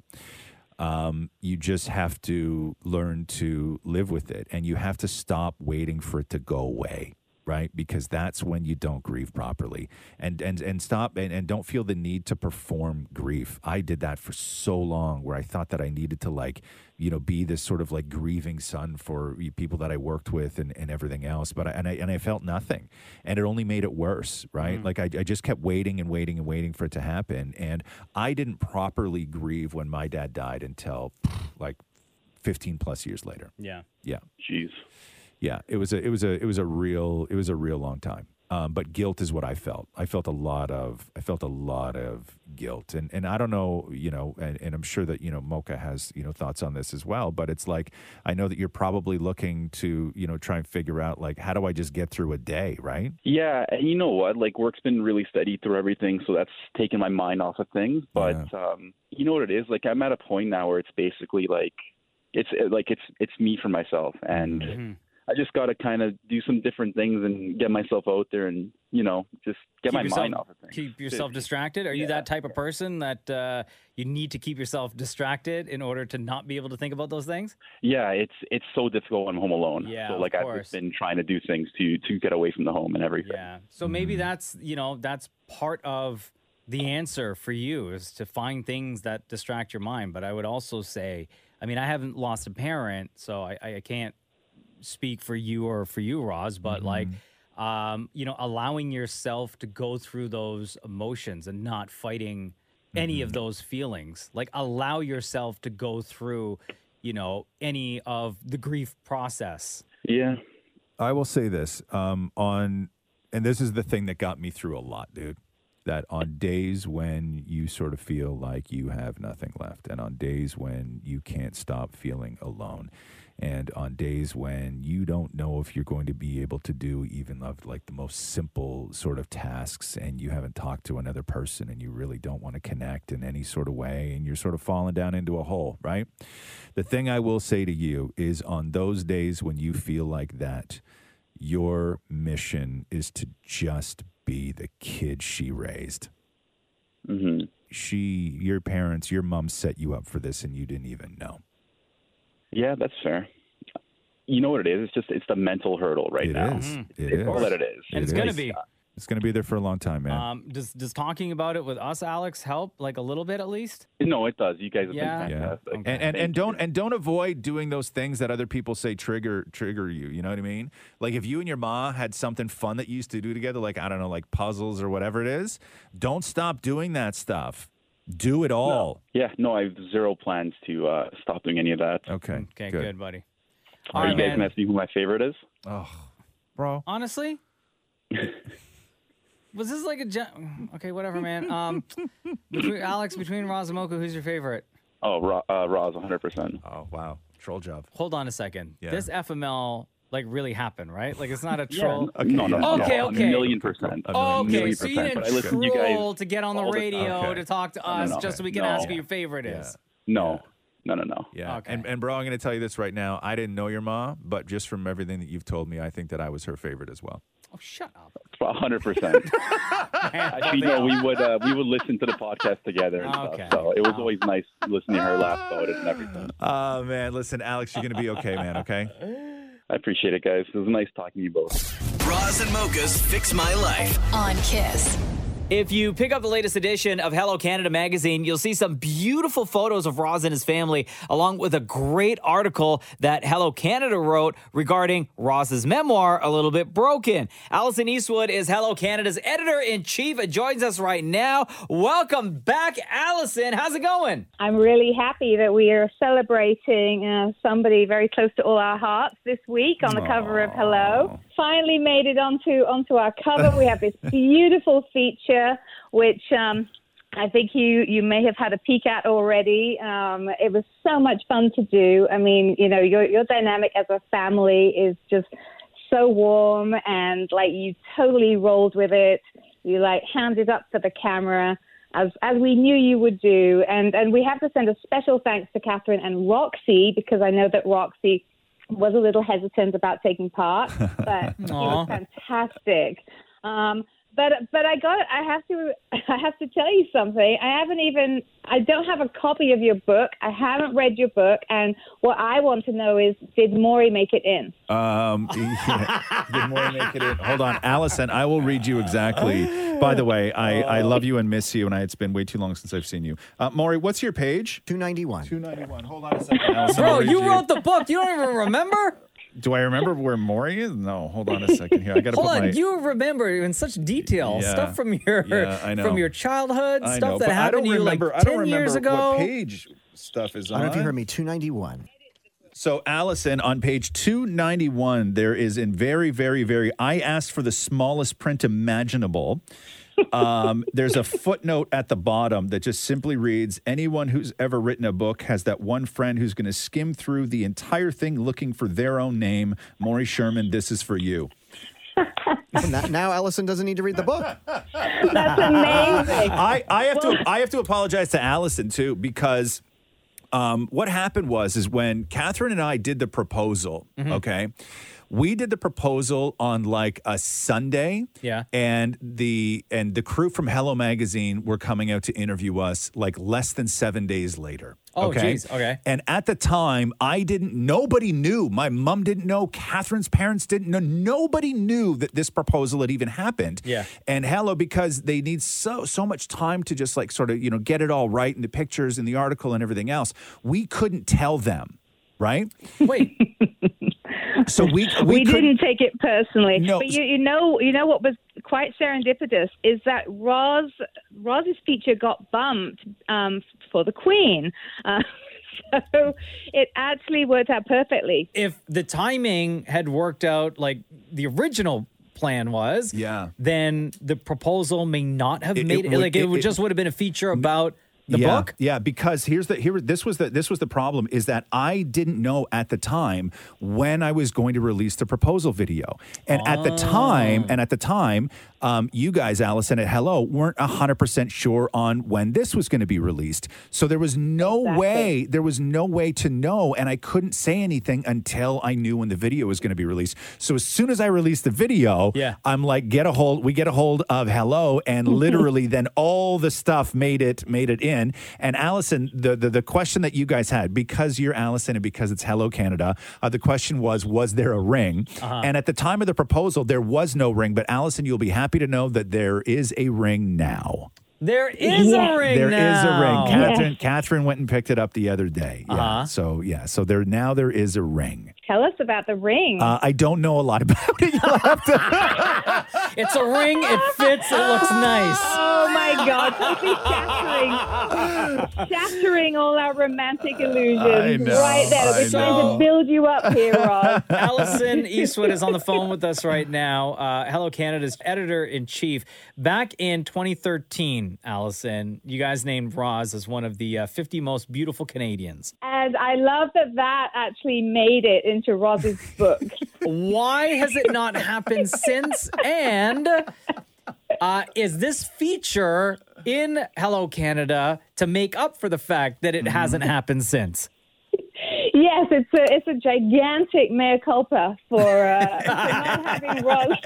Speaker 3: um, you just have to learn to live with it and you have to stop waiting for it to go away right because that's when you don't grieve properly and and and stop and, and don't feel the need to perform grief i did that for so long where i thought that i needed to like you know be this sort of like grieving son for people that i worked with and, and everything else but I, and i and i felt nothing and it only made it worse right like I, I just kept waiting and waiting and waiting for it to happen and i didn't properly grieve when my dad died until like 15 plus years later
Speaker 4: Yeah.
Speaker 3: yeah
Speaker 13: Jeez.
Speaker 3: Yeah, it was a it was a it was a real it was a real long time. Um, but guilt is what I felt. I felt a lot of I felt a lot of guilt, and and I don't know, you know, and, and I'm sure that you know Mocha has you know thoughts on this as well. But it's like I know that you're probably looking to you know try and figure out like how do I just get through a day, right?
Speaker 13: Yeah, and you know what? Like work's been really steady through everything, so that's taken my mind off of things. But um, you know what it is? Like I'm at a point now where it's basically like it's uh, like it's it's me for myself, and
Speaker 4: Mm-hmm.
Speaker 13: I just got to kind of do some different things and get myself out there, and you know, just get
Speaker 4: Keep
Speaker 13: my
Speaker 4: yourself-
Speaker 13: mind off of things.
Speaker 4: Keep yourself distracted. Are you that type of person that uh, you need to keep yourself distracted in order to not be able to think about those things?
Speaker 13: Yeah, it's it's so difficult when I'm home alone.
Speaker 4: Yeah,
Speaker 13: so
Speaker 4: of
Speaker 13: like I've
Speaker 4: course.
Speaker 13: just been trying to do things to to get away from the home and everything.
Speaker 4: Yeah. So
Speaker 13: Mm.
Speaker 4: maybe that's you know that's part of the answer for you is to find things that distract your mind. But I would also say, I mean, I haven't lost a parent, so I, I can't speak for you or for you, Roz. But
Speaker 13: Mm-hmm.
Speaker 4: like, um, you know, allowing yourself to go through those emotions and not fighting any
Speaker 13: Mm-hmm.
Speaker 4: of those feelings. Like, allow yourself to go through, you know, any of the grief process.
Speaker 13: Yeah.
Speaker 3: I will say this um, on, and this is the thing that got me through a lot, dude. That on days when you sort of feel like you have nothing left, and on days when you can't stop feeling alone, and on days when you don't know if you're going to be able to do even of like the most simple sort of tasks, and you haven't talked to another person, and you really don't want to connect in any sort of way, and you're sort of falling down into a hole, right? The thing I will say to you is on those days when you feel like that, your mission is to just be the kid she raised.
Speaker 13: Mm-hmm.
Speaker 3: She, your parents, your mom set you up for this and you didn't even know.
Speaker 13: Yeah, that's fair. You know what it is? It's just it's the mental hurdle right
Speaker 3: It
Speaker 13: now.
Speaker 3: is.
Speaker 13: It's-
Speaker 3: It
Speaker 13: it's
Speaker 3: is.
Speaker 13: all that it is.
Speaker 4: And it's gonna be.
Speaker 3: It's going to be there for a long time, man.
Speaker 4: Um, does does talking about it with us, Alex, help like a little bit at least?
Speaker 13: No, it does. You guys have
Speaker 4: Yeah.
Speaker 13: been
Speaker 3: Yeah.
Speaker 13: fantastic.
Speaker 3: And, and and don't and don't avoid doing those things that other people say trigger trigger you. You know what I mean? Like if you and your ma had something fun that you used to do together, like I don't know, like puzzles or whatever it is, don't stop doing that stuff. Do it all.
Speaker 13: Yeah, no, I have zero plans to uh, stop doing any of that.
Speaker 3: Okay.
Speaker 4: Okay, good, buddy. All
Speaker 13: Are
Speaker 4: right,
Speaker 13: you guys
Speaker 4: man.
Speaker 13: gonna ask me who my favorite is?
Speaker 3: Oh, bro.
Speaker 13: <laughs>
Speaker 4: Honestly, was this like a gen- okay? Whatever, man. Um, between, Alex, between Roz and Mocha, who's your favorite?
Speaker 13: Oh, Ra- uh, Roz, 100. percent
Speaker 3: Oh wow, troll job.
Speaker 4: Hold on a second.
Speaker 13: Yeah.
Speaker 4: This FML like really happened, right? Like it's not a
Speaker 13: Yeah.
Speaker 4: troll.
Speaker 13: Okay, No, no, no,
Speaker 4: okay,
Speaker 13: no, a
Speaker 4: okay.
Speaker 13: million percent. A million
Speaker 4: okay, so
Speaker 13: percent,
Speaker 4: you
Speaker 13: but
Speaker 4: didn't
Speaker 13: I listen
Speaker 4: troll
Speaker 13: to you guys
Speaker 4: to get on the
Speaker 13: all the time.
Speaker 4: radio
Speaker 3: Okay.
Speaker 4: to talk to
Speaker 3: No, no,
Speaker 4: us
Speaker 3: no.
Speaker 4: just so we can
Speaker 3: No.
Speaker 4: ask who your favorite is.
Speaker 13: No, no, no, no.
Speaker 3: Yeah. And and bro, I'm going to tell you this right now. I didn't know your ma, but just from everything that you've told me, I think that I was her favorite as well.
Speaker 4: Oh, shut up.
Speaker 13: 100.
Speaker 3: <laughs>
Speaker 13: percent You know, we would uh, we would listen to the podcast together and
Speaker 3: Okay.
Speaker 13: stuff. So it was always nice listening to her laugh about it and everything.
Speaker 3: <laughs>
Speaker 4: Ah.
Speaker 3: Oh man, listen, Alex, you're going to be okay, man. Okay.
Speaker 13: I appreciate it, guys. It was nice talking to you both.
Speaker 20: Bras and Mocha's Fix My Life.
Speaker 7: on Kiss.
Speaker 4: If you pick up the latest edition of Hello Canada magazine, you'll see some beautiful photos of Roz and his family, along with a great article that Hello Canada wrote regarding Roz's memoir, A Little Bit Broken. Allison Eastwood is Hello Canada's editor in chief and joins us right now. Welcome back, Allison. How's it going?
Speaker 15: I'm really happy that we are celebrating uh, somebody very close to all our hearts this week on the cover of Hello. Finally made it onto onto our cover. we have this beautiful feature, which um, I think you you may have had a peek at already. Um, it was so much fun to do. I mean, you know, your your dynamic as a family is just so warm and like you totally rolled with it. You like handed up for the camera as as we knew you would do. And and we have to send a special thanks to Catherine and Roxy because I know that Roxy was a little hesitant about taking part, but she was
Speaker 10: Aw.
Speaker 15: fantastic. Um, but but I got I have to <laughs> I have to tell you something. I haven't even I don't have a copy of your book. I haven't read your book, and what I want to know is, did Maury make it in?
Speaker 3: Um, <laughs> good morning, make it in. Hold on, Allison. I will read you exactly. By the way, I, I love you and miss you, and I, it's been way too long since I've seen you. Uh, Maury, what's your page? Two ninety one. Two ninety one. Hold on a second, Allison. I'll
Speaker 4: <laughs> Bro,
Speaker 3: read
Speaker 4: you wrote the book. You don't even remember?
Speaker 3: Do I remember where Maury is? No. <laughs> Hold on a second here. I got to put
Speaker 4: Hold on,
Speaker 3: my.
Speaker 4: you remember in such detail
Speaker 3: Yeah.
Speaker 4: stuff from your
Speaker 3: Yeah, I know.
Speaker 4: from your childhood,
Speaker 3: I
Speaker 4: stuff
Speaker 3: know,
Speaker 4: that
Speaker 3: but I
Speaker 4: happened
Speaker 3: don't
Speaker 4: to you like
Speaker 3: remember- I
Speaker 4: ten
Speaker 3: don't
Speaker 4: years
Speaker 3: remember
Speaker 4: ago.
Speaker 3: what page stuff is
Speaker 5: I don't know if you
Speaker 3: on.
Speaker 5: heard me. Two ninety one.
Speaker 3: So, Allison, on page 291, there is in very, very, very, I asked for the smallest print imaginable. Um, <laughs> there's a footnote at the bottom that just simply reads Anyone who's ever written a book has that one friend who's going to skim through the entire thing looking for their own name. Maury Sherman, this is for you.
Speaker 5: <laughs> Now- now Allison doesn't need to read the book.
Speaker 3: <laughs> That's amazing. <laughs> I, I have to I have to apologize to Allison too because um, what happened was is when Catherine and I did the proposal.
Speaker 4: Mm-hmm.
Speaker 3: Okay, we did the proposal on like a Sunday.
Speaker 4: Yeah.
Speaker 3: and the and the crew from Hello Magazine were coming out to interview us like less than seven days later.
Speaker 4: Oh, geez. Okay.
Speaker 3: And at the time, I didn't, nobody knew. My mom didn't know. Catherine's parents didn't know. Nobody knew that this proposal had even happened.
Speaker 4: Yeah.
Speaker 3: And hello, because they need so, so much time to just like sort of, you know, get it all right in the pictures and the article and everything else. We couldn't tell them, right?
Speaker 4: Wait.
Speaker 3: <laughs> so we, we,
Speaker 15: we
Speaker 3: couldn't-
Speaker 15: didn't take it personally.
Speaker 3: No.
Speaker 15: But you, you know, you know what was quite serendipitous is that Roz Roz's feature got bumped um, for the Queen, <laughs> uh, so it actually worked out perfectly.
Speaker 4: if the timing had worked out like the original plan was,
Speaker 3: yeah,
Speaker 4: then the proposal may not have
Speaker 3: It- it
Speaker 4: made it,
Speaker 3: would-
Speaker 4: like it,
Speaker 3: it-
Speaker 4: would
Speaker 3: it- Mm-hmm.
Speaker 4: just would have been a feature about the
Speaker 3: yeah,
Speaker 4: book.
Speaker 3: Yeah, because here's the here this was the this was the problem is that I didn't know at the time when I was going to release the proposal video, and at the
Speaker 4: Oh.
Speaker 3: time and at the time, um, you guys, Allison at Hello, weren't hundred percent sure on when this was going to be released. So there was no way there was no way to know, and I couldn't say anything until I knew when the video was going to be released. So as soon as I released the video,
Speaker 4: Yeah.
Speaker 3: I'm like, get a hold. We get a hold of hello, and literally, then all the stuff made it made it in. And Allison, the the, the question that you guys had because you're Allison and because it's Hello Canada, uh, the question was, was there a ring?
Speaker 4: Uh-huh.
Speaker 3: And at the time of the proposal, there was no ring. But Allison, you'll be happy to know that there is a ring now.
Speaker 4: There is a ring.
Speaker 3: There is a
Speaker 4: now.
Speaker 3: ring. Catherine, Catherine went and picked it up the other day. Yeah.
Speaker 4: Uh-huh.
Speaker 3: So yeah. So there now there is a ring.
Speaker 15: Tell us about the ring.
Speaker 3: Uh, I don't know a lot about it. You'll have to
Speaker 4: It's a ring. It fits. It
Speaker 15: <laughs>
Speaker 4: looks nice.
Speaker 15: Oh my God! This is shattering, shattering all our romantic illusions.
Speaker 4: I know,
Speaker 15: right there,
Speaker 4: I
Speaker 15: we're trying
Speaker 3: <laughs>
Speaker 4: know.
Speaker 15: to build you up here, Roz.
Speaker 4: Uh, Allison Eastwood is on the phone with us right now. Uh, Hello Canada's editor in chief. Back in 2013, Allison, you guys named Roz as one of the uh, 50 most beautiful Canadians.
Speaker 15: And I love that that actually made it into Roz's book.
Speaker 4: <laughs> Why has it not happened since? And uh, is this feature in Hello Canada to make up for the fact that it hasn't happened since?
Speaker 15: Yes, it's a it's a gigantic mea culpa for, uh, <laughs> for not having Roz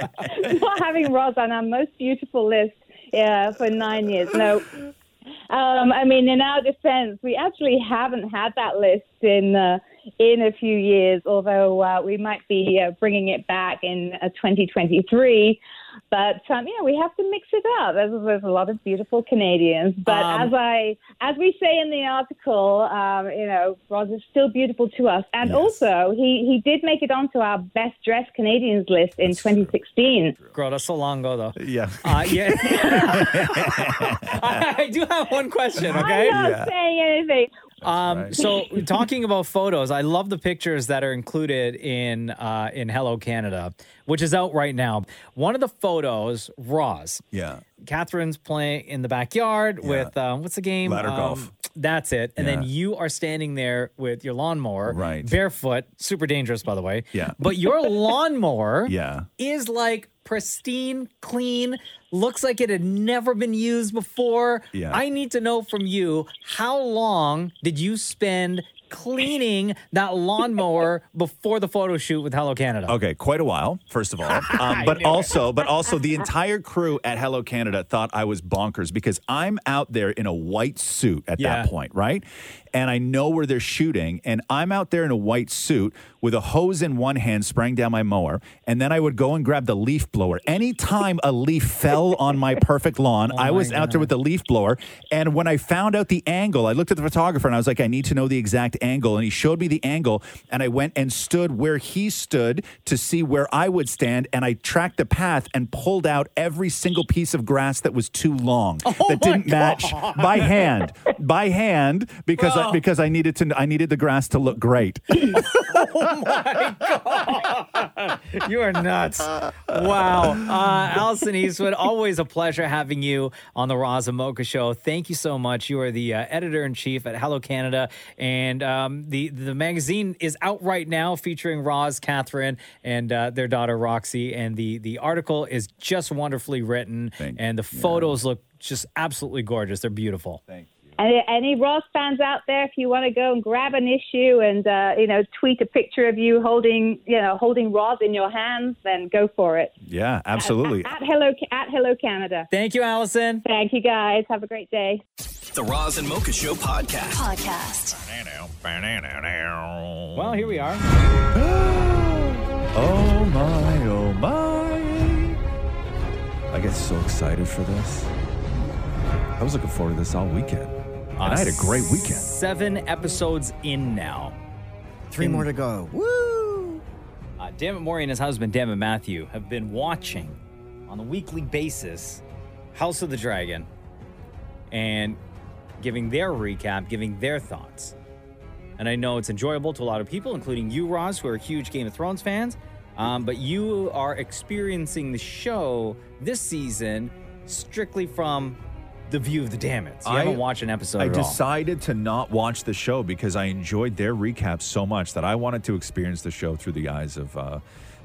Speaker 15: not having Roz on our most beautiful list yeah, for nine years. No, um, I mean in our defense, we actually haven't had that list in uh, in a few years. Although uh, we might be uh, bringing it back in uh, 2023. But um, yeah, we have to mix it up. There's, there's a lot of beautiful Canadians, but
Speaker 16: Um,
Speaker 15: as I as we say in the article, um, you know, Roz is still beautiful to us, and also he he did make it onto our best dressed Canadians list in 2016.
Speaker 4: Girl, that's so long ago, though.
Speaker 3: Yeah.
Speaker 4: Uh, yeah. <laughs> I, I do have one question, okay?
Speaker 15: I'm not saying anything.
Speaker 4: Um, So, talking about photos, I love the pictures that are included in uh, in Hello Canada, which is out right now. One of the photos, Roz.
Speaker 3: Yeah.
Speaker 4: Catherine's playing in the backyard with um, what's the game?
Speaker 3: Ladder
Speaker 4: Um,
Speaker 3: golf.
Speaker 4: That's it. And then
Speaker 3: Yeah.
Speaker 4: you are standing there with your lawnmower,
Speaker 3: Right.
Speaker 4: Barefoot, super dangerous, by the way.
Speaker 3: Yeah. <laughs>
Speaker 4: But your lawnmower,
Speaker 3: Yeah.
Speaker 4: is like pristine,
Speaker 3: <laughs>
Speaker 4: clean, looks like it had never been used before.
Speaker 3: Yeah.
Speaker 4: I need to know from you how long did you spend cleaning that lawnmower <laughs> before the photo shoot with Hello Canada?
Speaker 3: Okay, quite a while, first of all. Um, but also, but also, the entire crew at Hello Canada thought I was bonkers because I'm out there in a white suit at
Speaker 10: Yeah.
Speaker 3: that point, right? And I know where they're shooting, and I'm out there in a white suit with a hose in one hand spraying down my mower, and then I would go and grab the leaf blower. Anytime a leaf fell on my perfect lawn, I was out there with the leaf blower, and when I found out the angle, I looked at the photographer and I was like, I need to know the exact angle, and he showed me the angle, and I went and stood where he stood to see where I would stand, and I tracked the path and pulled out every single piece of grass that was too long that didn't match by hand, by hand because I, because I needed to I needed the grass to look great.
Speaker 4: oh my god! <laughs> You are nuts! Wow, uh, Allison Eastwood, always a pleasure having you on the Raza Mocha Show. Thank you so much. You are the uh, editor in chief at Hello Canada, and um, the the magazine is out right now featuring Roz, Catherine, and uh, their daughter Roxy. And the the article is just wonderfully written, and the photos look just absolutely gorgeous. They're beautiful. Thank
Speaker 15: Any, any Ross fans out there, if you want to go and grab an issue and uh, you know tweet a picture of you holding you know holding Ross in your hands, then go for it.
Speaker 3: Yeah, absolutely.
Speaker 15: At hello at hello Canada.
Speaker 4: Thank you, Allison.
Speaker 15: Thank you guys. Have a great day.
Speaker 20: The Roz and Mocha Show podcast.
Speaker 7: Podcast.
Speaker 4: Well, here we are.
Speaker 3: Oh my, oh my. I get so excited for this. I was looking forward to this all weekend. And I had a great weekend.
Speaker 4: Seven episodes in now.
Speaker 5: Three more to go. Woo!
Speaker 4: Uh, Dammit Maury and his husband, Dammit Matthew, have been watching on a weekly basis House of the Dragon and giving their recap, giving their thoughts. And I know it's enjoyable to a lot of people, including you, Roz, who are huge Game of Thrones fans. Um, but you are experiencing the show this season strictly from the view of the Dammits. You haven't watched an episode
Speaker 3: I
Speaker 4: at all.
Speaker 3: decided to not watch the show because I enjoyed their recap so much that I wanted to experience the show through the eyes of uh,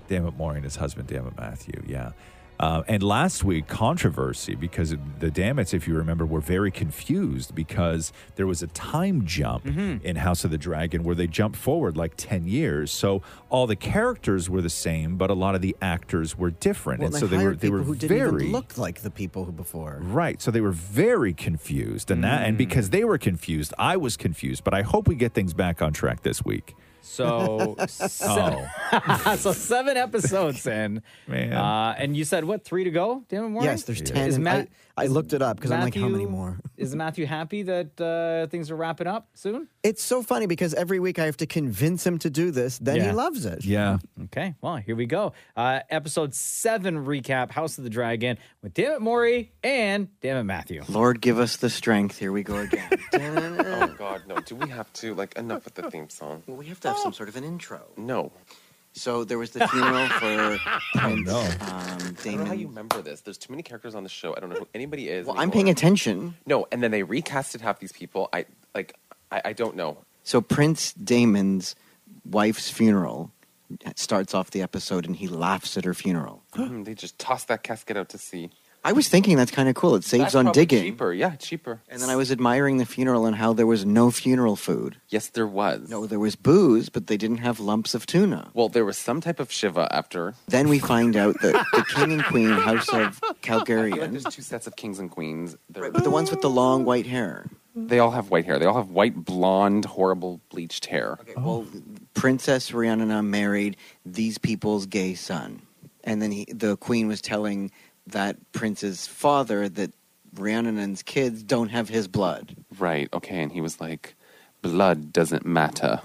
Speaker 3: Dammit Maury and his husband, Dammit Matthew. Yeah. Uh, and last week, controversy because the Dammits, if you remember, were very confused because there was a time jump
Speaker 5: Mm-hmm.
Speaker 3: in House of the Dragon where they jumped forward like 10 years. So all the characters were the same, but a lot of the actors were different.
Speaker 5: Well,
Speaker 3: and so they
Speaker 5: hired
Speaker 3: were, they
Speaker 5: people
Speaker 3: were
Speaker 5: who didn't
Speaker 3: very.
Speaker 5: even look like the people who before.
Speaker 3: Right. So they were very confused. And that and because they were confused, I was confused. But I hope we get things back on track this week.
Speaker 4: So, seven, <laughs> so seven episodes in,
Speaker 3: Man.
Speaker 4: Uh, and you said what? Three to go, Damn it, Warren?
Speaker 5: Yes, there's ten.
Speaker 4: Is
Speaker 5: and
Speaker 4: Matt?
Speaker 5: I, I looked it up because I'm like, how many
Speaker 4: Matthew-
Speaker 5: more?
Speaker 4: <laughs> is Matthew happy that uh, things are wrapping up soon?
Speaker 5: It's so funny because every week I have to convince him to do this. Then he
Speaker 4: Yeah.
Speaker 5: loves it.
Speaker 3: Yeah.
Speaker 4: Okay. Well, here we go. Uh, episode seven recap: House of the Dragon with Damn it, Maury and Damn it,
Speaker 5: <laughs>
Speaker 4: Matthew.
Speaker 5: Lord, give us the strength. Here we go again.
Speaker 16: oh God, no! Do we have to like enough with the theme song?
Speaker 5: we have to have some sort of an intro.
Speaker 16: No.
Speaker 5: So there was the funeral for Prince,
Speaker 16: no. I
Speaker 5: um,
Speaker 16: don't know how
Speaker 5: Damon.
Speaker 16: you remember this. There's too many characters on the show. I don't know who anybody is.
Speaker 5: Well, I'm paying attention.
Speaker 16: No, and then they recasted half these people. I like. I, I don't
Speaker 5: <gasps>
Speaker 16: know.
Speaker 5: So Prince Damon's wife's funeral starts off the episode, and he laughs at her funeral.
Speaker 16: Mm, they just tossed that casket out to sea.
Speaker 5: I was thinking that's kind of cool. It saves
Speaker 16: That's
Speaker 5: on
Speaker 16: probably
Speaker 5: digging.
Speaker 16: Cheaper, yeah, cheaper.
Speaker 5: And then I was admiring the funeral and how there was no funeral food.
Speaker 16: Yes, there was.
Speaker 5: No, there was booze, but they didn't have lumps of tuna.
Speaker 16: Well, there was some type of shiva after.
Speaker 5: Then we find out that the king and queen, House of
Speaker 16: Like,
Speaker 5: Calgarian,
Speaker 16: there's two sets of kings and queens. There-
Speaker 5: but the ones with the long white hair.
Speaker 16: They all have white hair. They all have white, blonde, horrible, bleached hair.
Speaker 5: Well, Princess Rhiannon married these people's gay son. And then he, the queen was telling that prince's father that Rhiannon's kids don't have his blood.
Speaker 16: Right, okay. And he was like, blood doesn't matter.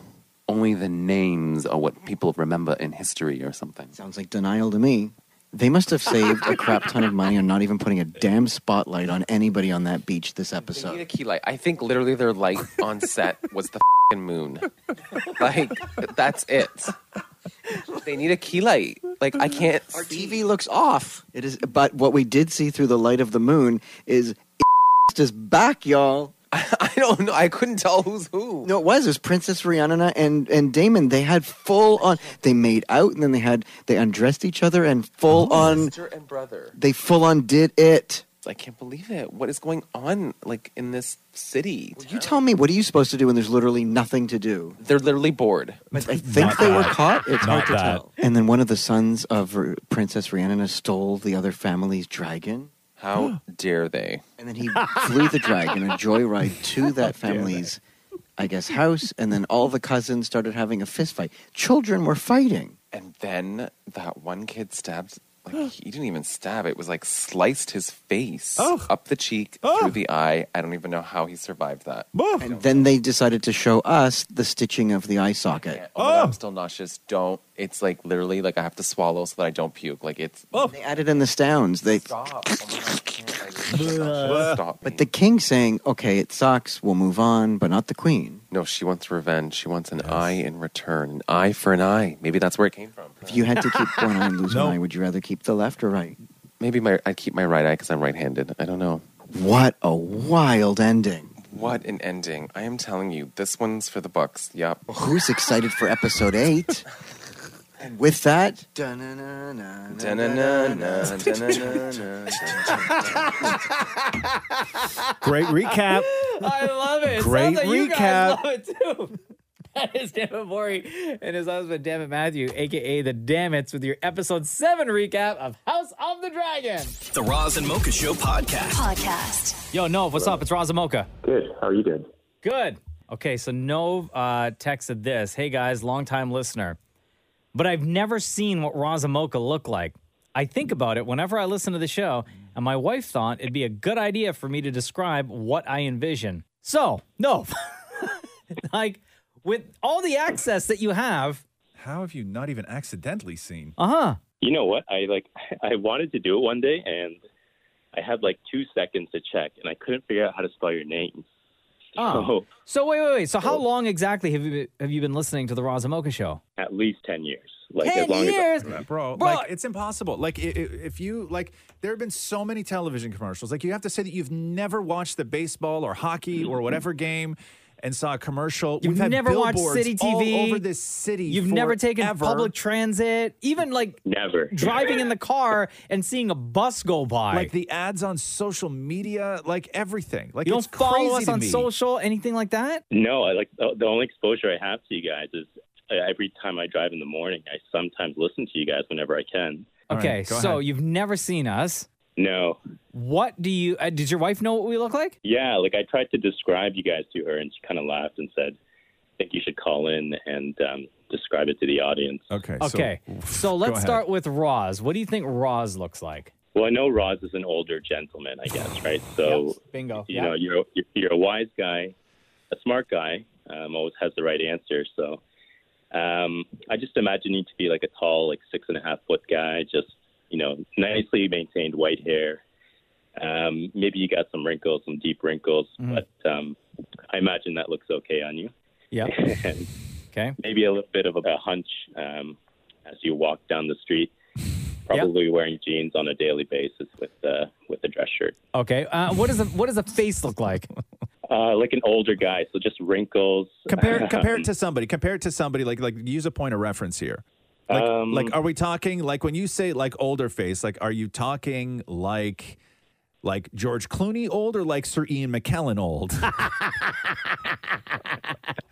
Speaker 16: Only the names are what people remember in history or something.
Speaker 5: Sounds like denial to me. They must have saved a crap ton of money on not even putting a damn spotlight on anybody on that beach this
Speaker 16: They need
Speaker 5: episode.
Speaker 16: a key light. I think literally their light on set was the fing moon. Like, that's it. They need a key light. Like, I can't.
Speaker 5: Our TV looks off. It is, but what we did see through the light of the moon is <laughs> is back, y'all.
Speaker 16: <laughs> I don't know. I couldn't tell who's who.
Speaker 5: No, it was. It was Princess Rihanna and and Damon. They had full on. They made out, and then they had they undressed each other and full on.
Speaker 16: Sister and brother.
Speaker 5: They full on did it.
Speaker 16: I can't believe it. What is going on, like, in this city?
Speaker 5: You tell me, what are you supposed to do when there's literally nothing to do?
Speaker 16: They're literally bored.
Speaker 5: But I think they were caught. It's hard
Speaker 16: Not
Speaker 5: to
Speaker 16: that.
Speaker 5: tell. And then one of the sons of R- Princess Rihanna stole the other family's dragon,
Speaker 16: How dare they?
Speaker 5: and then he flew the dragon a joyride
Speaker 3: <laughs>
Speaker 5: to that family's, I guess, house. And then all the cousins started having a fist fight. Children were fighting.
Speaker 16: And then that one kid stabbed like he didn't even stab. It was like sliced his face
Speaker 5: Oh.
Speaker 16: up the cheek through the eye. I don't even know how he survived that.
Speaker 5: And then they decided to show us the stitching of the eye socket.
Speaker 16: Oh, my God, I'm still nauseous. Don't. It's like literally like I have to swallow so that I don't puke. Like it's
Speaker 5: They added in the sounds. They
Speaker 16: stop. Oh my God, I can't. I
Speaker 5: Blah.
Speaker 16: just- stop.
Speaker 5: But the king saying, "Okay, it sucks. We'll move on," but not the queen.
Speaker 16: No, she wants revenge. She wants an eye in return. An eye for an eye. Maybe that's where it came from.
Speaker 5: If you had to keep one eye and lose one eye, would you rather keep the left or right?
Speaker 16: Maybe my I keep my right eye because I'm right-handed. I don't know.
Speaker 5: What a wild <laughs> ending!
Speaker 16: What an ending! I am telling you, this one's for the books. Yep.
Speaker 5: Who's excited for
Speaker 16: <laughs>
Speaker 5: episode eight? And with that, <laughs>
Speaker 3: Great recap.
Speaker 4: <laughs> I love it.
Speaker 3: Great
Speaker 4: Sounds like You guys
Speaker 3: recap.
Speaker 4: love it too. That is Dan Mori and his husband, Dammit Matthew, aka the Dammits, with your episode seven recap of House of the Dragon.
Speaker 20: The Roz and Mocha Show podcast.
Speaker 6: Podcast.
Speaker 4: Yo, no, what's up? It's Razamoka.
Speaker 17: Good. How are you doing?
Speaker 4: Good. Okay, so Nov uh, texted this. Hey guys, longtime listener. But I've never seen what Razamoka looked like. I think about it whenever I listen to the show, and my wife thought it'd be a good idea for me to describe what I envision. So, Nov, <laughs> like with all the access that you have,
Speaker 3: how have you not even accidentally seen?
Speaker 4: Uh huh.
Speaker 17: You know what? I like <laughs> I wanted to do it one day and I had like two seconds to check and I couldn't figure out how to spell your name.
Speaker 4: Oh. So wait, wait, wait. So
Speaker 17: Oh.
Speaker 4: how long exactly have you been, have you been listening to the Razamoka show?
Speaker 17: <laughs> At least ten years. Like
Speaker 4: 10
Speaker 17: as long
Speaker 4: years?
Speaker 17: as I-
Speaker 3: Bro, like it's impossible. Like i- i- if you like, there have been so many television commercials. Like you have to say that you've never watched the baseball or hockey or whatever game and saw a commercial.
Speaker 4: You've
Speaker 3: We've had
Speaker 4: never watched
Speaker 3: billboards
Speaker 4: city TV
Speaker 3: all over this city.
Speaker 4: You've never taken
Speaker 3: forever.
Speaker 4: public transit, even like
Speaker 17: Never.
Speaker 3: <laughs>
Speaker 4: driving in the car and seeing a bus go by.
Speaker 3: Like the ads on social media, like everything. Like
Speaker 4: you
Speaker 3: it's
Speaker 4: don't follow
Speaker 3: crazy
Speaker 4: us
Speaker 3: to
Speaker 4: on
Speaker 3: me.
Speaker 4: social, anything like that.
Speaker 17: No, I like the, the only exposure I have to you guys is uh, every time I drive in the morning. I sometimes listen to you guys whenever I can.
Speaker 4: Okay, so you've never seen us.
Speaker 17: No.
Speaker 4: What do you? Uh, did your wife know what we look like?
Speaker 17: Yeah, like I tried to describe you guys to her, and she kind of laughed and said, "I think you should call in and um, describe it to the audience."
Speaker 3: Okay.
Speaker 4: Okay, so,
Speaker 3: <laughs>
Speaker 4: let's
Speaker 17: ahead.
Speaker 4: start with Roz. What do you think Roz looks like?
Speaker 17: Well, I know Roz is an older gentleman, I guess, right? So
Speaker 4: Bingo.
Speaker 17: you know, you're you're a wise guy, a smart guy, um, always has the right answer. So um, I just imagine you to be like a tall, like six and a half foot guy, just you know, nicely maintained white hair. Um, maybe you got some wrinkles, some deep wrinkles,
Speaker 4: Mhm.
Speaker 17: but um, I imagine that looks okay on you.
Speaker 4: Yeah.
Speaker 17: <laughs> And
Speaker 4: Okay.
Speaker 17: maybe a little bit of a hunch um, as you walk down the street. Probably wearing jeans on a daily basis with uh, with a dress shirt.
Speaker 4: Okay. Uh, what does the what does the face look like?
Speaker 17: Uh, like an older guy, so just wrinkles. <laughs>
Speaker 3: Compare compare
Speaker 17: Um,
Speaker 3: it to somebody. Compare it to somebody. Like like use a point of reference here. Like
Speaker 17: Um,
Speaker 3: like are we talking like when you say like older face? Like are you talking like like George Clooney old or like Sir Ian
Speaker 17: <laughs>
Speaker 3: McKellen old?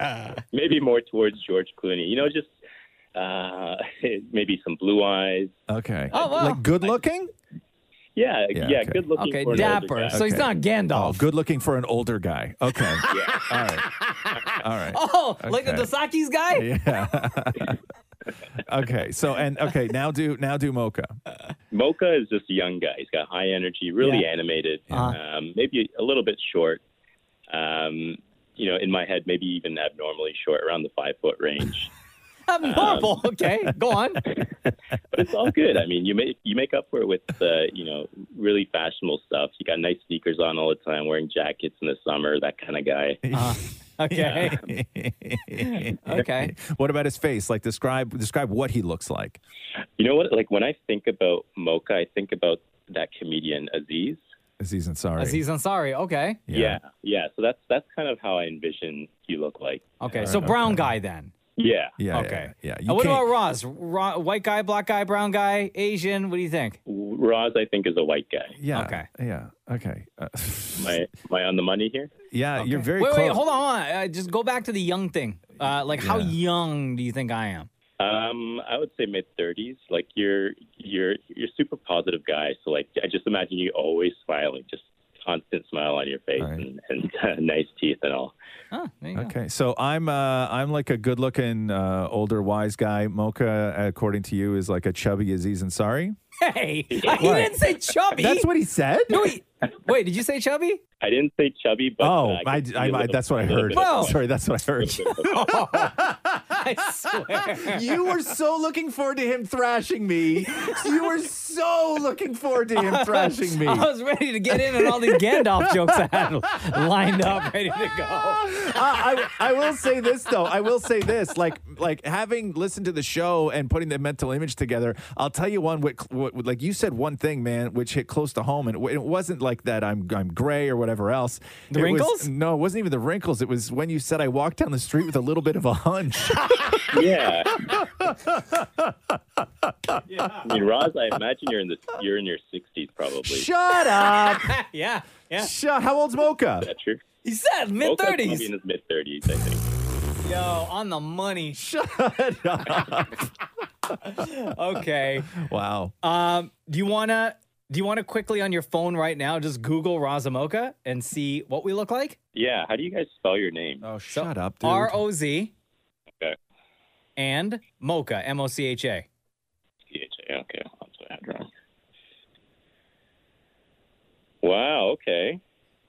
Speaker 17: Oh, maybe more towards George Clooney. You know, just uh, <laughs> maybe some blue eyes.
Speaker 3: okay.
Speaker 17: Oh, wow.
Speaker 3: Like good looking?
Speaker 17: Yeah, yeah,
Speaker 3: okay.
Speaker 17: good looking. for an older guy.
Speaker 3: Okay. Oh, good looking for an older guy. Okay.
Speaker 17: <laughs> yeah.
Speaker 3: All right. All right.
Speaker 4: <laughs> Oh, like the
Speaker 3: Okay.
Speaker 4: Dasaki's guy?
Speaker 3: Yeah. <laughs> okay. So and okay, now do now do mocha.
Speaker 17: Mocha is just a young guy. He's got high energy, really
Speaker 3: Yeah.
Speaker 17: animated,
Speaker 3: Uh-huh.
Speaker 17: um, maybe a little bit short. Um, you know, in my head, maybe even abnormally short, around the five foot range.
Speaker 3: Um,
Speaker 4: <laughs> Abnormal. okay, go on.
Speaker 17: But <laughs> it's all good. I mean, you make you make up for it with uh, you know really fashionable stuff. You got nice sneakers on all the time, wearing jackets in the summer, that kind of
Speaker 4: <laughs>
Speaker 17: guy.
Speaker 4: Uh-huh. Okay.
Speaker 3: <laughs>
Speaker 4: okay.
Speaker 3: What about his face? Like describe describe what he looks like.
Speaker 17: You know what? Like when I think about Mocha, I think about that comedian Aziz.
Speaker 3: Aziz Ansari.
Speaker 4: Aziz Ansari. Okay.
Speaker 17: Yeah, yeah. So that's that's kind of how I envision you look like.
Speaker 4: Okay, so brown guy then.
Speaker 17: Yeah.
Speaker 3: Yeah.
Speaker 4: Okay.
Speaker 3: Yeah.
Speaker 4: Uh, what about Roz? Ro- white guy, black guy, brown guy, Asian. What do you think?
Speaker 17: Roz, I think, is a white guy.
Speaker 3: Yeah. Okay. Yeah. Okay. Uh,
Speaker 17: Am I, am I on the money here?
Speaker 3: yeah, you're very
Speaker 4: wait,
Speaker 3: close.
Speaker 4: wait, hold on, hold on. Uh, just go back to the young thing. Uh, like, how young do you think I am?
Speaker 17: Um, I would say mid thirties. Like you're you're you're a super positive guy. So like I just imagine you always smiling, just constant smile on your face and, and <laughs> uh, nice teeth and all.
Speaker 3: Okay, so I'm uh, I'm like a good-looking uh, older wise guy. Mocha, according to you, is like a chubby Aziz Ansari.
Speaker 4: <laughs> Hey, he
Speaker 3: What?
Speaker 4: didn't say chubby.
Speaker 3: That's what he said.
Speaker 4: No, he, wait, did you say chubby?
Speaker 17: I didn't say chubby, but
Speaker 3: Oh,
Speaker 17: uh,
Speaker 3: I,
Speaker 17: could see a
Speaker 3: I, I,
Speaker 17: little-
Speaker 3: that's what I
Speaker 17: a little
Speaker 3: heard.
Speaker 17: bit of
Speaker 4: Whoa.
Speaker 3: Sorry, that's what I heard.
Speaker 17: <laughs>
Speaker 4: I
Speaker 3: <laughs>
Speaker 4: swear. <laughs>
Speaker 3: You were so looking forward to him thrashing me. You were so looking forward to him
Speaker 4: <laughs>
Speaker 3: thrashing me.
Speaker 4: I was ready to get in on all
Speaker 3: <laughs>
Speaker 4: these Gandalf jokes I had lined up, ready to go.
Speaker 3: I, I, I will say this though. I will say this. Like like having listened to the show and putting the mental image together, I'll tell you one. What, what like you said one thing, man, which hit close to home, and it, wa- it wasn't like that. I'm I'm gray or whatever else.
Speaker 4: The
Speaker 3: It was-
Speaker 4: wrinkles?
Speaker 3: no, it wasn't even the wrinkles. It was when you said I walked down the street with a little bit of a hunch. <laughs>
Speaker 17: yeah. I mean, Roz, I imagine you're in the you're in your 60s probably.
Speaker 3: Shut up.
Speaker 4: <laughs> yeah. Yeah.
Speaker 3: Shut. How old's Mocha?
Speaker 17: Is that true?
Speaker 4: He said mid
Speaker 17: Mocha's probably
Speaker 4: thirties.
Speaker 17: in his mid 30s, I think.
Speaker 4: Yo, on the money. <laughs>
Speaker 3: Shut up.
Speaker 4: okay.
Speaker 3: Wow.
Speaker 4: Um, do you wanna do you wanna quickly on your phone right now just Google Razamoka and see what we look like?
Speaker 17: Yeah. How do you guys spell your name?
Speaker 3: Oh, shut up,
Speaker 4: R O Z
Speaker 17: Okay.
Speaker 4: and Mocha M O C H A.
Speaker 17: CHA. Okay. That's what I had wrong. Wow. Okay.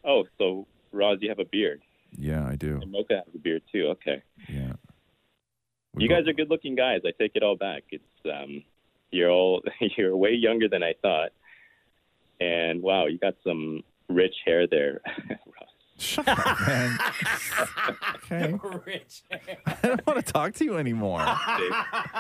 Speaker 17: Oh, so Roz, you have a beard.
Speaker 3: Yeah, I do.
Speaker 17: And Mocha has a beard too. Okay.
Speaker 3: Yeah.
Speaker 17: you guys are good-looking guys. I take it all back. It's um, you're all <laughs> you're way younger than I thought. And wow, you got some rich hair there. <laughs>
Speaker 4: <laughs>
Speaker 3: Okay.
Speaker 4: Rich.
Speaker 3: I don't want to talk to you anymore.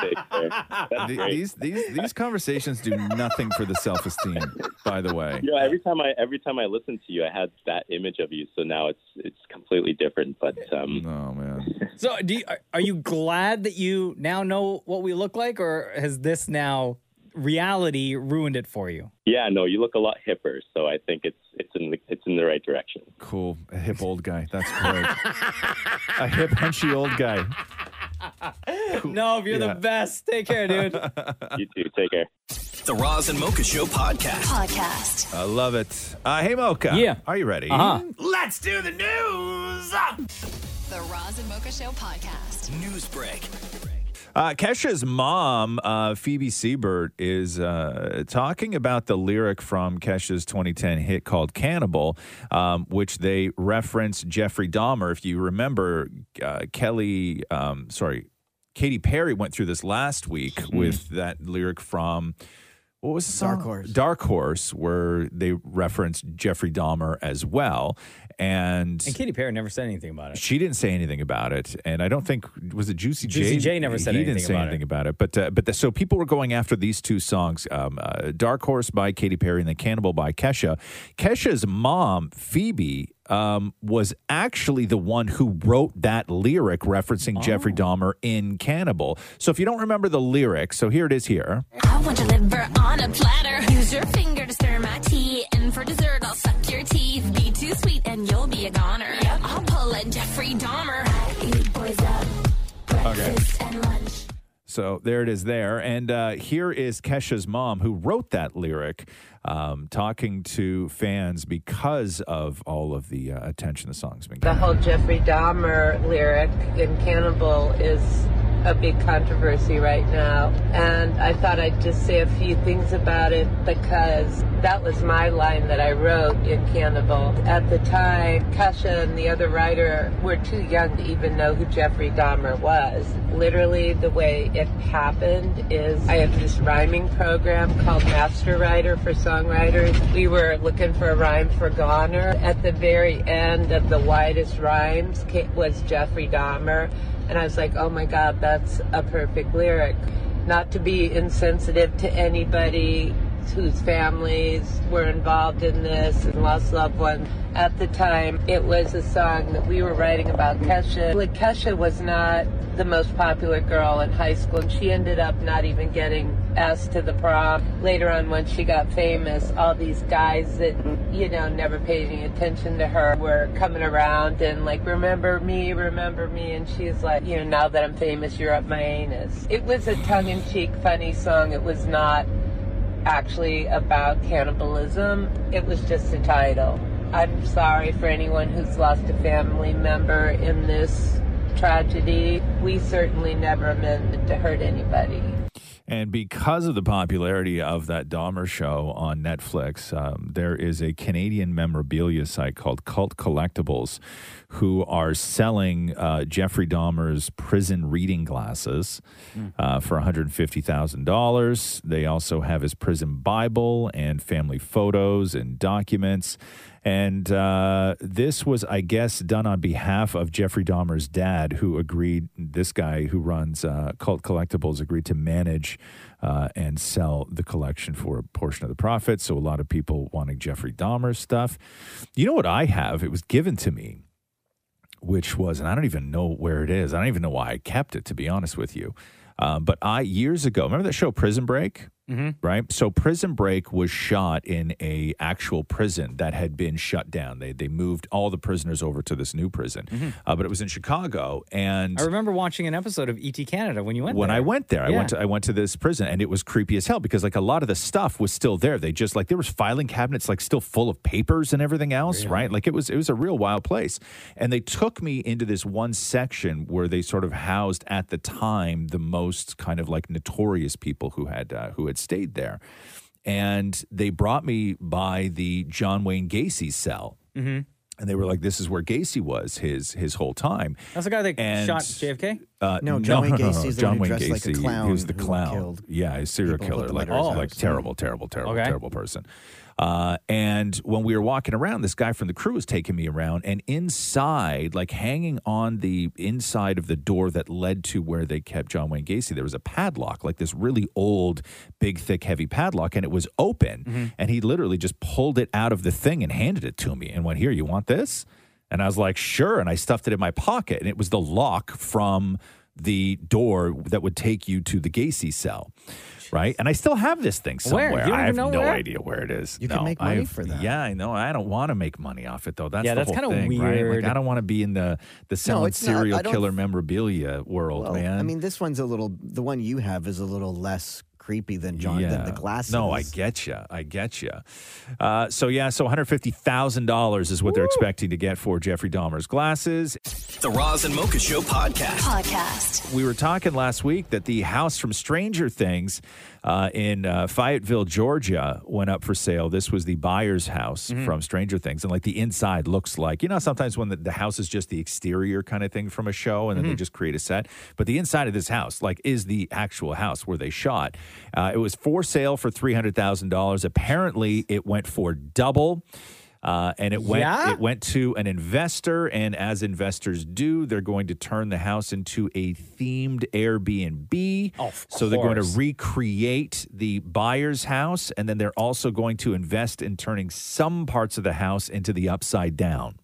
Speaker 3: The- these these these conversations do nothing for the self esteem. By the way,
Speaker 17: you know, every time I every time I listen to you, I had that image of you. So now it's it's completely different. But um,
Speaker 3: oh man,
Speaker 4: So do you, are, are you glad that you now know what we look like or has this now reality ruined it for you?
Speaker 17: yeah, no, you look a lot hipper. So I think it's it's in the it's in the right direction.
Speaker 3: cool, a hip old guy. That's great. a hip hunchy old guy.
Speaker 4: No, you're
Speaker 3: Yeah.
Speaker 4: the best. Take care, dude.
Speaker 17: you too. Take care.
Speaker 20: The Roz and Mocha Show podcast.
Speaker 7: Podcast.
Speaker 3: I love it. Uh, hey Mocha.
Speaker 20: Yeah.
Speaker 3: Are you ready?
Speaker 7: Uh-huh.
Speaker 20: Let's do the news.
Speaker 7: The Roz and Mocha Show podcast.
Speaker 20: News break.
Speaker 3: Uh, Kesha's mom, uh, Phoebe Siebert, is uh, talking about the lyric from Kesha's 2010 hit called Cannibal, um, which they reference Jeffrey Dahmer. If you remember, uh, Kelly, um, sorry, Katy Perry went through this last week with that lyric from. What was the song? Hmm. Dark Horse. Dark Horse, where they referenced Jeffrey Dahmer as well. And
Speaker 4: And Katy Perry never said anything about it.
Speaker 3: she didn't say anything about it, and I don't think was it Juicy J.
Speaker 4: Juicy J never said
Speaker 3: he
Speaker 4: anything
Speaker 3: didn't say
Speaker 4: about
Speaker 3: anything about it. But uh, but the, so people were going after these two songs, um, uh, "Dark Horse" by Katy Perry and "The Cannibal" by Kesha. Kesha's mom, Phoebe, um, was actually the one who wrote that lyric referencing Jeffrey
Speaker 4: Oh.
Speaker 3: Dahmer in "Cannibal." So if you don't remember the lyric, so here it is. Here,
Speaker 7: I want your liver on a platter. Use your finger to stir my tea. And for dessert, I'll suck your teeth. Be too sweet and you'll be a goner. I'll pull a Jeffrey Dahmer. eat boys up.
Speaker 3: okay.
Speaker 7: and lunch.
Speaker 3: So there it is there. And uh, here is Kesha's mom who wrote that lyric um, talking to fans because of all of the uh, attention the song's been
Speaker 14: The
Speaker 3: getting.
Speaker 14: whole Jeffrey Dahmer lyric in Cannibal is a big controversy right now. And I thought I'd just say a few things about it because that was my line that I wrote in Cannibal. At the time, Kesha and the other writer were too young to even know who Jeffrey Dahmer was. Literally, the way it happened is I have this rhyming program called Master Writer for Songwriters. We were looking for a rhyme for Goner. At the very end of the widest rhymes ca- was Jeffrey Dahmer. And I was like, oh my God, that's a perfect lyric. Not to be insensitive to anybody whose families were involved in this and lost loved ones. At the time, it was a song that we were writing about Kesha. Like, Kesha was not the most popular girl in high school, and she ended up not even getting asked to the prom. Later on, when she got famous, all these guys that, you know, never paid any attention to her were coming around and, like, remember me, remember me. And she's like, you know, now that I'm famous, you're up my anus. It was a tongue in cheek, funny song. It was not actually about cannibalism. It was just a title. I'm sorry for anyone who's lost a family member in this tragedy. We certainly never meant to hurt anybody.
Speaker 3: And because of the popularity of that Dahmer show on Netflix, um, there is a Canadian memorabilia site called Cult Collectibles who are selling uh, Jeffrey Dahmer's prison reading glasses uh, for $150,000. They also have his prison Bible and family photos and documents. And uh, this was, I guess, done on behalf of Jeffrey Dahmer's dad, who agreed, this guy who runs uh, Cult Collectibles agreed to manage uh, and sell the collection for a portion of the profits. So a lot of people wanting Jeffrey Dahmer's stuff. You know what I have? It was given to me, which was, and I don't even know where it is. I don't even know why I kept it, to be honest with you. Um, but I, years ago, remember that show Prison Break?
Speaker 4: Mm-hmm.
Speaker 3: right? So Prison Break was shot in a actual prison that had been shut down. They they moved all the prisoners over to this new prison,
Speaker 4: Mhm.
Speaker 3: uh, but it was in Chicago. And
Speaker 4: I remember watching an episode of ET Canada when you went.
Speaker 3: when
Speaker 4: there.
Speaker 3: I went there, I
Speaker 4: Yeah.
Speaker 3: went to I went to this prison, and it was creepy as hell because like a lot of the stuff was still there. They just like there was filing cabinets like still full of papers and everything else, right? Like it was it was a real wild place. And they took me into this one section where they sort of housed at the time the most kind of like notorious people who had uh, who had stayed there, and they brought me by the John Wayne Gacy cell.
Speaker 4: Mm-hmm.
Speaker 3: And they were like, "This is where Gacy was his his whole time."
Speaker 4: That's the guy that
Speaker 3: And-
Speaker 4: shot JFK.
Speaker 3: uh,
Speaker 4: No,
Speaker 3: <laughs>
Speaker 4: John Wayne Gacy's the
Speaker 3: John
Speaker 4: one who
Speaker 3: Wayne
Speaker 4: dressed like a
Speaker 3: Gacy,
Speaker 4: clown
Speaker 3: He was the
Speaker 4: who
Speaker 3: clown.
Speaker 4: killed
Speaker 3: yeah, a serial killer,
Speaker 4: the
Speaker 3: like
Speaker 4: letters out.
Speaker 3: like terrible, terrible, terrible,
Speaker 4: Okay.
Speaker 3: terrible person. Uh, and when we were walking around, this guy from the crew was taking me around, and inside, like hanging on the inside of the door that led to where they kept John Wayne Gacy, there was a padlock, like this really old, big, thick, heavy padlock, and it was open. Mm-hmm. And he literally just pulled it out of the thing and handed it to me and went, Here, you want this? And I was like, Sure. And I stuffed it in my pocket. And it was the lock from the door that would take you to the Gacy cell. Right. And I still have this thing
Speaker 11: Where?
Speaker 3: somewhere.
Speaker 11: You don't even
Speaker 3: I have
Speaker 11: know
Speaker 3: no
Speaker 11: where?
Speaker 3: idea where it is.
Speaker 11: You can
Speaker 3: No,
Speaker 11: make money
Speaker 3: I've-
Speaker 11: for that.
Speaker 3: Yeah, I know. I don't want to make money off it though. That's
Speaker 4: Yeah,
Speaker 3: the
Speaker 4: that's
Speaker 3: whole
Speaker 4: kinda
Speaker 3: thing, right?
Speaker 4: weird.
Speaker 3: Like I don't want to be in the the selling
Speaker 5: it's not.
Speaker 3: serial
Speaker 5: I don't-
Speaker 3: killer memorabilia world,
Speaker 5: Well,
Speaker 3: man.
Speaker 5: I mean, this one's a little. The one you have is a little less creepy than John than the glasses.
Speaker 3: No, I get you. I get you. Uh, so yeah, so one hundred fifty thousand dollars is what they're expecting to get for Jeffrey Dahmer's glasses.
Speaker 20: The Roz and Mocha Show podcast.
Speaker 7: Podcast.
Speaker 3: We were talking last week that the house from Stranger Things uh, in uh, Fayetteville, Georgia, went up for sale. This was the buyer's house
Speaker 11: Mhm.
Speaker 3: from Stranger Things, and like the inside looks like you know sometimes when the, the house is just the exterior kind of thing from a show, and then they
Speaker 11: Mhm.
Speaker 3: just create a set. But the inside of this house, like, is the actual house where they shot. Uh, it was for sale for three hundred thousand dollars. Apparently, it went for double. Uh, and it went
Speaker 11: Yeah?
Speaker 3: it went to an investor, and as investors do, they're going to turn the house into a themed Airbnb.
Speaker 4: Of
Speaker 3: so they're going to
Speaker 4: course.
Speaker 3: recreate the buyer's house, and then they're also going to invest in turning some parts of the house into the upside down.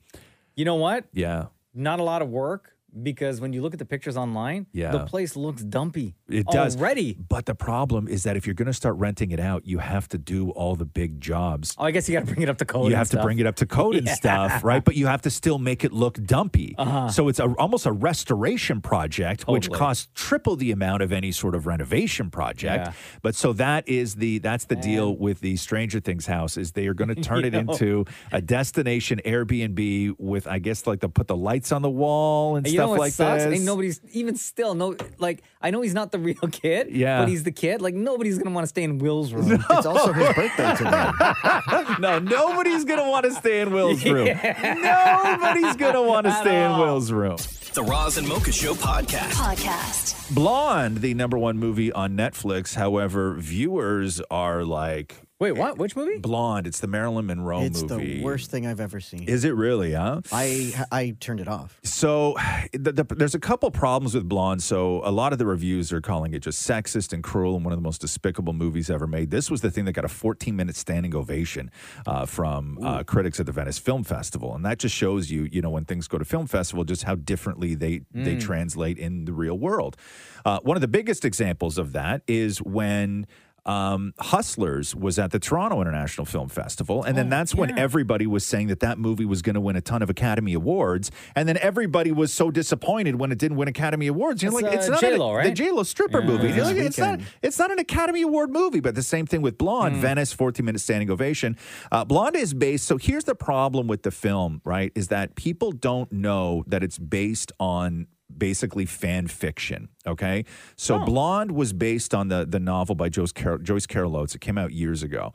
Speaker 4: You know what?
Speaker 3: Yeah,
Speaker 4: Not a lot of work because when you look at the pictures online,
Speaker 3: Yeah.
Speaker 4: the place looks dumpy.
Speaker 3: it does.
Speaker 4: already.
Speaker 3: But the problem is that if you're going to start renting it out, you have to do all the big jobs.
Speaker 4: Oh, I guess you got to bring it up to code.
Speaker 3: you
Speaker 4: and
Speaker 3: have
Speaker 4: stuff.
Speaker 3: to bring it up to code and
Speaker 4: <laughs> Yeah.
Speaker 3: stuff, right? But you have to still make it look dumpy.
Speaker 4: Uh-huh.
Speaker 3: So it's a, almost a restoration project, which
Speaker 11: Totally.
Speaker 3: costs triple the amount of any sort of renovation project.
Speaker 11: Yeah.
Speaker 3: But so that is the that's the deal with the Stranger Things house is they are
Speaker 4: <laughs>
Speaker 3: going to turn it
Speaker 11: Yo.
Speaker 3: into a destination Airbnb with I guess like they'll put the lights on the wall and
Speaker 4: And you
Speaker 3: stuff
Speaker 4: know what
Speaker 3: like
Speaker 4: sucks?
Speaker 3: this.
Speaker 4: And nobody's even still no like I know he's not the <laughs> real kid.
Speaker 3: Yeah.
Speaker 4: But he's the kid. Like nobody's gonna want to stay
Speaker 3: <laughs>
Speaker 4: in Will's room.
Speaker 3: It's also his
Speaker 4: birthday today.
Speaker 3: <laughs> no, nobody's gonna want to stay in
Speaker 4: <laughs>
Speaker 3: Will's room.
Speaker 4: Yeah.
Speaker 3: Nobody's
Speaker 4: <laughs>
Speaker 3: gonna want to
Speaker 20: At
Speaker 3: stay in
Speaker 20: all.
Speaker 3: Will's room.
Speaker 20: The Roz and Mocha Show podcast.
Speaker 7: Podcast.
Speaker 3: Blonde, the number one movie on Netflix. However, viewers are like,
Speaker 4: wait, what? Which movie?
Speaker 3: Blonde. It's the Marilyn Monroe
Speaker 5: It's
Speaker 3: oh, movie.
Speaker 5: the worst thing I've ever seen.
Speaker 3: Is it really? Huh?
Speaker 5: I I turned it off.
Speaker 3: So the, the, there's a couple problems with Blonde. So a lot of the reviews are calling it just sexist and cruel and one of the most despicable movies ever made. This was the thing that got a 14 minute standing ovation uh, from uh, critics at the Venice Film Festival, and that just shows you, you know, when things go to film festival, just how differently they they
Speaker 11: Mm.
Speaker 3: translate in the real world. Uh, one of the biggest examples of that is when. Um, Hustlers was at the Toronto International Film Festival, and
Speaker 4: Oh,
Speaker 3: then that's when everybody was saying that that movie was going to win a ton of Academy Awards, and then everybody was so disappointed when it didn't win Academy Awards. You're
Speaker 4: That's,
Speaker 3: like,
Speaker 4: uh,
Speaker 3: it's not
Speaker 4: J-Lo,
Speaker 3: an,
Speaker 4: right?
Speaker 3: the J Lo stripper
Speaker 4: Yeah,
Speaker 3: movie. You're
Speaker 4: this
Speaker 3: like, it's not
Speaker 4: weekend.
Speaker 3: it's not an Academy Award movie, but the same thing with
Speaker 11: Hmm.
Speaker 3: Blonde, Venice, 14 minute standing ovation. Uh, Blonde is based, so here's the problem with the film, right? Is that people don't know that it's based on basically fan fiction, okay? So
Speaker 11: Oh.
Speaker 3: Blonde was based on the, the novel by Joyce, Car- Joyce Carol Oates. It came out years ago.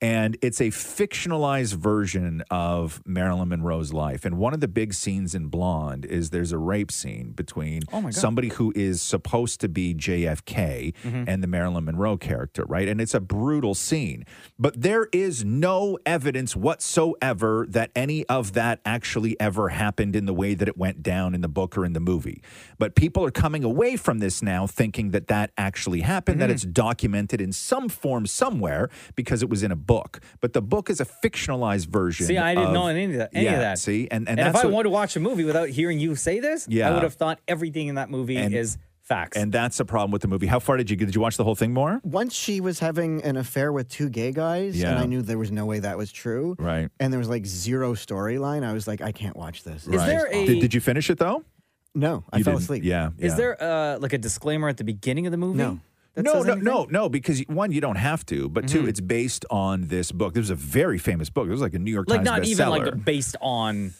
Speaker 3: And it's a fictionalized version of Marilyn Monroe's life. And one of the big scenes in Blonde is there's a rape scene between
Speaker 11: Oh my God.
Speaker 3: somebody somebody who is supposed to be JFK
Speaker 4: Mm-hmm.
Speaker 11: Mhm.
Speaker 3: and the Marilyn Monroe character, right? And it's a brutal scene. But there is no evidence whatsoever that any of that actually ever happened in the way that it went down in the book or in the movie. But people are coming away from this now thinking that that actually happened,
Speaker 4: Mm-hmm.
Speaker 3: that it's documented in some form somewhere because it was in a book. But the book is a fictionalized version.
Speaker 4: See, I didn't
Speaker 3: of-
Speaker 4: know any of that. Any
Speaker 3: Yeah,
Speaker 4: of that.
Speaker 3: See, and and,
Speaker 4: and if
Speaker 3: that's
Speaker 4: I
Speaker 3: what-
Speaker 4: wanted to watch a movie without hearing you say this,
Speaker 3: Yeah.
Speaker 4: I would have thought everything in that movie is facts.
Speaker 3: and that's the problem with the movie. How far did you get? Did you watch the whole thing more?
Speaker 5: Once she was having an affair with two gay guys, and
Speaker 3: Yeah.
Speaker 5: I knew there was no way that was true.
Speaker 3: Right.
Speaker 5: And there was like zero storyline. I was like, I can't watch this.
Speaker 3: Right. Did, did you finish it though?
Speaker 5: No, I
Speaker 3: You
Speaker 5: fell
Speaker 3: didn't.
Speaker 5: asleep.
Speaker 3: Yeah.
Speaker 4: Is
Speaker 3: yeah.
Speaker 4: there uh, like a disclaimer at the beginning of the movie?
Speaker 3: No.
Speaker 4: That
Speaker 3: no,
Speaker 4: says
Speaker 3: no,
Speaker 4: anything? Mm-hmm.
Speaker 3: no, no, because one, you don't have to, but two, it's based on this book. There's a very famous book. It was like a New York
Speaker 4: Like
Speaker 3: Times
Speaker 4: not
Speaker 3: bestseller.
Speaker 4: even like based on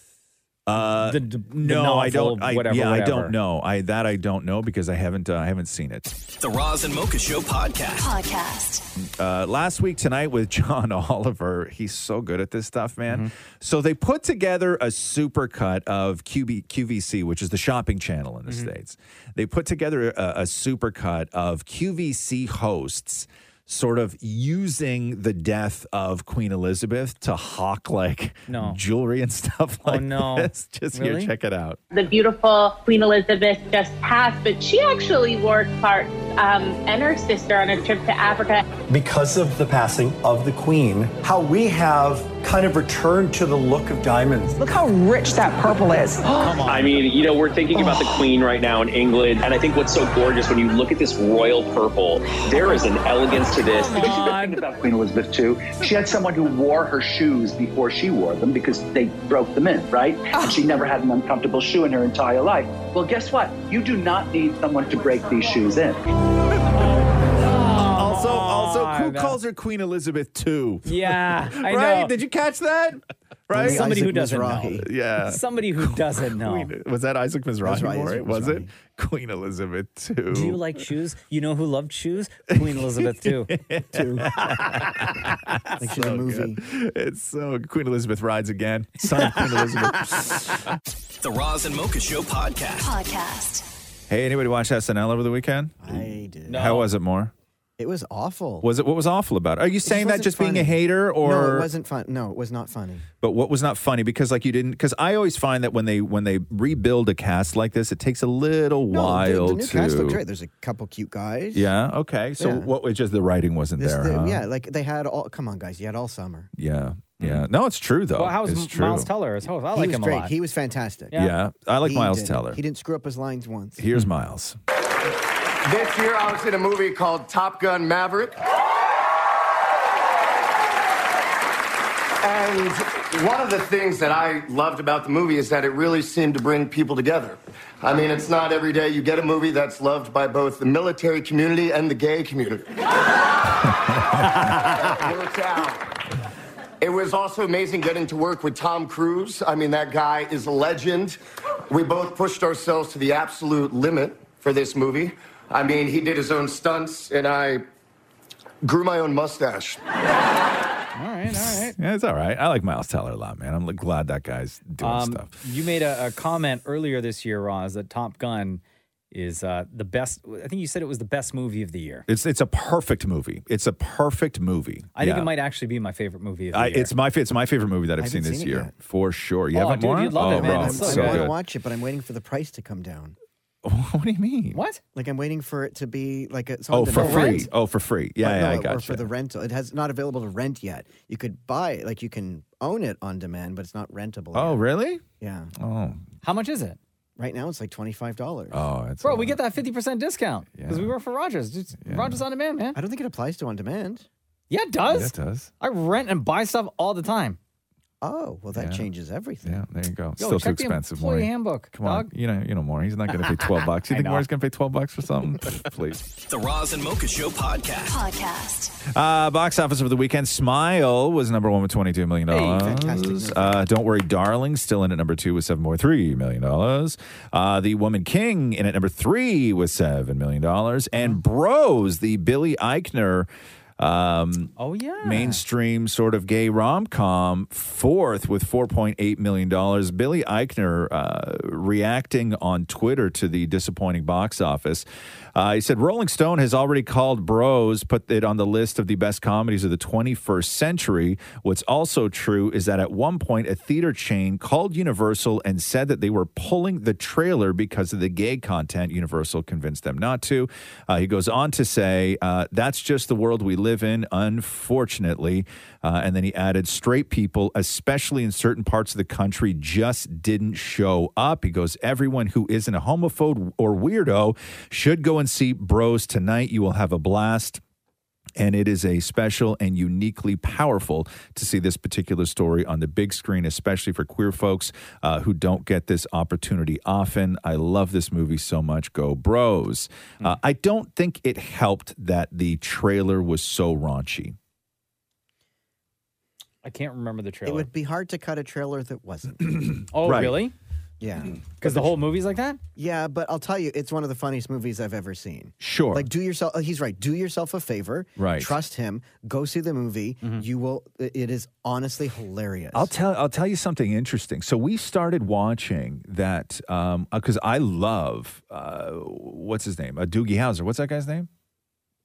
Speaker 3: uh,
Speaker 4: the, the
Speaker 3: no, I
Speaker 4: novel,
Speaker 3: don't. I,
Speaker 4: whatever,
Speaker 3: yeah, I
Speaker 4: whatever.
Speaker 3: don't know. I that I don't know because I haven't. Uh, I haven't seen it.
Speaker 20: The Roz and Mocha Show podcast. Podcast.
Speaker 3: uh, last week tonight with <laughs> John Oliver. He's so good at this stuff, man.
Speaker 4: Mm-hmm.
Speaker 3: So they put together a supercut of QB, QVC, which is the shopping channel in the
Speaker 4: Mm-hmm.
Speaker 3: States. They put together a, a supercut of QVC hosts sort of using the death of Queen Elizabeth to hawk like jewelry and <laughs> stuff like
Speaker 4: Oh, no.
Speaker 3: this. Just
Speaker 4: Really?
Speaker 3: here, check it out.
Speaker 10: The beautiful Queen Elizabeth just passed, but she actually wore Clark um, and her sister on a trip to Africa.
Speaker 23: because of the passing of the Queen, how we have kind of returned to the look of diamonds.
Speaker 24: Look how rich that purple
Speaker 4: <gasps>
Speaker 24: is.
Speaker 23: on.
Speaker 17: I mean, you know, we're thinking about the Queen right now in England, and I think what's so gorgeous when you look at this royal purple, there is an elegance to this.
Speaker 25: <laughs> Queen Elizabeth II. She had someone who wore her shoes before she wore them because they broke them in, right?
Speaker 24: Oh.
Speaker 25: And she never had an uncomfortable shoe in her entire life. Well, guess what? You do not need someone to break these shoes in.
Speaker 3: Also, also, who calls her Queen Elizabeth too? <laughs>
Speaker 4: Yeah, I
Speaker 3: right?
Speaker 4: know.
Speaker 3: Did you catch that? Right?
Speaker 4: Only Somebody who Isaac doesn't Mizrahi. know.
Speaker 3: Yeah.
Speaker 4: Somebody who doesn't know.
Speaker 3: Queen- was that Isaac Mizrahi?
Speaker 4: That's right,
Speaker 3: Maury?
Speaker 4: Isaac
Speaker 3: was it? Queen Elizabeth too.
Speaker 4: Do you like shoes? You know who loved shoes? Queen Elizabeth
Speaker 3: <laughs>
Speaker 4: too.
Speaker 5: <laughs>
Speaker 3: like she's a movie. It's so Queen Elizabeth rides again. Son of
Speaker 5: <laughs>
Speaker 3: Queen Elizabeth.
Speaker 20: The Roz and Mocha Show podcast.
Speaker 5: Podcast.
Speaker 3: hey, anybody watch SNL over the weekend? I
Speaker 5: did.
Speaker 3: How was it, more?
Speaker 5: It was awful.
Speaker 3: Was it what was awful about it? Are you
Speaker 5: It
Speaker 3: saying that
Speaker 5: wasn't
Speaker 3: just being a
Speaker 5: funny.
Speaker 3: hater or
Speaker 5: No, it wasn't fun. No, it was not funny.
Speaker 3: But what was not funny because like you didn't because I always find that when they when they rebuild a cast like this, it takes a little while
Speaker 5: no, the, the new
Speaker 3: to.
Speaker 5: cast looked great. There's a couple cute guys.
Speaker 3: yeah. Okay. So
Speaker 5: Yeah.
Speaker 3: what? It's just the writing wasn't
Speaker 5: This-
Speaker 3: there.
Speaker 5: the-
Speaker 3: huh?
Speaker 5: Yeah, like they had all. Come on, guys, you had all summer.
Speaker 3: Yeah. Yeah. No, it's true though.
Speaker 5: Well, how's
Speaker 3: it's
Speaker 5: M-
Speaker 3: true.
Speaker 5: Miles Teller?
Speaker 4: Colors. Oh, I
Speaker 5: he
Speaker 4: like
Speaker 5: was
Speaker 4: him
Speaker 5: great.
Speaker 4: a lot.
Speaker 5: He was fantastic.
Speaker 3: Yeah. Yeah, I like
Speaker 5: He
Speaker 3: Miles
Speaker 5: didn't-
Speaker 3: Teller.
Speaker 5: He didn't screw up his lines once.
Speaker 3: Here's Miles.
Speaker 21: This year I was in a movie called Top Gun Maverick. And one of the things that I loved about the movie is that it really seemed to bring people together. I mean, it's not every day you get a movie that's loved by both the military community and the gay community. It worked out. It was also amazing getting to work with Tom Cruise. I mean, that guy is a legend. We both pushed ourselves to the absolute limit for this movie. I mean, he did his own stunts, and I grew my own mustache.
Speaker 4: All right, all right.
Speaker 3: Yeah, it's all right. I like Miles Teller a lot, man. I'm glad that guy's doing
Speaker 5: Um,
Speaker 3: stuff.
Speaker 4: Um, You made a, a comment earlier this year, Roz, that Top Gun is uh, the best. I think you said it was the best movie of the year.
Speaker 3: It's it's a perfect movie. It's a perfect movie.
Speaker 4: I think
Speaker 3: Yeah.
Speaker 4: it might actually be my favorite movie of the
Speaker 3: I,
Speaker 4: year.
Speaker 3: it's my fa- it's my favorite movie that
Speaker 4: I
Speaker 3: I've seen
Speaker 4: haven't
Speaker 3: this
Speaker 4: seen it
Speaker 3: year
Speaker 4: yet.
Speaker 3: for sure. You
Speaker 4: Oh,
Speaker 3: haven't
Speaker 4: dude,
Speaker 3: more?
Speaker 4: you'd love
Speaker 3: oh,
Speaker 4: it, man.
Speaker 3: Bro,
Speaker 5: I,
Speaker 3: it's so,
Speaker 5: want to
Speaker 3: good.
Speaker 5: watch it, but I'm waiting for the price to come down.
Speaker 3: <laughs> what do you mean?
Speaker 4: What?
Speaker 5: Like I'm waiting for it to be like it's on
Speaker 3: Oh, for
Speaker 5: demand.
Speaker 3: free. Oh, for free. Yeah,
Speaker 5: But
Speaker 3: yeah, I
Speaker 5: no, Or
Speaker 3: got
Speaker 5: for the rental, it has not available to rent yet. You could buy it, like you can own it on demand, but it's not rentable.
Speaker 3: Oh, really?
Speaker 5: Yeah.
Speaker 3: Oh,
Speaker 4: How much is it?
Speaker 5: Right now, it's like twenty five dollars.
Speaker 3: Oh, that's
Speaker 4: Bro, we get that 50% discount because we work for Rogers. Just- Rogers on demand, man.
Speaker 5: I don't think it applies to on demand.
Speaker 4: Yeah, it does.
Speaker 5: Yeah, it does.
Speaker 4: I rent and buy stuff all the time.
Speaker 5: Oh, well, that changes everything.
Speaker 3: Yeah, there you go.
Speaker 4: Yo,
Speaker 3: Still too
Speaker 4: check the
Speaker 3: expensive.
Speaker 4: employee
Speaker 3: Maury.
Speaker 4: handbook,
Speaker 3: Come on,
Speaker 4: dog.
Speaker 3: you know, you know, Maury. He's not going to
Speaker 4: <laughs>
Speaker 3: pay twelve bucks. You
Speaker 20: I
Speaker 3: think
Speaker 20: know.
Speaker 3: Maury's going to pay twelve bucks for something? Pff, Please.
Speaker 20: The Roz and Mocha Show podcast. Podcast.
Speaker 3: Uh, box office of the weekend. Smile was number one with twenty-two million dollars. uh, Don't worry, darling. Still in at number two with seven point three million dollars. Uh, the Woman King in at number three with seven million dollars. And Bros, the Billy Eichner. Um,
Speaker 4: oh yeah,
Speaker 3: mainstream sort of gay rom com. Fourth with four point eight million dollars. Billy Eichner uh, reacting on Twitter to the disappointing box office. Uh, he said Rolling Stone has already called Bros, put it on the list of the best comedies of the 21st century. What's also true is that at one point a theater chain called Universal and said that they were pulling the trailer because of the gay content. Universal convinced them not to. Uh, he goes on to say, uh, that's just the world we live in, unfortunately. Uh, and then he added, straight people, especially in certain parts of the country, just didn't show up. He goes, everyone who isn't a homophobe or weirdo should go and see Bros tonight. You will have a blast. And it is a special and uniquely powerful to see this particular story on the big screen, especially for queer folks uh, who don't get this opportunity often. I love this movie so much. Go, bros. Uh, I don't think it helped that the trailer was so raunchy.
Speaker 4: I can't remember the
Speaker 5: It
Speaker 4: trailer.
Speaker 5: would be hard to cut a trailer that wasn't.
Speaker 4: <clears throat> oh,
Speaker 5: Right.
Speaker 4: really? Mm-hmm.
Speaker 5: Yeah.
Speaker 4: Because the whole movie's like that?
Speaker 5: Yeah, but I'll tell you, it's one of the funniest movies I've ever seen.
Speaker 3: Sure.
Speaker 5: Like, do yourself, oh, he's right. Do yourself a favor.
Speaker 3: Right.
Speaker 5: Trust him. Go see the movie.
Speaker 4: Mm-hmm.
Speaker 5: You will, it is honestly hilarious.
Speaker 3: I'll tell I'll tell you something interesting. So we started watching that because I love uh, what's his name, uh, Doogie Howser. What's that guy's name?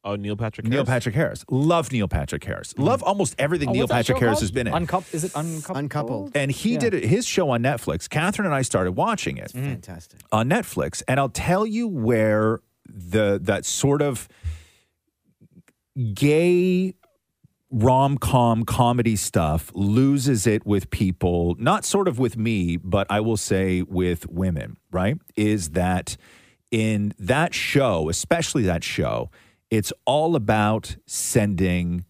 Speaker 9: Oh, Neil Patrick.
Speaker 3: Neil
Speaker 9: Harris? Mm-hmm.
Speaker 3: Patrick Harris. Love Neil Patrick Harris. Love almost everything
Speaker 4: Oh,
Speaker 3: Neil
Speaker 4: what's that
Speaker 3: Patrick
Speaker 4: show
Speaker 3: Harris
Speaker 4: called?
Speaker 3: has been in.
Speaker 4: Uncoupled. Is it uncoupled?
Speaker 5: Uncoupled.
Speaker 3: And he did it, his show on Netflix. Catherine and I started watching it
Speaker 4: Mm.
Speaker 9: Mm-hmm.
Speaker 5: Fantastic.
Speaker 3: on Netflix, and I'll tell you where the that sort of gay rom com comedy stuff loses it with people. Not sort of with me, but I will say with women. Right? Is that in that show, especially that show, it's all about sending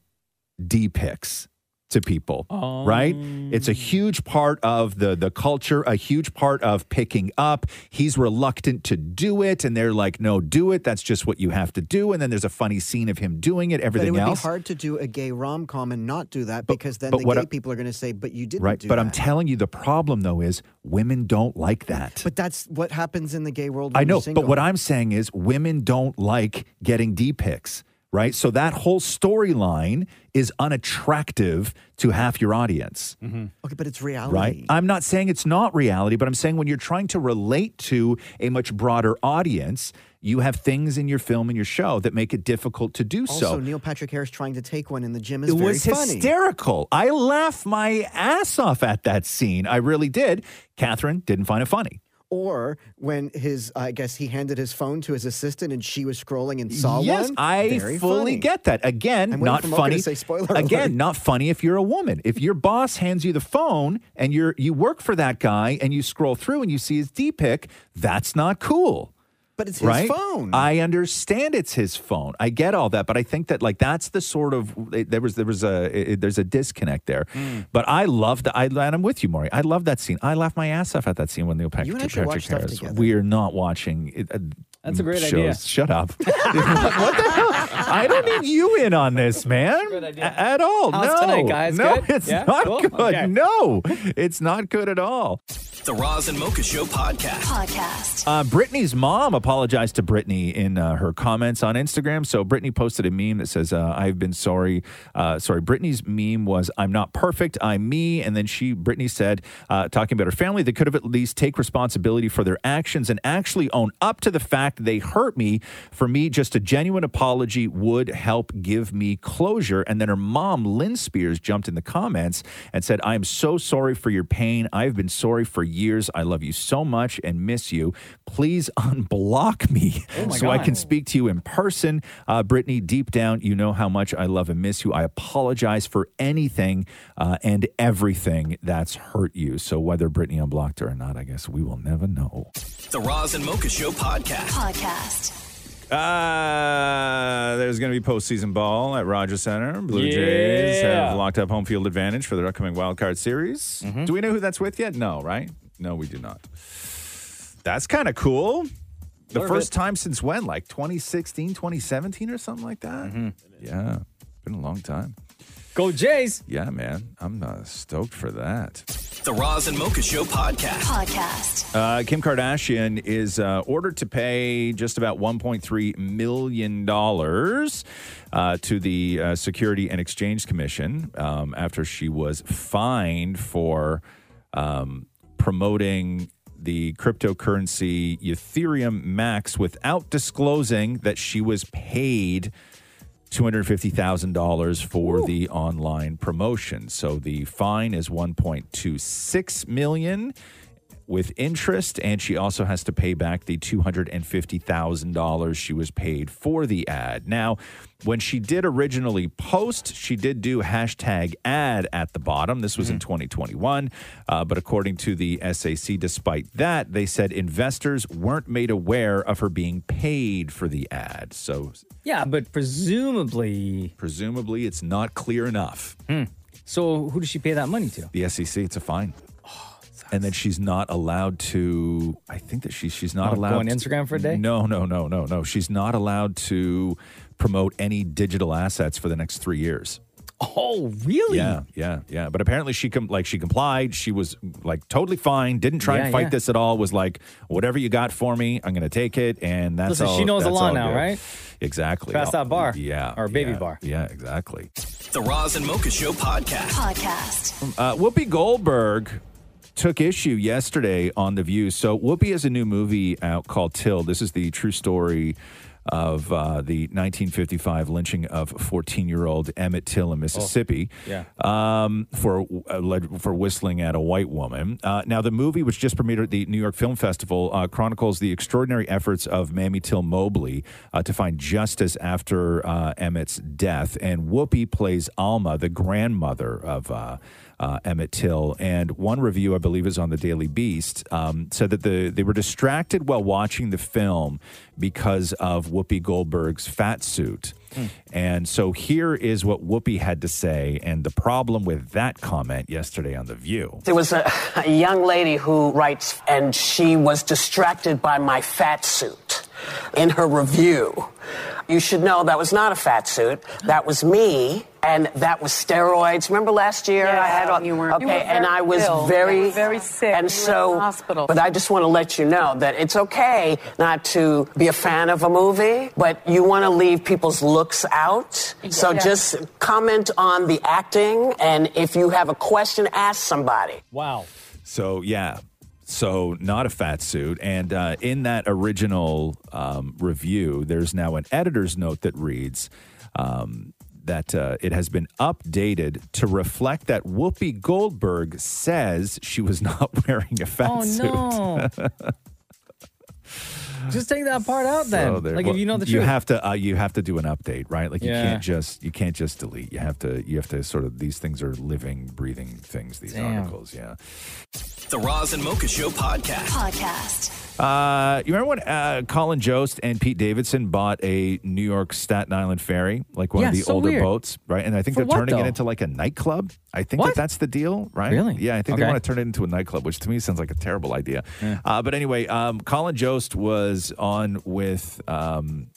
Speaker 3: D pics to people, right? It's
Speaker 5: Oh.
Speaker 3: a huge part of the the culture, a huge part of picking up. He's reluctant to do it, and they're like, "No, do it. That's just what you have to do." And then there's a funny scene of him doing it.
Speaker 5: but it
Speaker 3: Everything
Speaker 5: would
Speaker 3: else,
Speaker 5: be hard to do a gay rom com and not do that because then
Speaker 3: but
Speaker 5: the
Speaker 3: what
Speaker 5: gay
Speaker 3: I-
Speaker 5: people are going to say, but you didn't
Speaker 3: right?
Speaker 5: do
Speaker 3: But
Speaker 5: that.
Speaker 3: I'm telling you, the problem though is women don't like that.
Speaker 5: but that's what happens in the gay world. When
Speaker 3: I know,
Speaker 5: you're single.
Speaker 3: but what I'm saying is women don't like getting D pics, right? So that whole storyline is unattractive to half your audience.
Speaker 5: Okay, but it's reality.
Speaker 3: Mm-hmm. Right. I'm not saying it's not reality, but I'm saying when you're trying to relate to a much broader audience, you have things in your film and your show that make it difficult to do
Speaker 5: Also,
Speaker 3: so.
Speaker 5: Neil Patrick Harris trying to take one in the gym is
Speaker 3: It
Speaker 5: very
Speaker 3: was
Speaker 5: funny.
Speaker 3: hysterical. I laughed my ass off at that scene. I really did. Catherine didn't find it funny.
Speaker 5: Or when his, I guess he handed his phone to his assistant and she was scrolling and saw
Speaker 3: yes,
Speaker 5: one.
Speaker 3: I
Speaker 5: Very
Speaker 3: fully
Speaker 5: funny.
Speaker 3: get that. Again,
Speaker 5: I'm waiting
Speaker 3: not
Speaker 5: for Mocha to
Speaker 3: funny.
Speaker 5: say spoiler
Speaker 3: Again,
Speaker 5: alert.
Speaker 3: not funny if you're a woman. If your boss hands you the phone and you're you work for that guy and you scroll through and you see his D pic, that's not cool.
Speaker 5: But it's his
Speaker 3: right?
Speaker 5: phone.
Speaker 3: I understand it's his phone. I get all that, but I think that like that's the sort of it- there was there was a it- it- there's a disconnect there.
Speaker 5: Mm.
Speaker 3: But I love that. I and I'm with you, Maury. I love that scene. I laughed my ass off at that scene when Neil Patrick,
Speaker 4: You and I should
Speaker 3: Patrick
Speaker 4: watch stuff
Speaker 3: Harris.
Speaker 4: together.
Speaker 3: We are not watching. It, uh,
Speaker 4: That's a great
Speaker 3: shows.
Speaker 4: idea.
Speaker 3: Shut up. what the hell? I don't need you in on this, man. A- At all.
Speaker 20: How's
Speaker 3: no.
Speaker 20: Oh, tonight, guys?
Speaker 3: No,
Speaker 20: Good?
Speaker 3: it's
Speaker 20: Yeah?
Speaker 3: not
Speaker 20: Cool?
Speaker 3: good.
Speaker 20: Okay.
Speaker 3: No, it's not good at all.
Speaker 20: The Roz and Mocha Show podcast. Podcast.
Speaker 3: Uh, Brittany's mom apologized to Brittany in uh, her comments on Instagram. So Brittany posted a meme that says, uh, "I've been sorry." Uh, sorry, Brittany's meme was, "I'm not perfect. I'm me." And then she, Brittany, said, uh, talking about her family, they could have at least take responsibility for their actions and actually own up to the fact they hurt me. For me, just a genuine apology would help give me closure. And then her mom, Lynn Spears, jumped in the comments and said, "I'm so sorry for your pain. I've been sorry for years. I love you so much and miss you. Please <laughs> unblock me
Speaker 1: Oh my
Speaker 3: so I
Speaker 1: God.
Speaker 3: can speak to you in person. Uh, Brittany, deep down, you know how much I love and miss you. I apologize for anything uh, and everything that's hurt you. So whether Brittany unblocked her or not, I guess we will never know.
Speaker 20: The Roz and Mocha Show podcast.
Speaker 7: Podcast.
Speaker 3: Uh, there's going to be postseason ball at Rogers Center. Blue Jays
Speaker 1: Yeah.
Speaker 3: have locked up home field advantage for their upcoming wild card series.
Speaker 4: Mm-hmm.
Speaker 3: Do we know who that's with yet? No, right? No, we do not. That's kind of cool. The
Speaker 1: Little
Speaker 3: first
Speaker 1: bit.
Speaker 3: time since when? Like 2016, 2017 or something like that? Yeah. Been a long time.
Speaker 4: Mm-hmm. Go Jays.
Speaker 3: Yeah, man. I'm uh, stoked for that.
Speaker 20: The Roz and Mocha Show podcast.
Speaker 7: Podcast.
Speaker 3: Uh, Kim Kardashian is uh, ordered to pay just about $1.3 million uh, to the uh, Security and Exchange Commission um, after she was fined for um, promoting the cryptocurrency Ethereum Max without disclosing that she was paid two hundred fifty thousand dollars for the online promotion. So the fine is one point two six million with interest, and she also has to pay back the two hundred and fifty thousand dollars she was paid for the ad. Now, when she did originally post, she did do hashtag ad at the bottom. This was in twenty twenty one, but according to the SAC, despite that, they said investors weren't made aware of her being paid for the ad. So
Speaker 4: Yeah, but presumably.
Speaker 3: Presumably, it's not clear enough.
Speaker 4: So who does she pay that money to? Oh,
Speaker 3: The SEC, it's a fine. and then she's not allowed to. I think that she she's not
Speaker 4: Not go
Speaker 3: allowed
Speaker 4: on
Speaker 3: to-
Speaker 4: Instagram for a day?
Speaker 3: No, no, no, no, no. She's not allowed to promote any digital assets for the next three years.
Speaker 4: Oh, really?
Speaker 3: Yeah, yeah, yeah. But apparently she com- like she complied. She was like totally fine. Didn't try
Speaker 4: Yeah,
Speaker 3: and fight
Speaker 4: yeah.
Speaker 3: this at all. Was like whatever you got for me, I'm gonna take it. And that's
Speaker 4: Listen,
Speaker 3: all.
Speaker 4: she knows the
Speaker 3: that's
Speaker 4: law
Speaker 3: all
Speaker 4: now,
Speaker 3: good.
Speaker 4: right?
Speaker 3: Exactly.
Speaker 4: Pass that bar.
Speaker 3: Yeah.
Speaker 4: Or baby
Speaker 3: yeah,
Speaker 4: bar.
Speaker 3: Yeah, exactly.
Speaker 20: The Roz and Mocha Show podcast.
Speaker 7: Podcast.
Speaker 3: Uh, Whoopi Goldberg took issue yesterday on The View. So, Whoopi has a new movie out called Till. This is the true story of uh, the 1955 lynching of 14 year old Emmett Till in Mississippi
Speaker 1: Yeah.
Speaker 3: um, for uh, led- for whistling at a white woman. Uh, now, the movie, which just premiered at the New York Film Festival, uh, chronicles the extraordinary efforts of Mamie Till Mobley uh, to find justice after uh, Emmett's death. And Whoopi plays Alma, the grandmother of. Uh, uh, Emmett Till. And one review, I believe, is on the Daily Beast, um, said that the they were distracted while watching the film because of Whoopi Goldberg's fat suit. And so here is what Whoopi had to say, and the problem with that comment yesterday on The View.
Speaker 11: There was a, a young lady who writes, and she was distracted by my fat suit in her review. You should know that was not a fat suit. That was me, and that was steroids. Remember last year I had on. You were, okay,
Speaker 12: you were
Speaker 11: and I was
Speaker 12: ill. You
Speaker 11: very,
Speaker 12: were very sick. You were in
Speaker 11: And so,
Speaker 12: the hospital.
Speaker 11: but I just want to let you know that it's okay not to be a fan of a movie, but you want to leave people's looks out. So
Speaker 12: Yes.
Speaker 11: just comment on the acting, and if you have a question, ask somebody.
Speaker 4: Wow.
Speaker 3: So yeah, so not a fat suit. And uh, in that original um, review, there's now an editor's note that reads. Um, that uh, it has been updated to reflect that Whoopi Goldberg says she was <laughs> not wearing a fat
Speaker 4: Oh,
Speaker 3: suit. <laughs>
Speaker 4: no. Just take that part out then.
Speaker 3: So there-
Speaker 4: like
Speaker 3: well,
Speaker 4: if you know the
Speaker 3: you
Speaker 4: truth.
Speaker 3: have to uh, you have to do an update, right? Like
Speaker 4: Yeah.
Speaker 3: you can't just you can't just delete. You have to you have to sort of these things are living, breathing things. These
Speaker 20: Damn.
Speaker 3: articles, yeah.
Speaker 20: The Roz and Mocha Show podcast.
Speaker 7: Podcast.
Speaker 3: Uh, you remember when uh, Colin Jost and Pete Davidson bought a New York Staten Island ferry, like one of
Speaker 1: Yeah,
Speaker 3: the
Speaker 1: so
Speaker 3: older
Speaker 1: weird.
Speaker 3: boats, right? And I think
Speaker 1: For
Speaker 3: they're
Speaker 1: what,
Speaker 3: turning
Speaker 1: though?
Speaker 3: it into like a nightclub. I think
Speaker 1: What?
Speaker 3: that that's the deal, right?
Speaker 1: Really?
Speaker 3: Yeah, I think they
Speaker 1: Okay.
Speaker 3: want to turn it into a nightclub, which to me sounds like a terrible idea. Uh, but anyway, um, Colin Jost was on with um,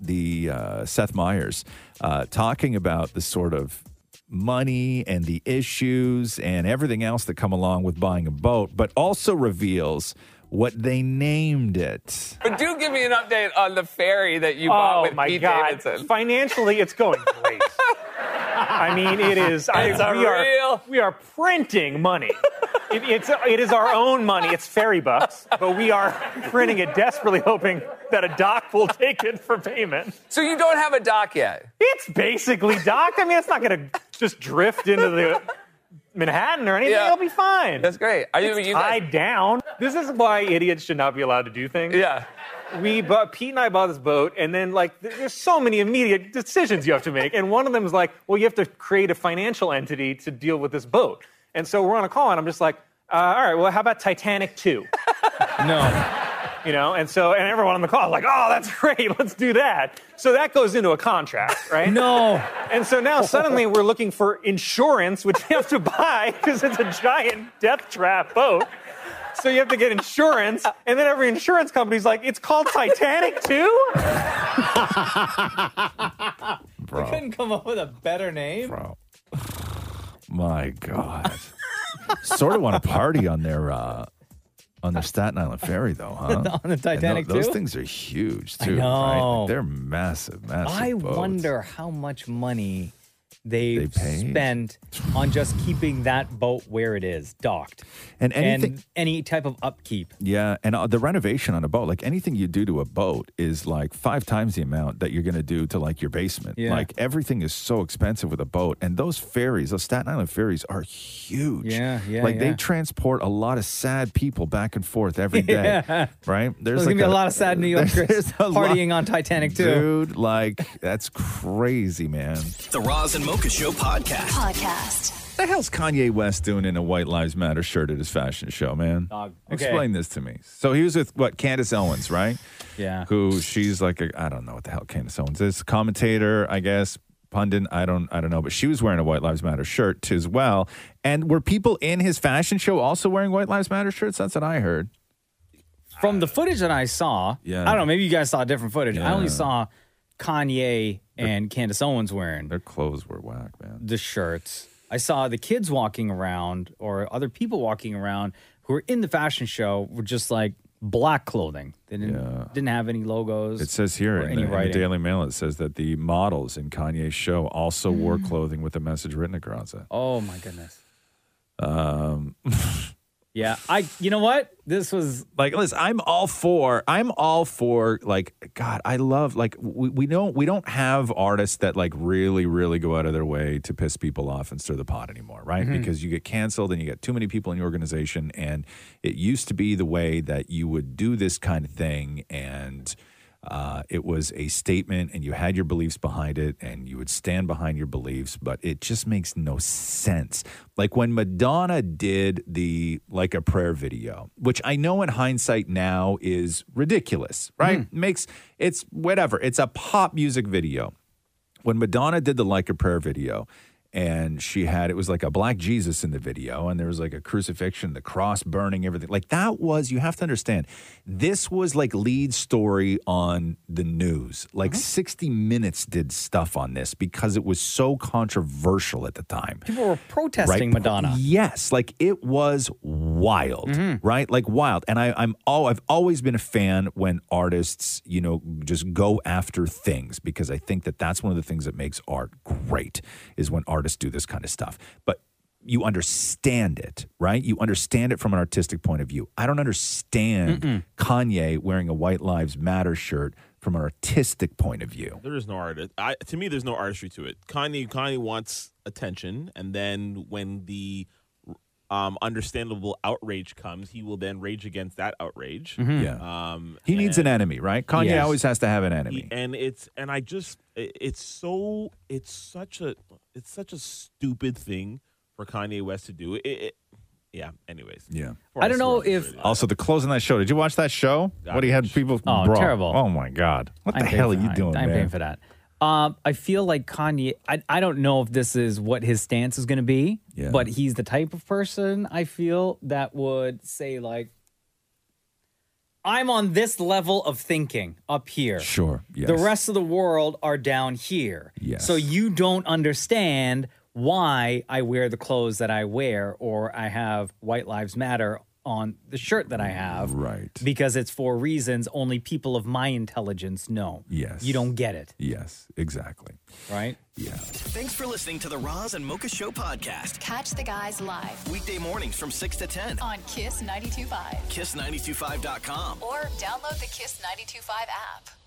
Speaker 3: the uh, Seth Meyers uh, talking about the sort of money and the issues and everything else that come along with buying a boat, but also reveals what they named it.
Speaker 18: But do give me an update on the ferry that you
Speaker 22: oh
Speaker 18: bought with
Speaker 22: my
Speaker 18: Pete
Speaker 22: God!
Speaker 18: Davidson.
Speaker 22: Financially, it's going
Speaker 18: <laughs>
Speaker 22: great. I mean, it is. I-
Speaker 18: It's a
Speaker 22: we are
Speaker 18: real-
Speaker 22: we are printing money. It, it's it is our own money. It's ferry bucks, but we are printing it, desperately hoping that a doc will take it for payment.
Speaker 18: So you don't have a doc yet.
Speaker 22: It's basically docked. I mean, it's not going to just drift into the Manhattan or anything,
Speaker 18: Yeah.
Speaker 22: I'll be fine. That's
Speaker 18: great. Are you-
Speaker 22: it's
Speaker 18: you guys-
Speaker 22: tied down? This is why idiots should not be allowed to do things.
Speaker 18: Yeah.
Speaker 22: We bought Pete and I bought this boat, and then like th- there's so many immediate decisions you have to make, and one of them is like, well, you have to create a financial entity to deal with this boat, and so we're on a call, and I'm just like, uh, all right, well, how about Titanic two?
Speaker 4: no.
Speaker 22: You know, and so and everyone on the call like, oh, that's great, let's do that. So that goes into a contract, right?
Speaker 4: no.
Speaker 22: And so now suddenly we're looking for insurance, which you have to buy because it's a giant death trap boat. So you have to get insurance, and then every insurance company's like, it's called Titanic too. <laughs>
Speaker 4: <laughs> We couldn't come up with a better name. Bro.
Speaker 3: My God. sort of want to party on their uh, on their Staten Island ferry, though, huh?
Speaker 4: <laughs> On the
Speaker 3: And tho-
Speaker 4: Titanic,
Speaker 3: those
Speaker 4: too?
Speaker 3: things are huge,
Speaker 4: I
Speaker 3: too.
Speaker 4: know.
Speaker 3: Right? They're massive, massive.
Speaker 4: I
Speaker 3: boats.
Speaker 4: wonder how much money they've
Speaker 3: paid.
Speaker 4: spent on just keeping that boat where it is, docked.
Speaker 3: And anything-
Speaker 4: any type of upkeep.
Speaker 3: Yeah, and uh, the renovation on a boat, like anything you do to a boat, is like five times the amount that you're going to do to like your basement.
Speaker 4: Yeah.
Speaker 3: Like everything is so expensive with a boat, and those ferries, those Staten Island ferries, are huge.
Speaker 4: Yeah, yeah,
Speaker 3: Like they
Speaker 4: yeah.
Speaker 3: transport a lot of sad people back and forth every day.
Speaker 4: <laughs> Yeah.
Speaker 3: Right?
Speaker 4: There's, gonna be a, lot of
Speaker 3: <laughs>
Speaker 4: sad New
Speaker 3: there's-
Speaker 4: Yorkers
Speaker 3: there's a lot-
Speaker 4: partying on Titanic too.
Speaker 3: Dude, like that's crazy, man.
Speaker 20: The Roz and Mocha Show podcast. Podcast.
Speaker 3: What the hell's Kanye West doing in a White Lives Matter shirt at his fashion show, man?
Speaker 4: Dog. Okay.
Speaker 3: Explain this to me. So he was with what Candace Owens, right?
Speaker 4: Yeah.
Speaker 3: Who she's like a I don't know what the hell Candace Owens is. Commentator, I guess, pundit, I don't I don't know, but she was wearing a White Lives Matter shirt as well. And were people in his fashion show also wearing White Lives Matter shirts? That's what I heard.
Speaker 4: From the footage that I saw,
Speaker 3: Yeah.
Speaker 4: I don't know, maybe you guys saw different footage. I only
Speaker 3: Yeah.
Speaker 4: saw Kanye and Candace Owens wearing.
Speaker 3: Their clothes were whack, man.
Speaker 4: The shirts. I saw the kids walking around or other people walking around who were in the fashion show were just like black clothing. They didn't didn't have any logos.
Speaker 3: It says here
Speaker 4: or
Speaker 3: in
Speaker 4: any
Speaker 3: the, in the
Speaker 4: writing.
Speaker 3: Daily Mail, it says that the models in Kanye's show also wore clothing with a message written across it.
Speaker 4: Oh my goodness.
Speaker 3: Um,
Speaker 4: Yeah, I. You know what? This was
Speaker 3: like, listen, I'm all for. I'm all for. Like, God, I love. Like, we, we don't we don't have artists that like really really go out of their way to piss people off and stir the pot anymore, right?
Speaker 8: Mhm.
Speaker 3: Because you get canceled and you get too many people in your organization, and it used to be the way that you would do this kind of thing, and. Uh, it was a statement, and you had your beliefs behind it, and you would stand behind your beliefs, but it just makes no sense. Like when Madonna did the like a prayer video, which I know in hindsight now is ridiculous, right? Makes it's whatever, it's a pop music video. When Madonna did the like a prayer video, and she had it was like a black Jesus in the video, and there was like a crucifixion, the cross burning, everything. Like that was, you have to understand, this was like lead story on the news. Like 60 Minutes did stuff on this because it was so controversial at the time.
Speaker 4: people were protesting
Speaker 3: Right?
Speaker 4: Madonna. Mm-hmm.
Speaker 3: Yes, like it was wild, right? Like wild. And I, I'm all I've always been a fan when artists, you know, just go after things because I think that that's one of the things that makes art great is when artists do this kind of stuff. But you understand it, right? You understand it from an artistic point of view. I don't understand Kanye wearing a White Lives Matter shirt from an artistic point of view.
Speaker 9: There is no artist. I, to me, there's no artistry to it. Kanye, Kanye wants attention, and then when the um, understandable outrage comes, he will then rage against that outrage.
Speaker 3: Mhm. Yeah.
Speaker 9: Um,
Speaker 3: He needs an enemy, right? Kanye
Speaker 9: Yes.
Speaker 3: always has to have an enemy.
Speaker 9: He- and it's and I just i- it's so it's such a it's such a stupid thing for Kanye West to do. It, it yeah. Anyways.
Speaker 3: Yeah.
Speaker 4: I don't know if
Speaker 3: Also, the closing that show. Did you watch that show? What he had people.
Speaker 4: Oh,
Speaker 3: bro.
Speaker 4: terrible.
Speaker 3: Oh my God! What
Speaker 4: I'm
Speaker 3: the
Speaker 4: paying
Speaker 3: hell are
Speaker 4: for
Speaker 3: you
Speaker 4: that.
Speaker 3: doing,
Speaker 4: I'm
Speaker 3: man?
Speaker 4: paying for that. Um, I feel like Kanye. I, I don't know if this is what his stance is going to be,
Speaker 3: Yeah.
Speaker 4: but he's the type of person I feel that would say like, "I'm on this level of thinking up here.
Speaker 3: Sure.
Speaker 4: The
Speaker 3: yes.
Speaker 4: rest of the world are down here.
Speaker 3: Yes.
Speaker 4: So you don't understand why I wear the clothes that I wear, or I have White Lives Matter on the shirt that I have,
Speaker 3: right?
Speaker 4: Because it's for reasons only people of my intelligence know.
Speaker 3: Yes.
Speaker 4: You don't get it,
Speaker 3: Yes, exactly.
Speaker 4: right?
Speaker 3: Yeah.
Speaker 20: Thanks for listening to the Roz and Mocha Show podcast.
Speaker 1: Catch the guys live
Speaker 20: Weekday mornings from 6 to 10.
Speaker 1: on Kiss 92.5
Speaker 20: Kiss925.com.
Speaker 1: or download the Kiss 92.5 app.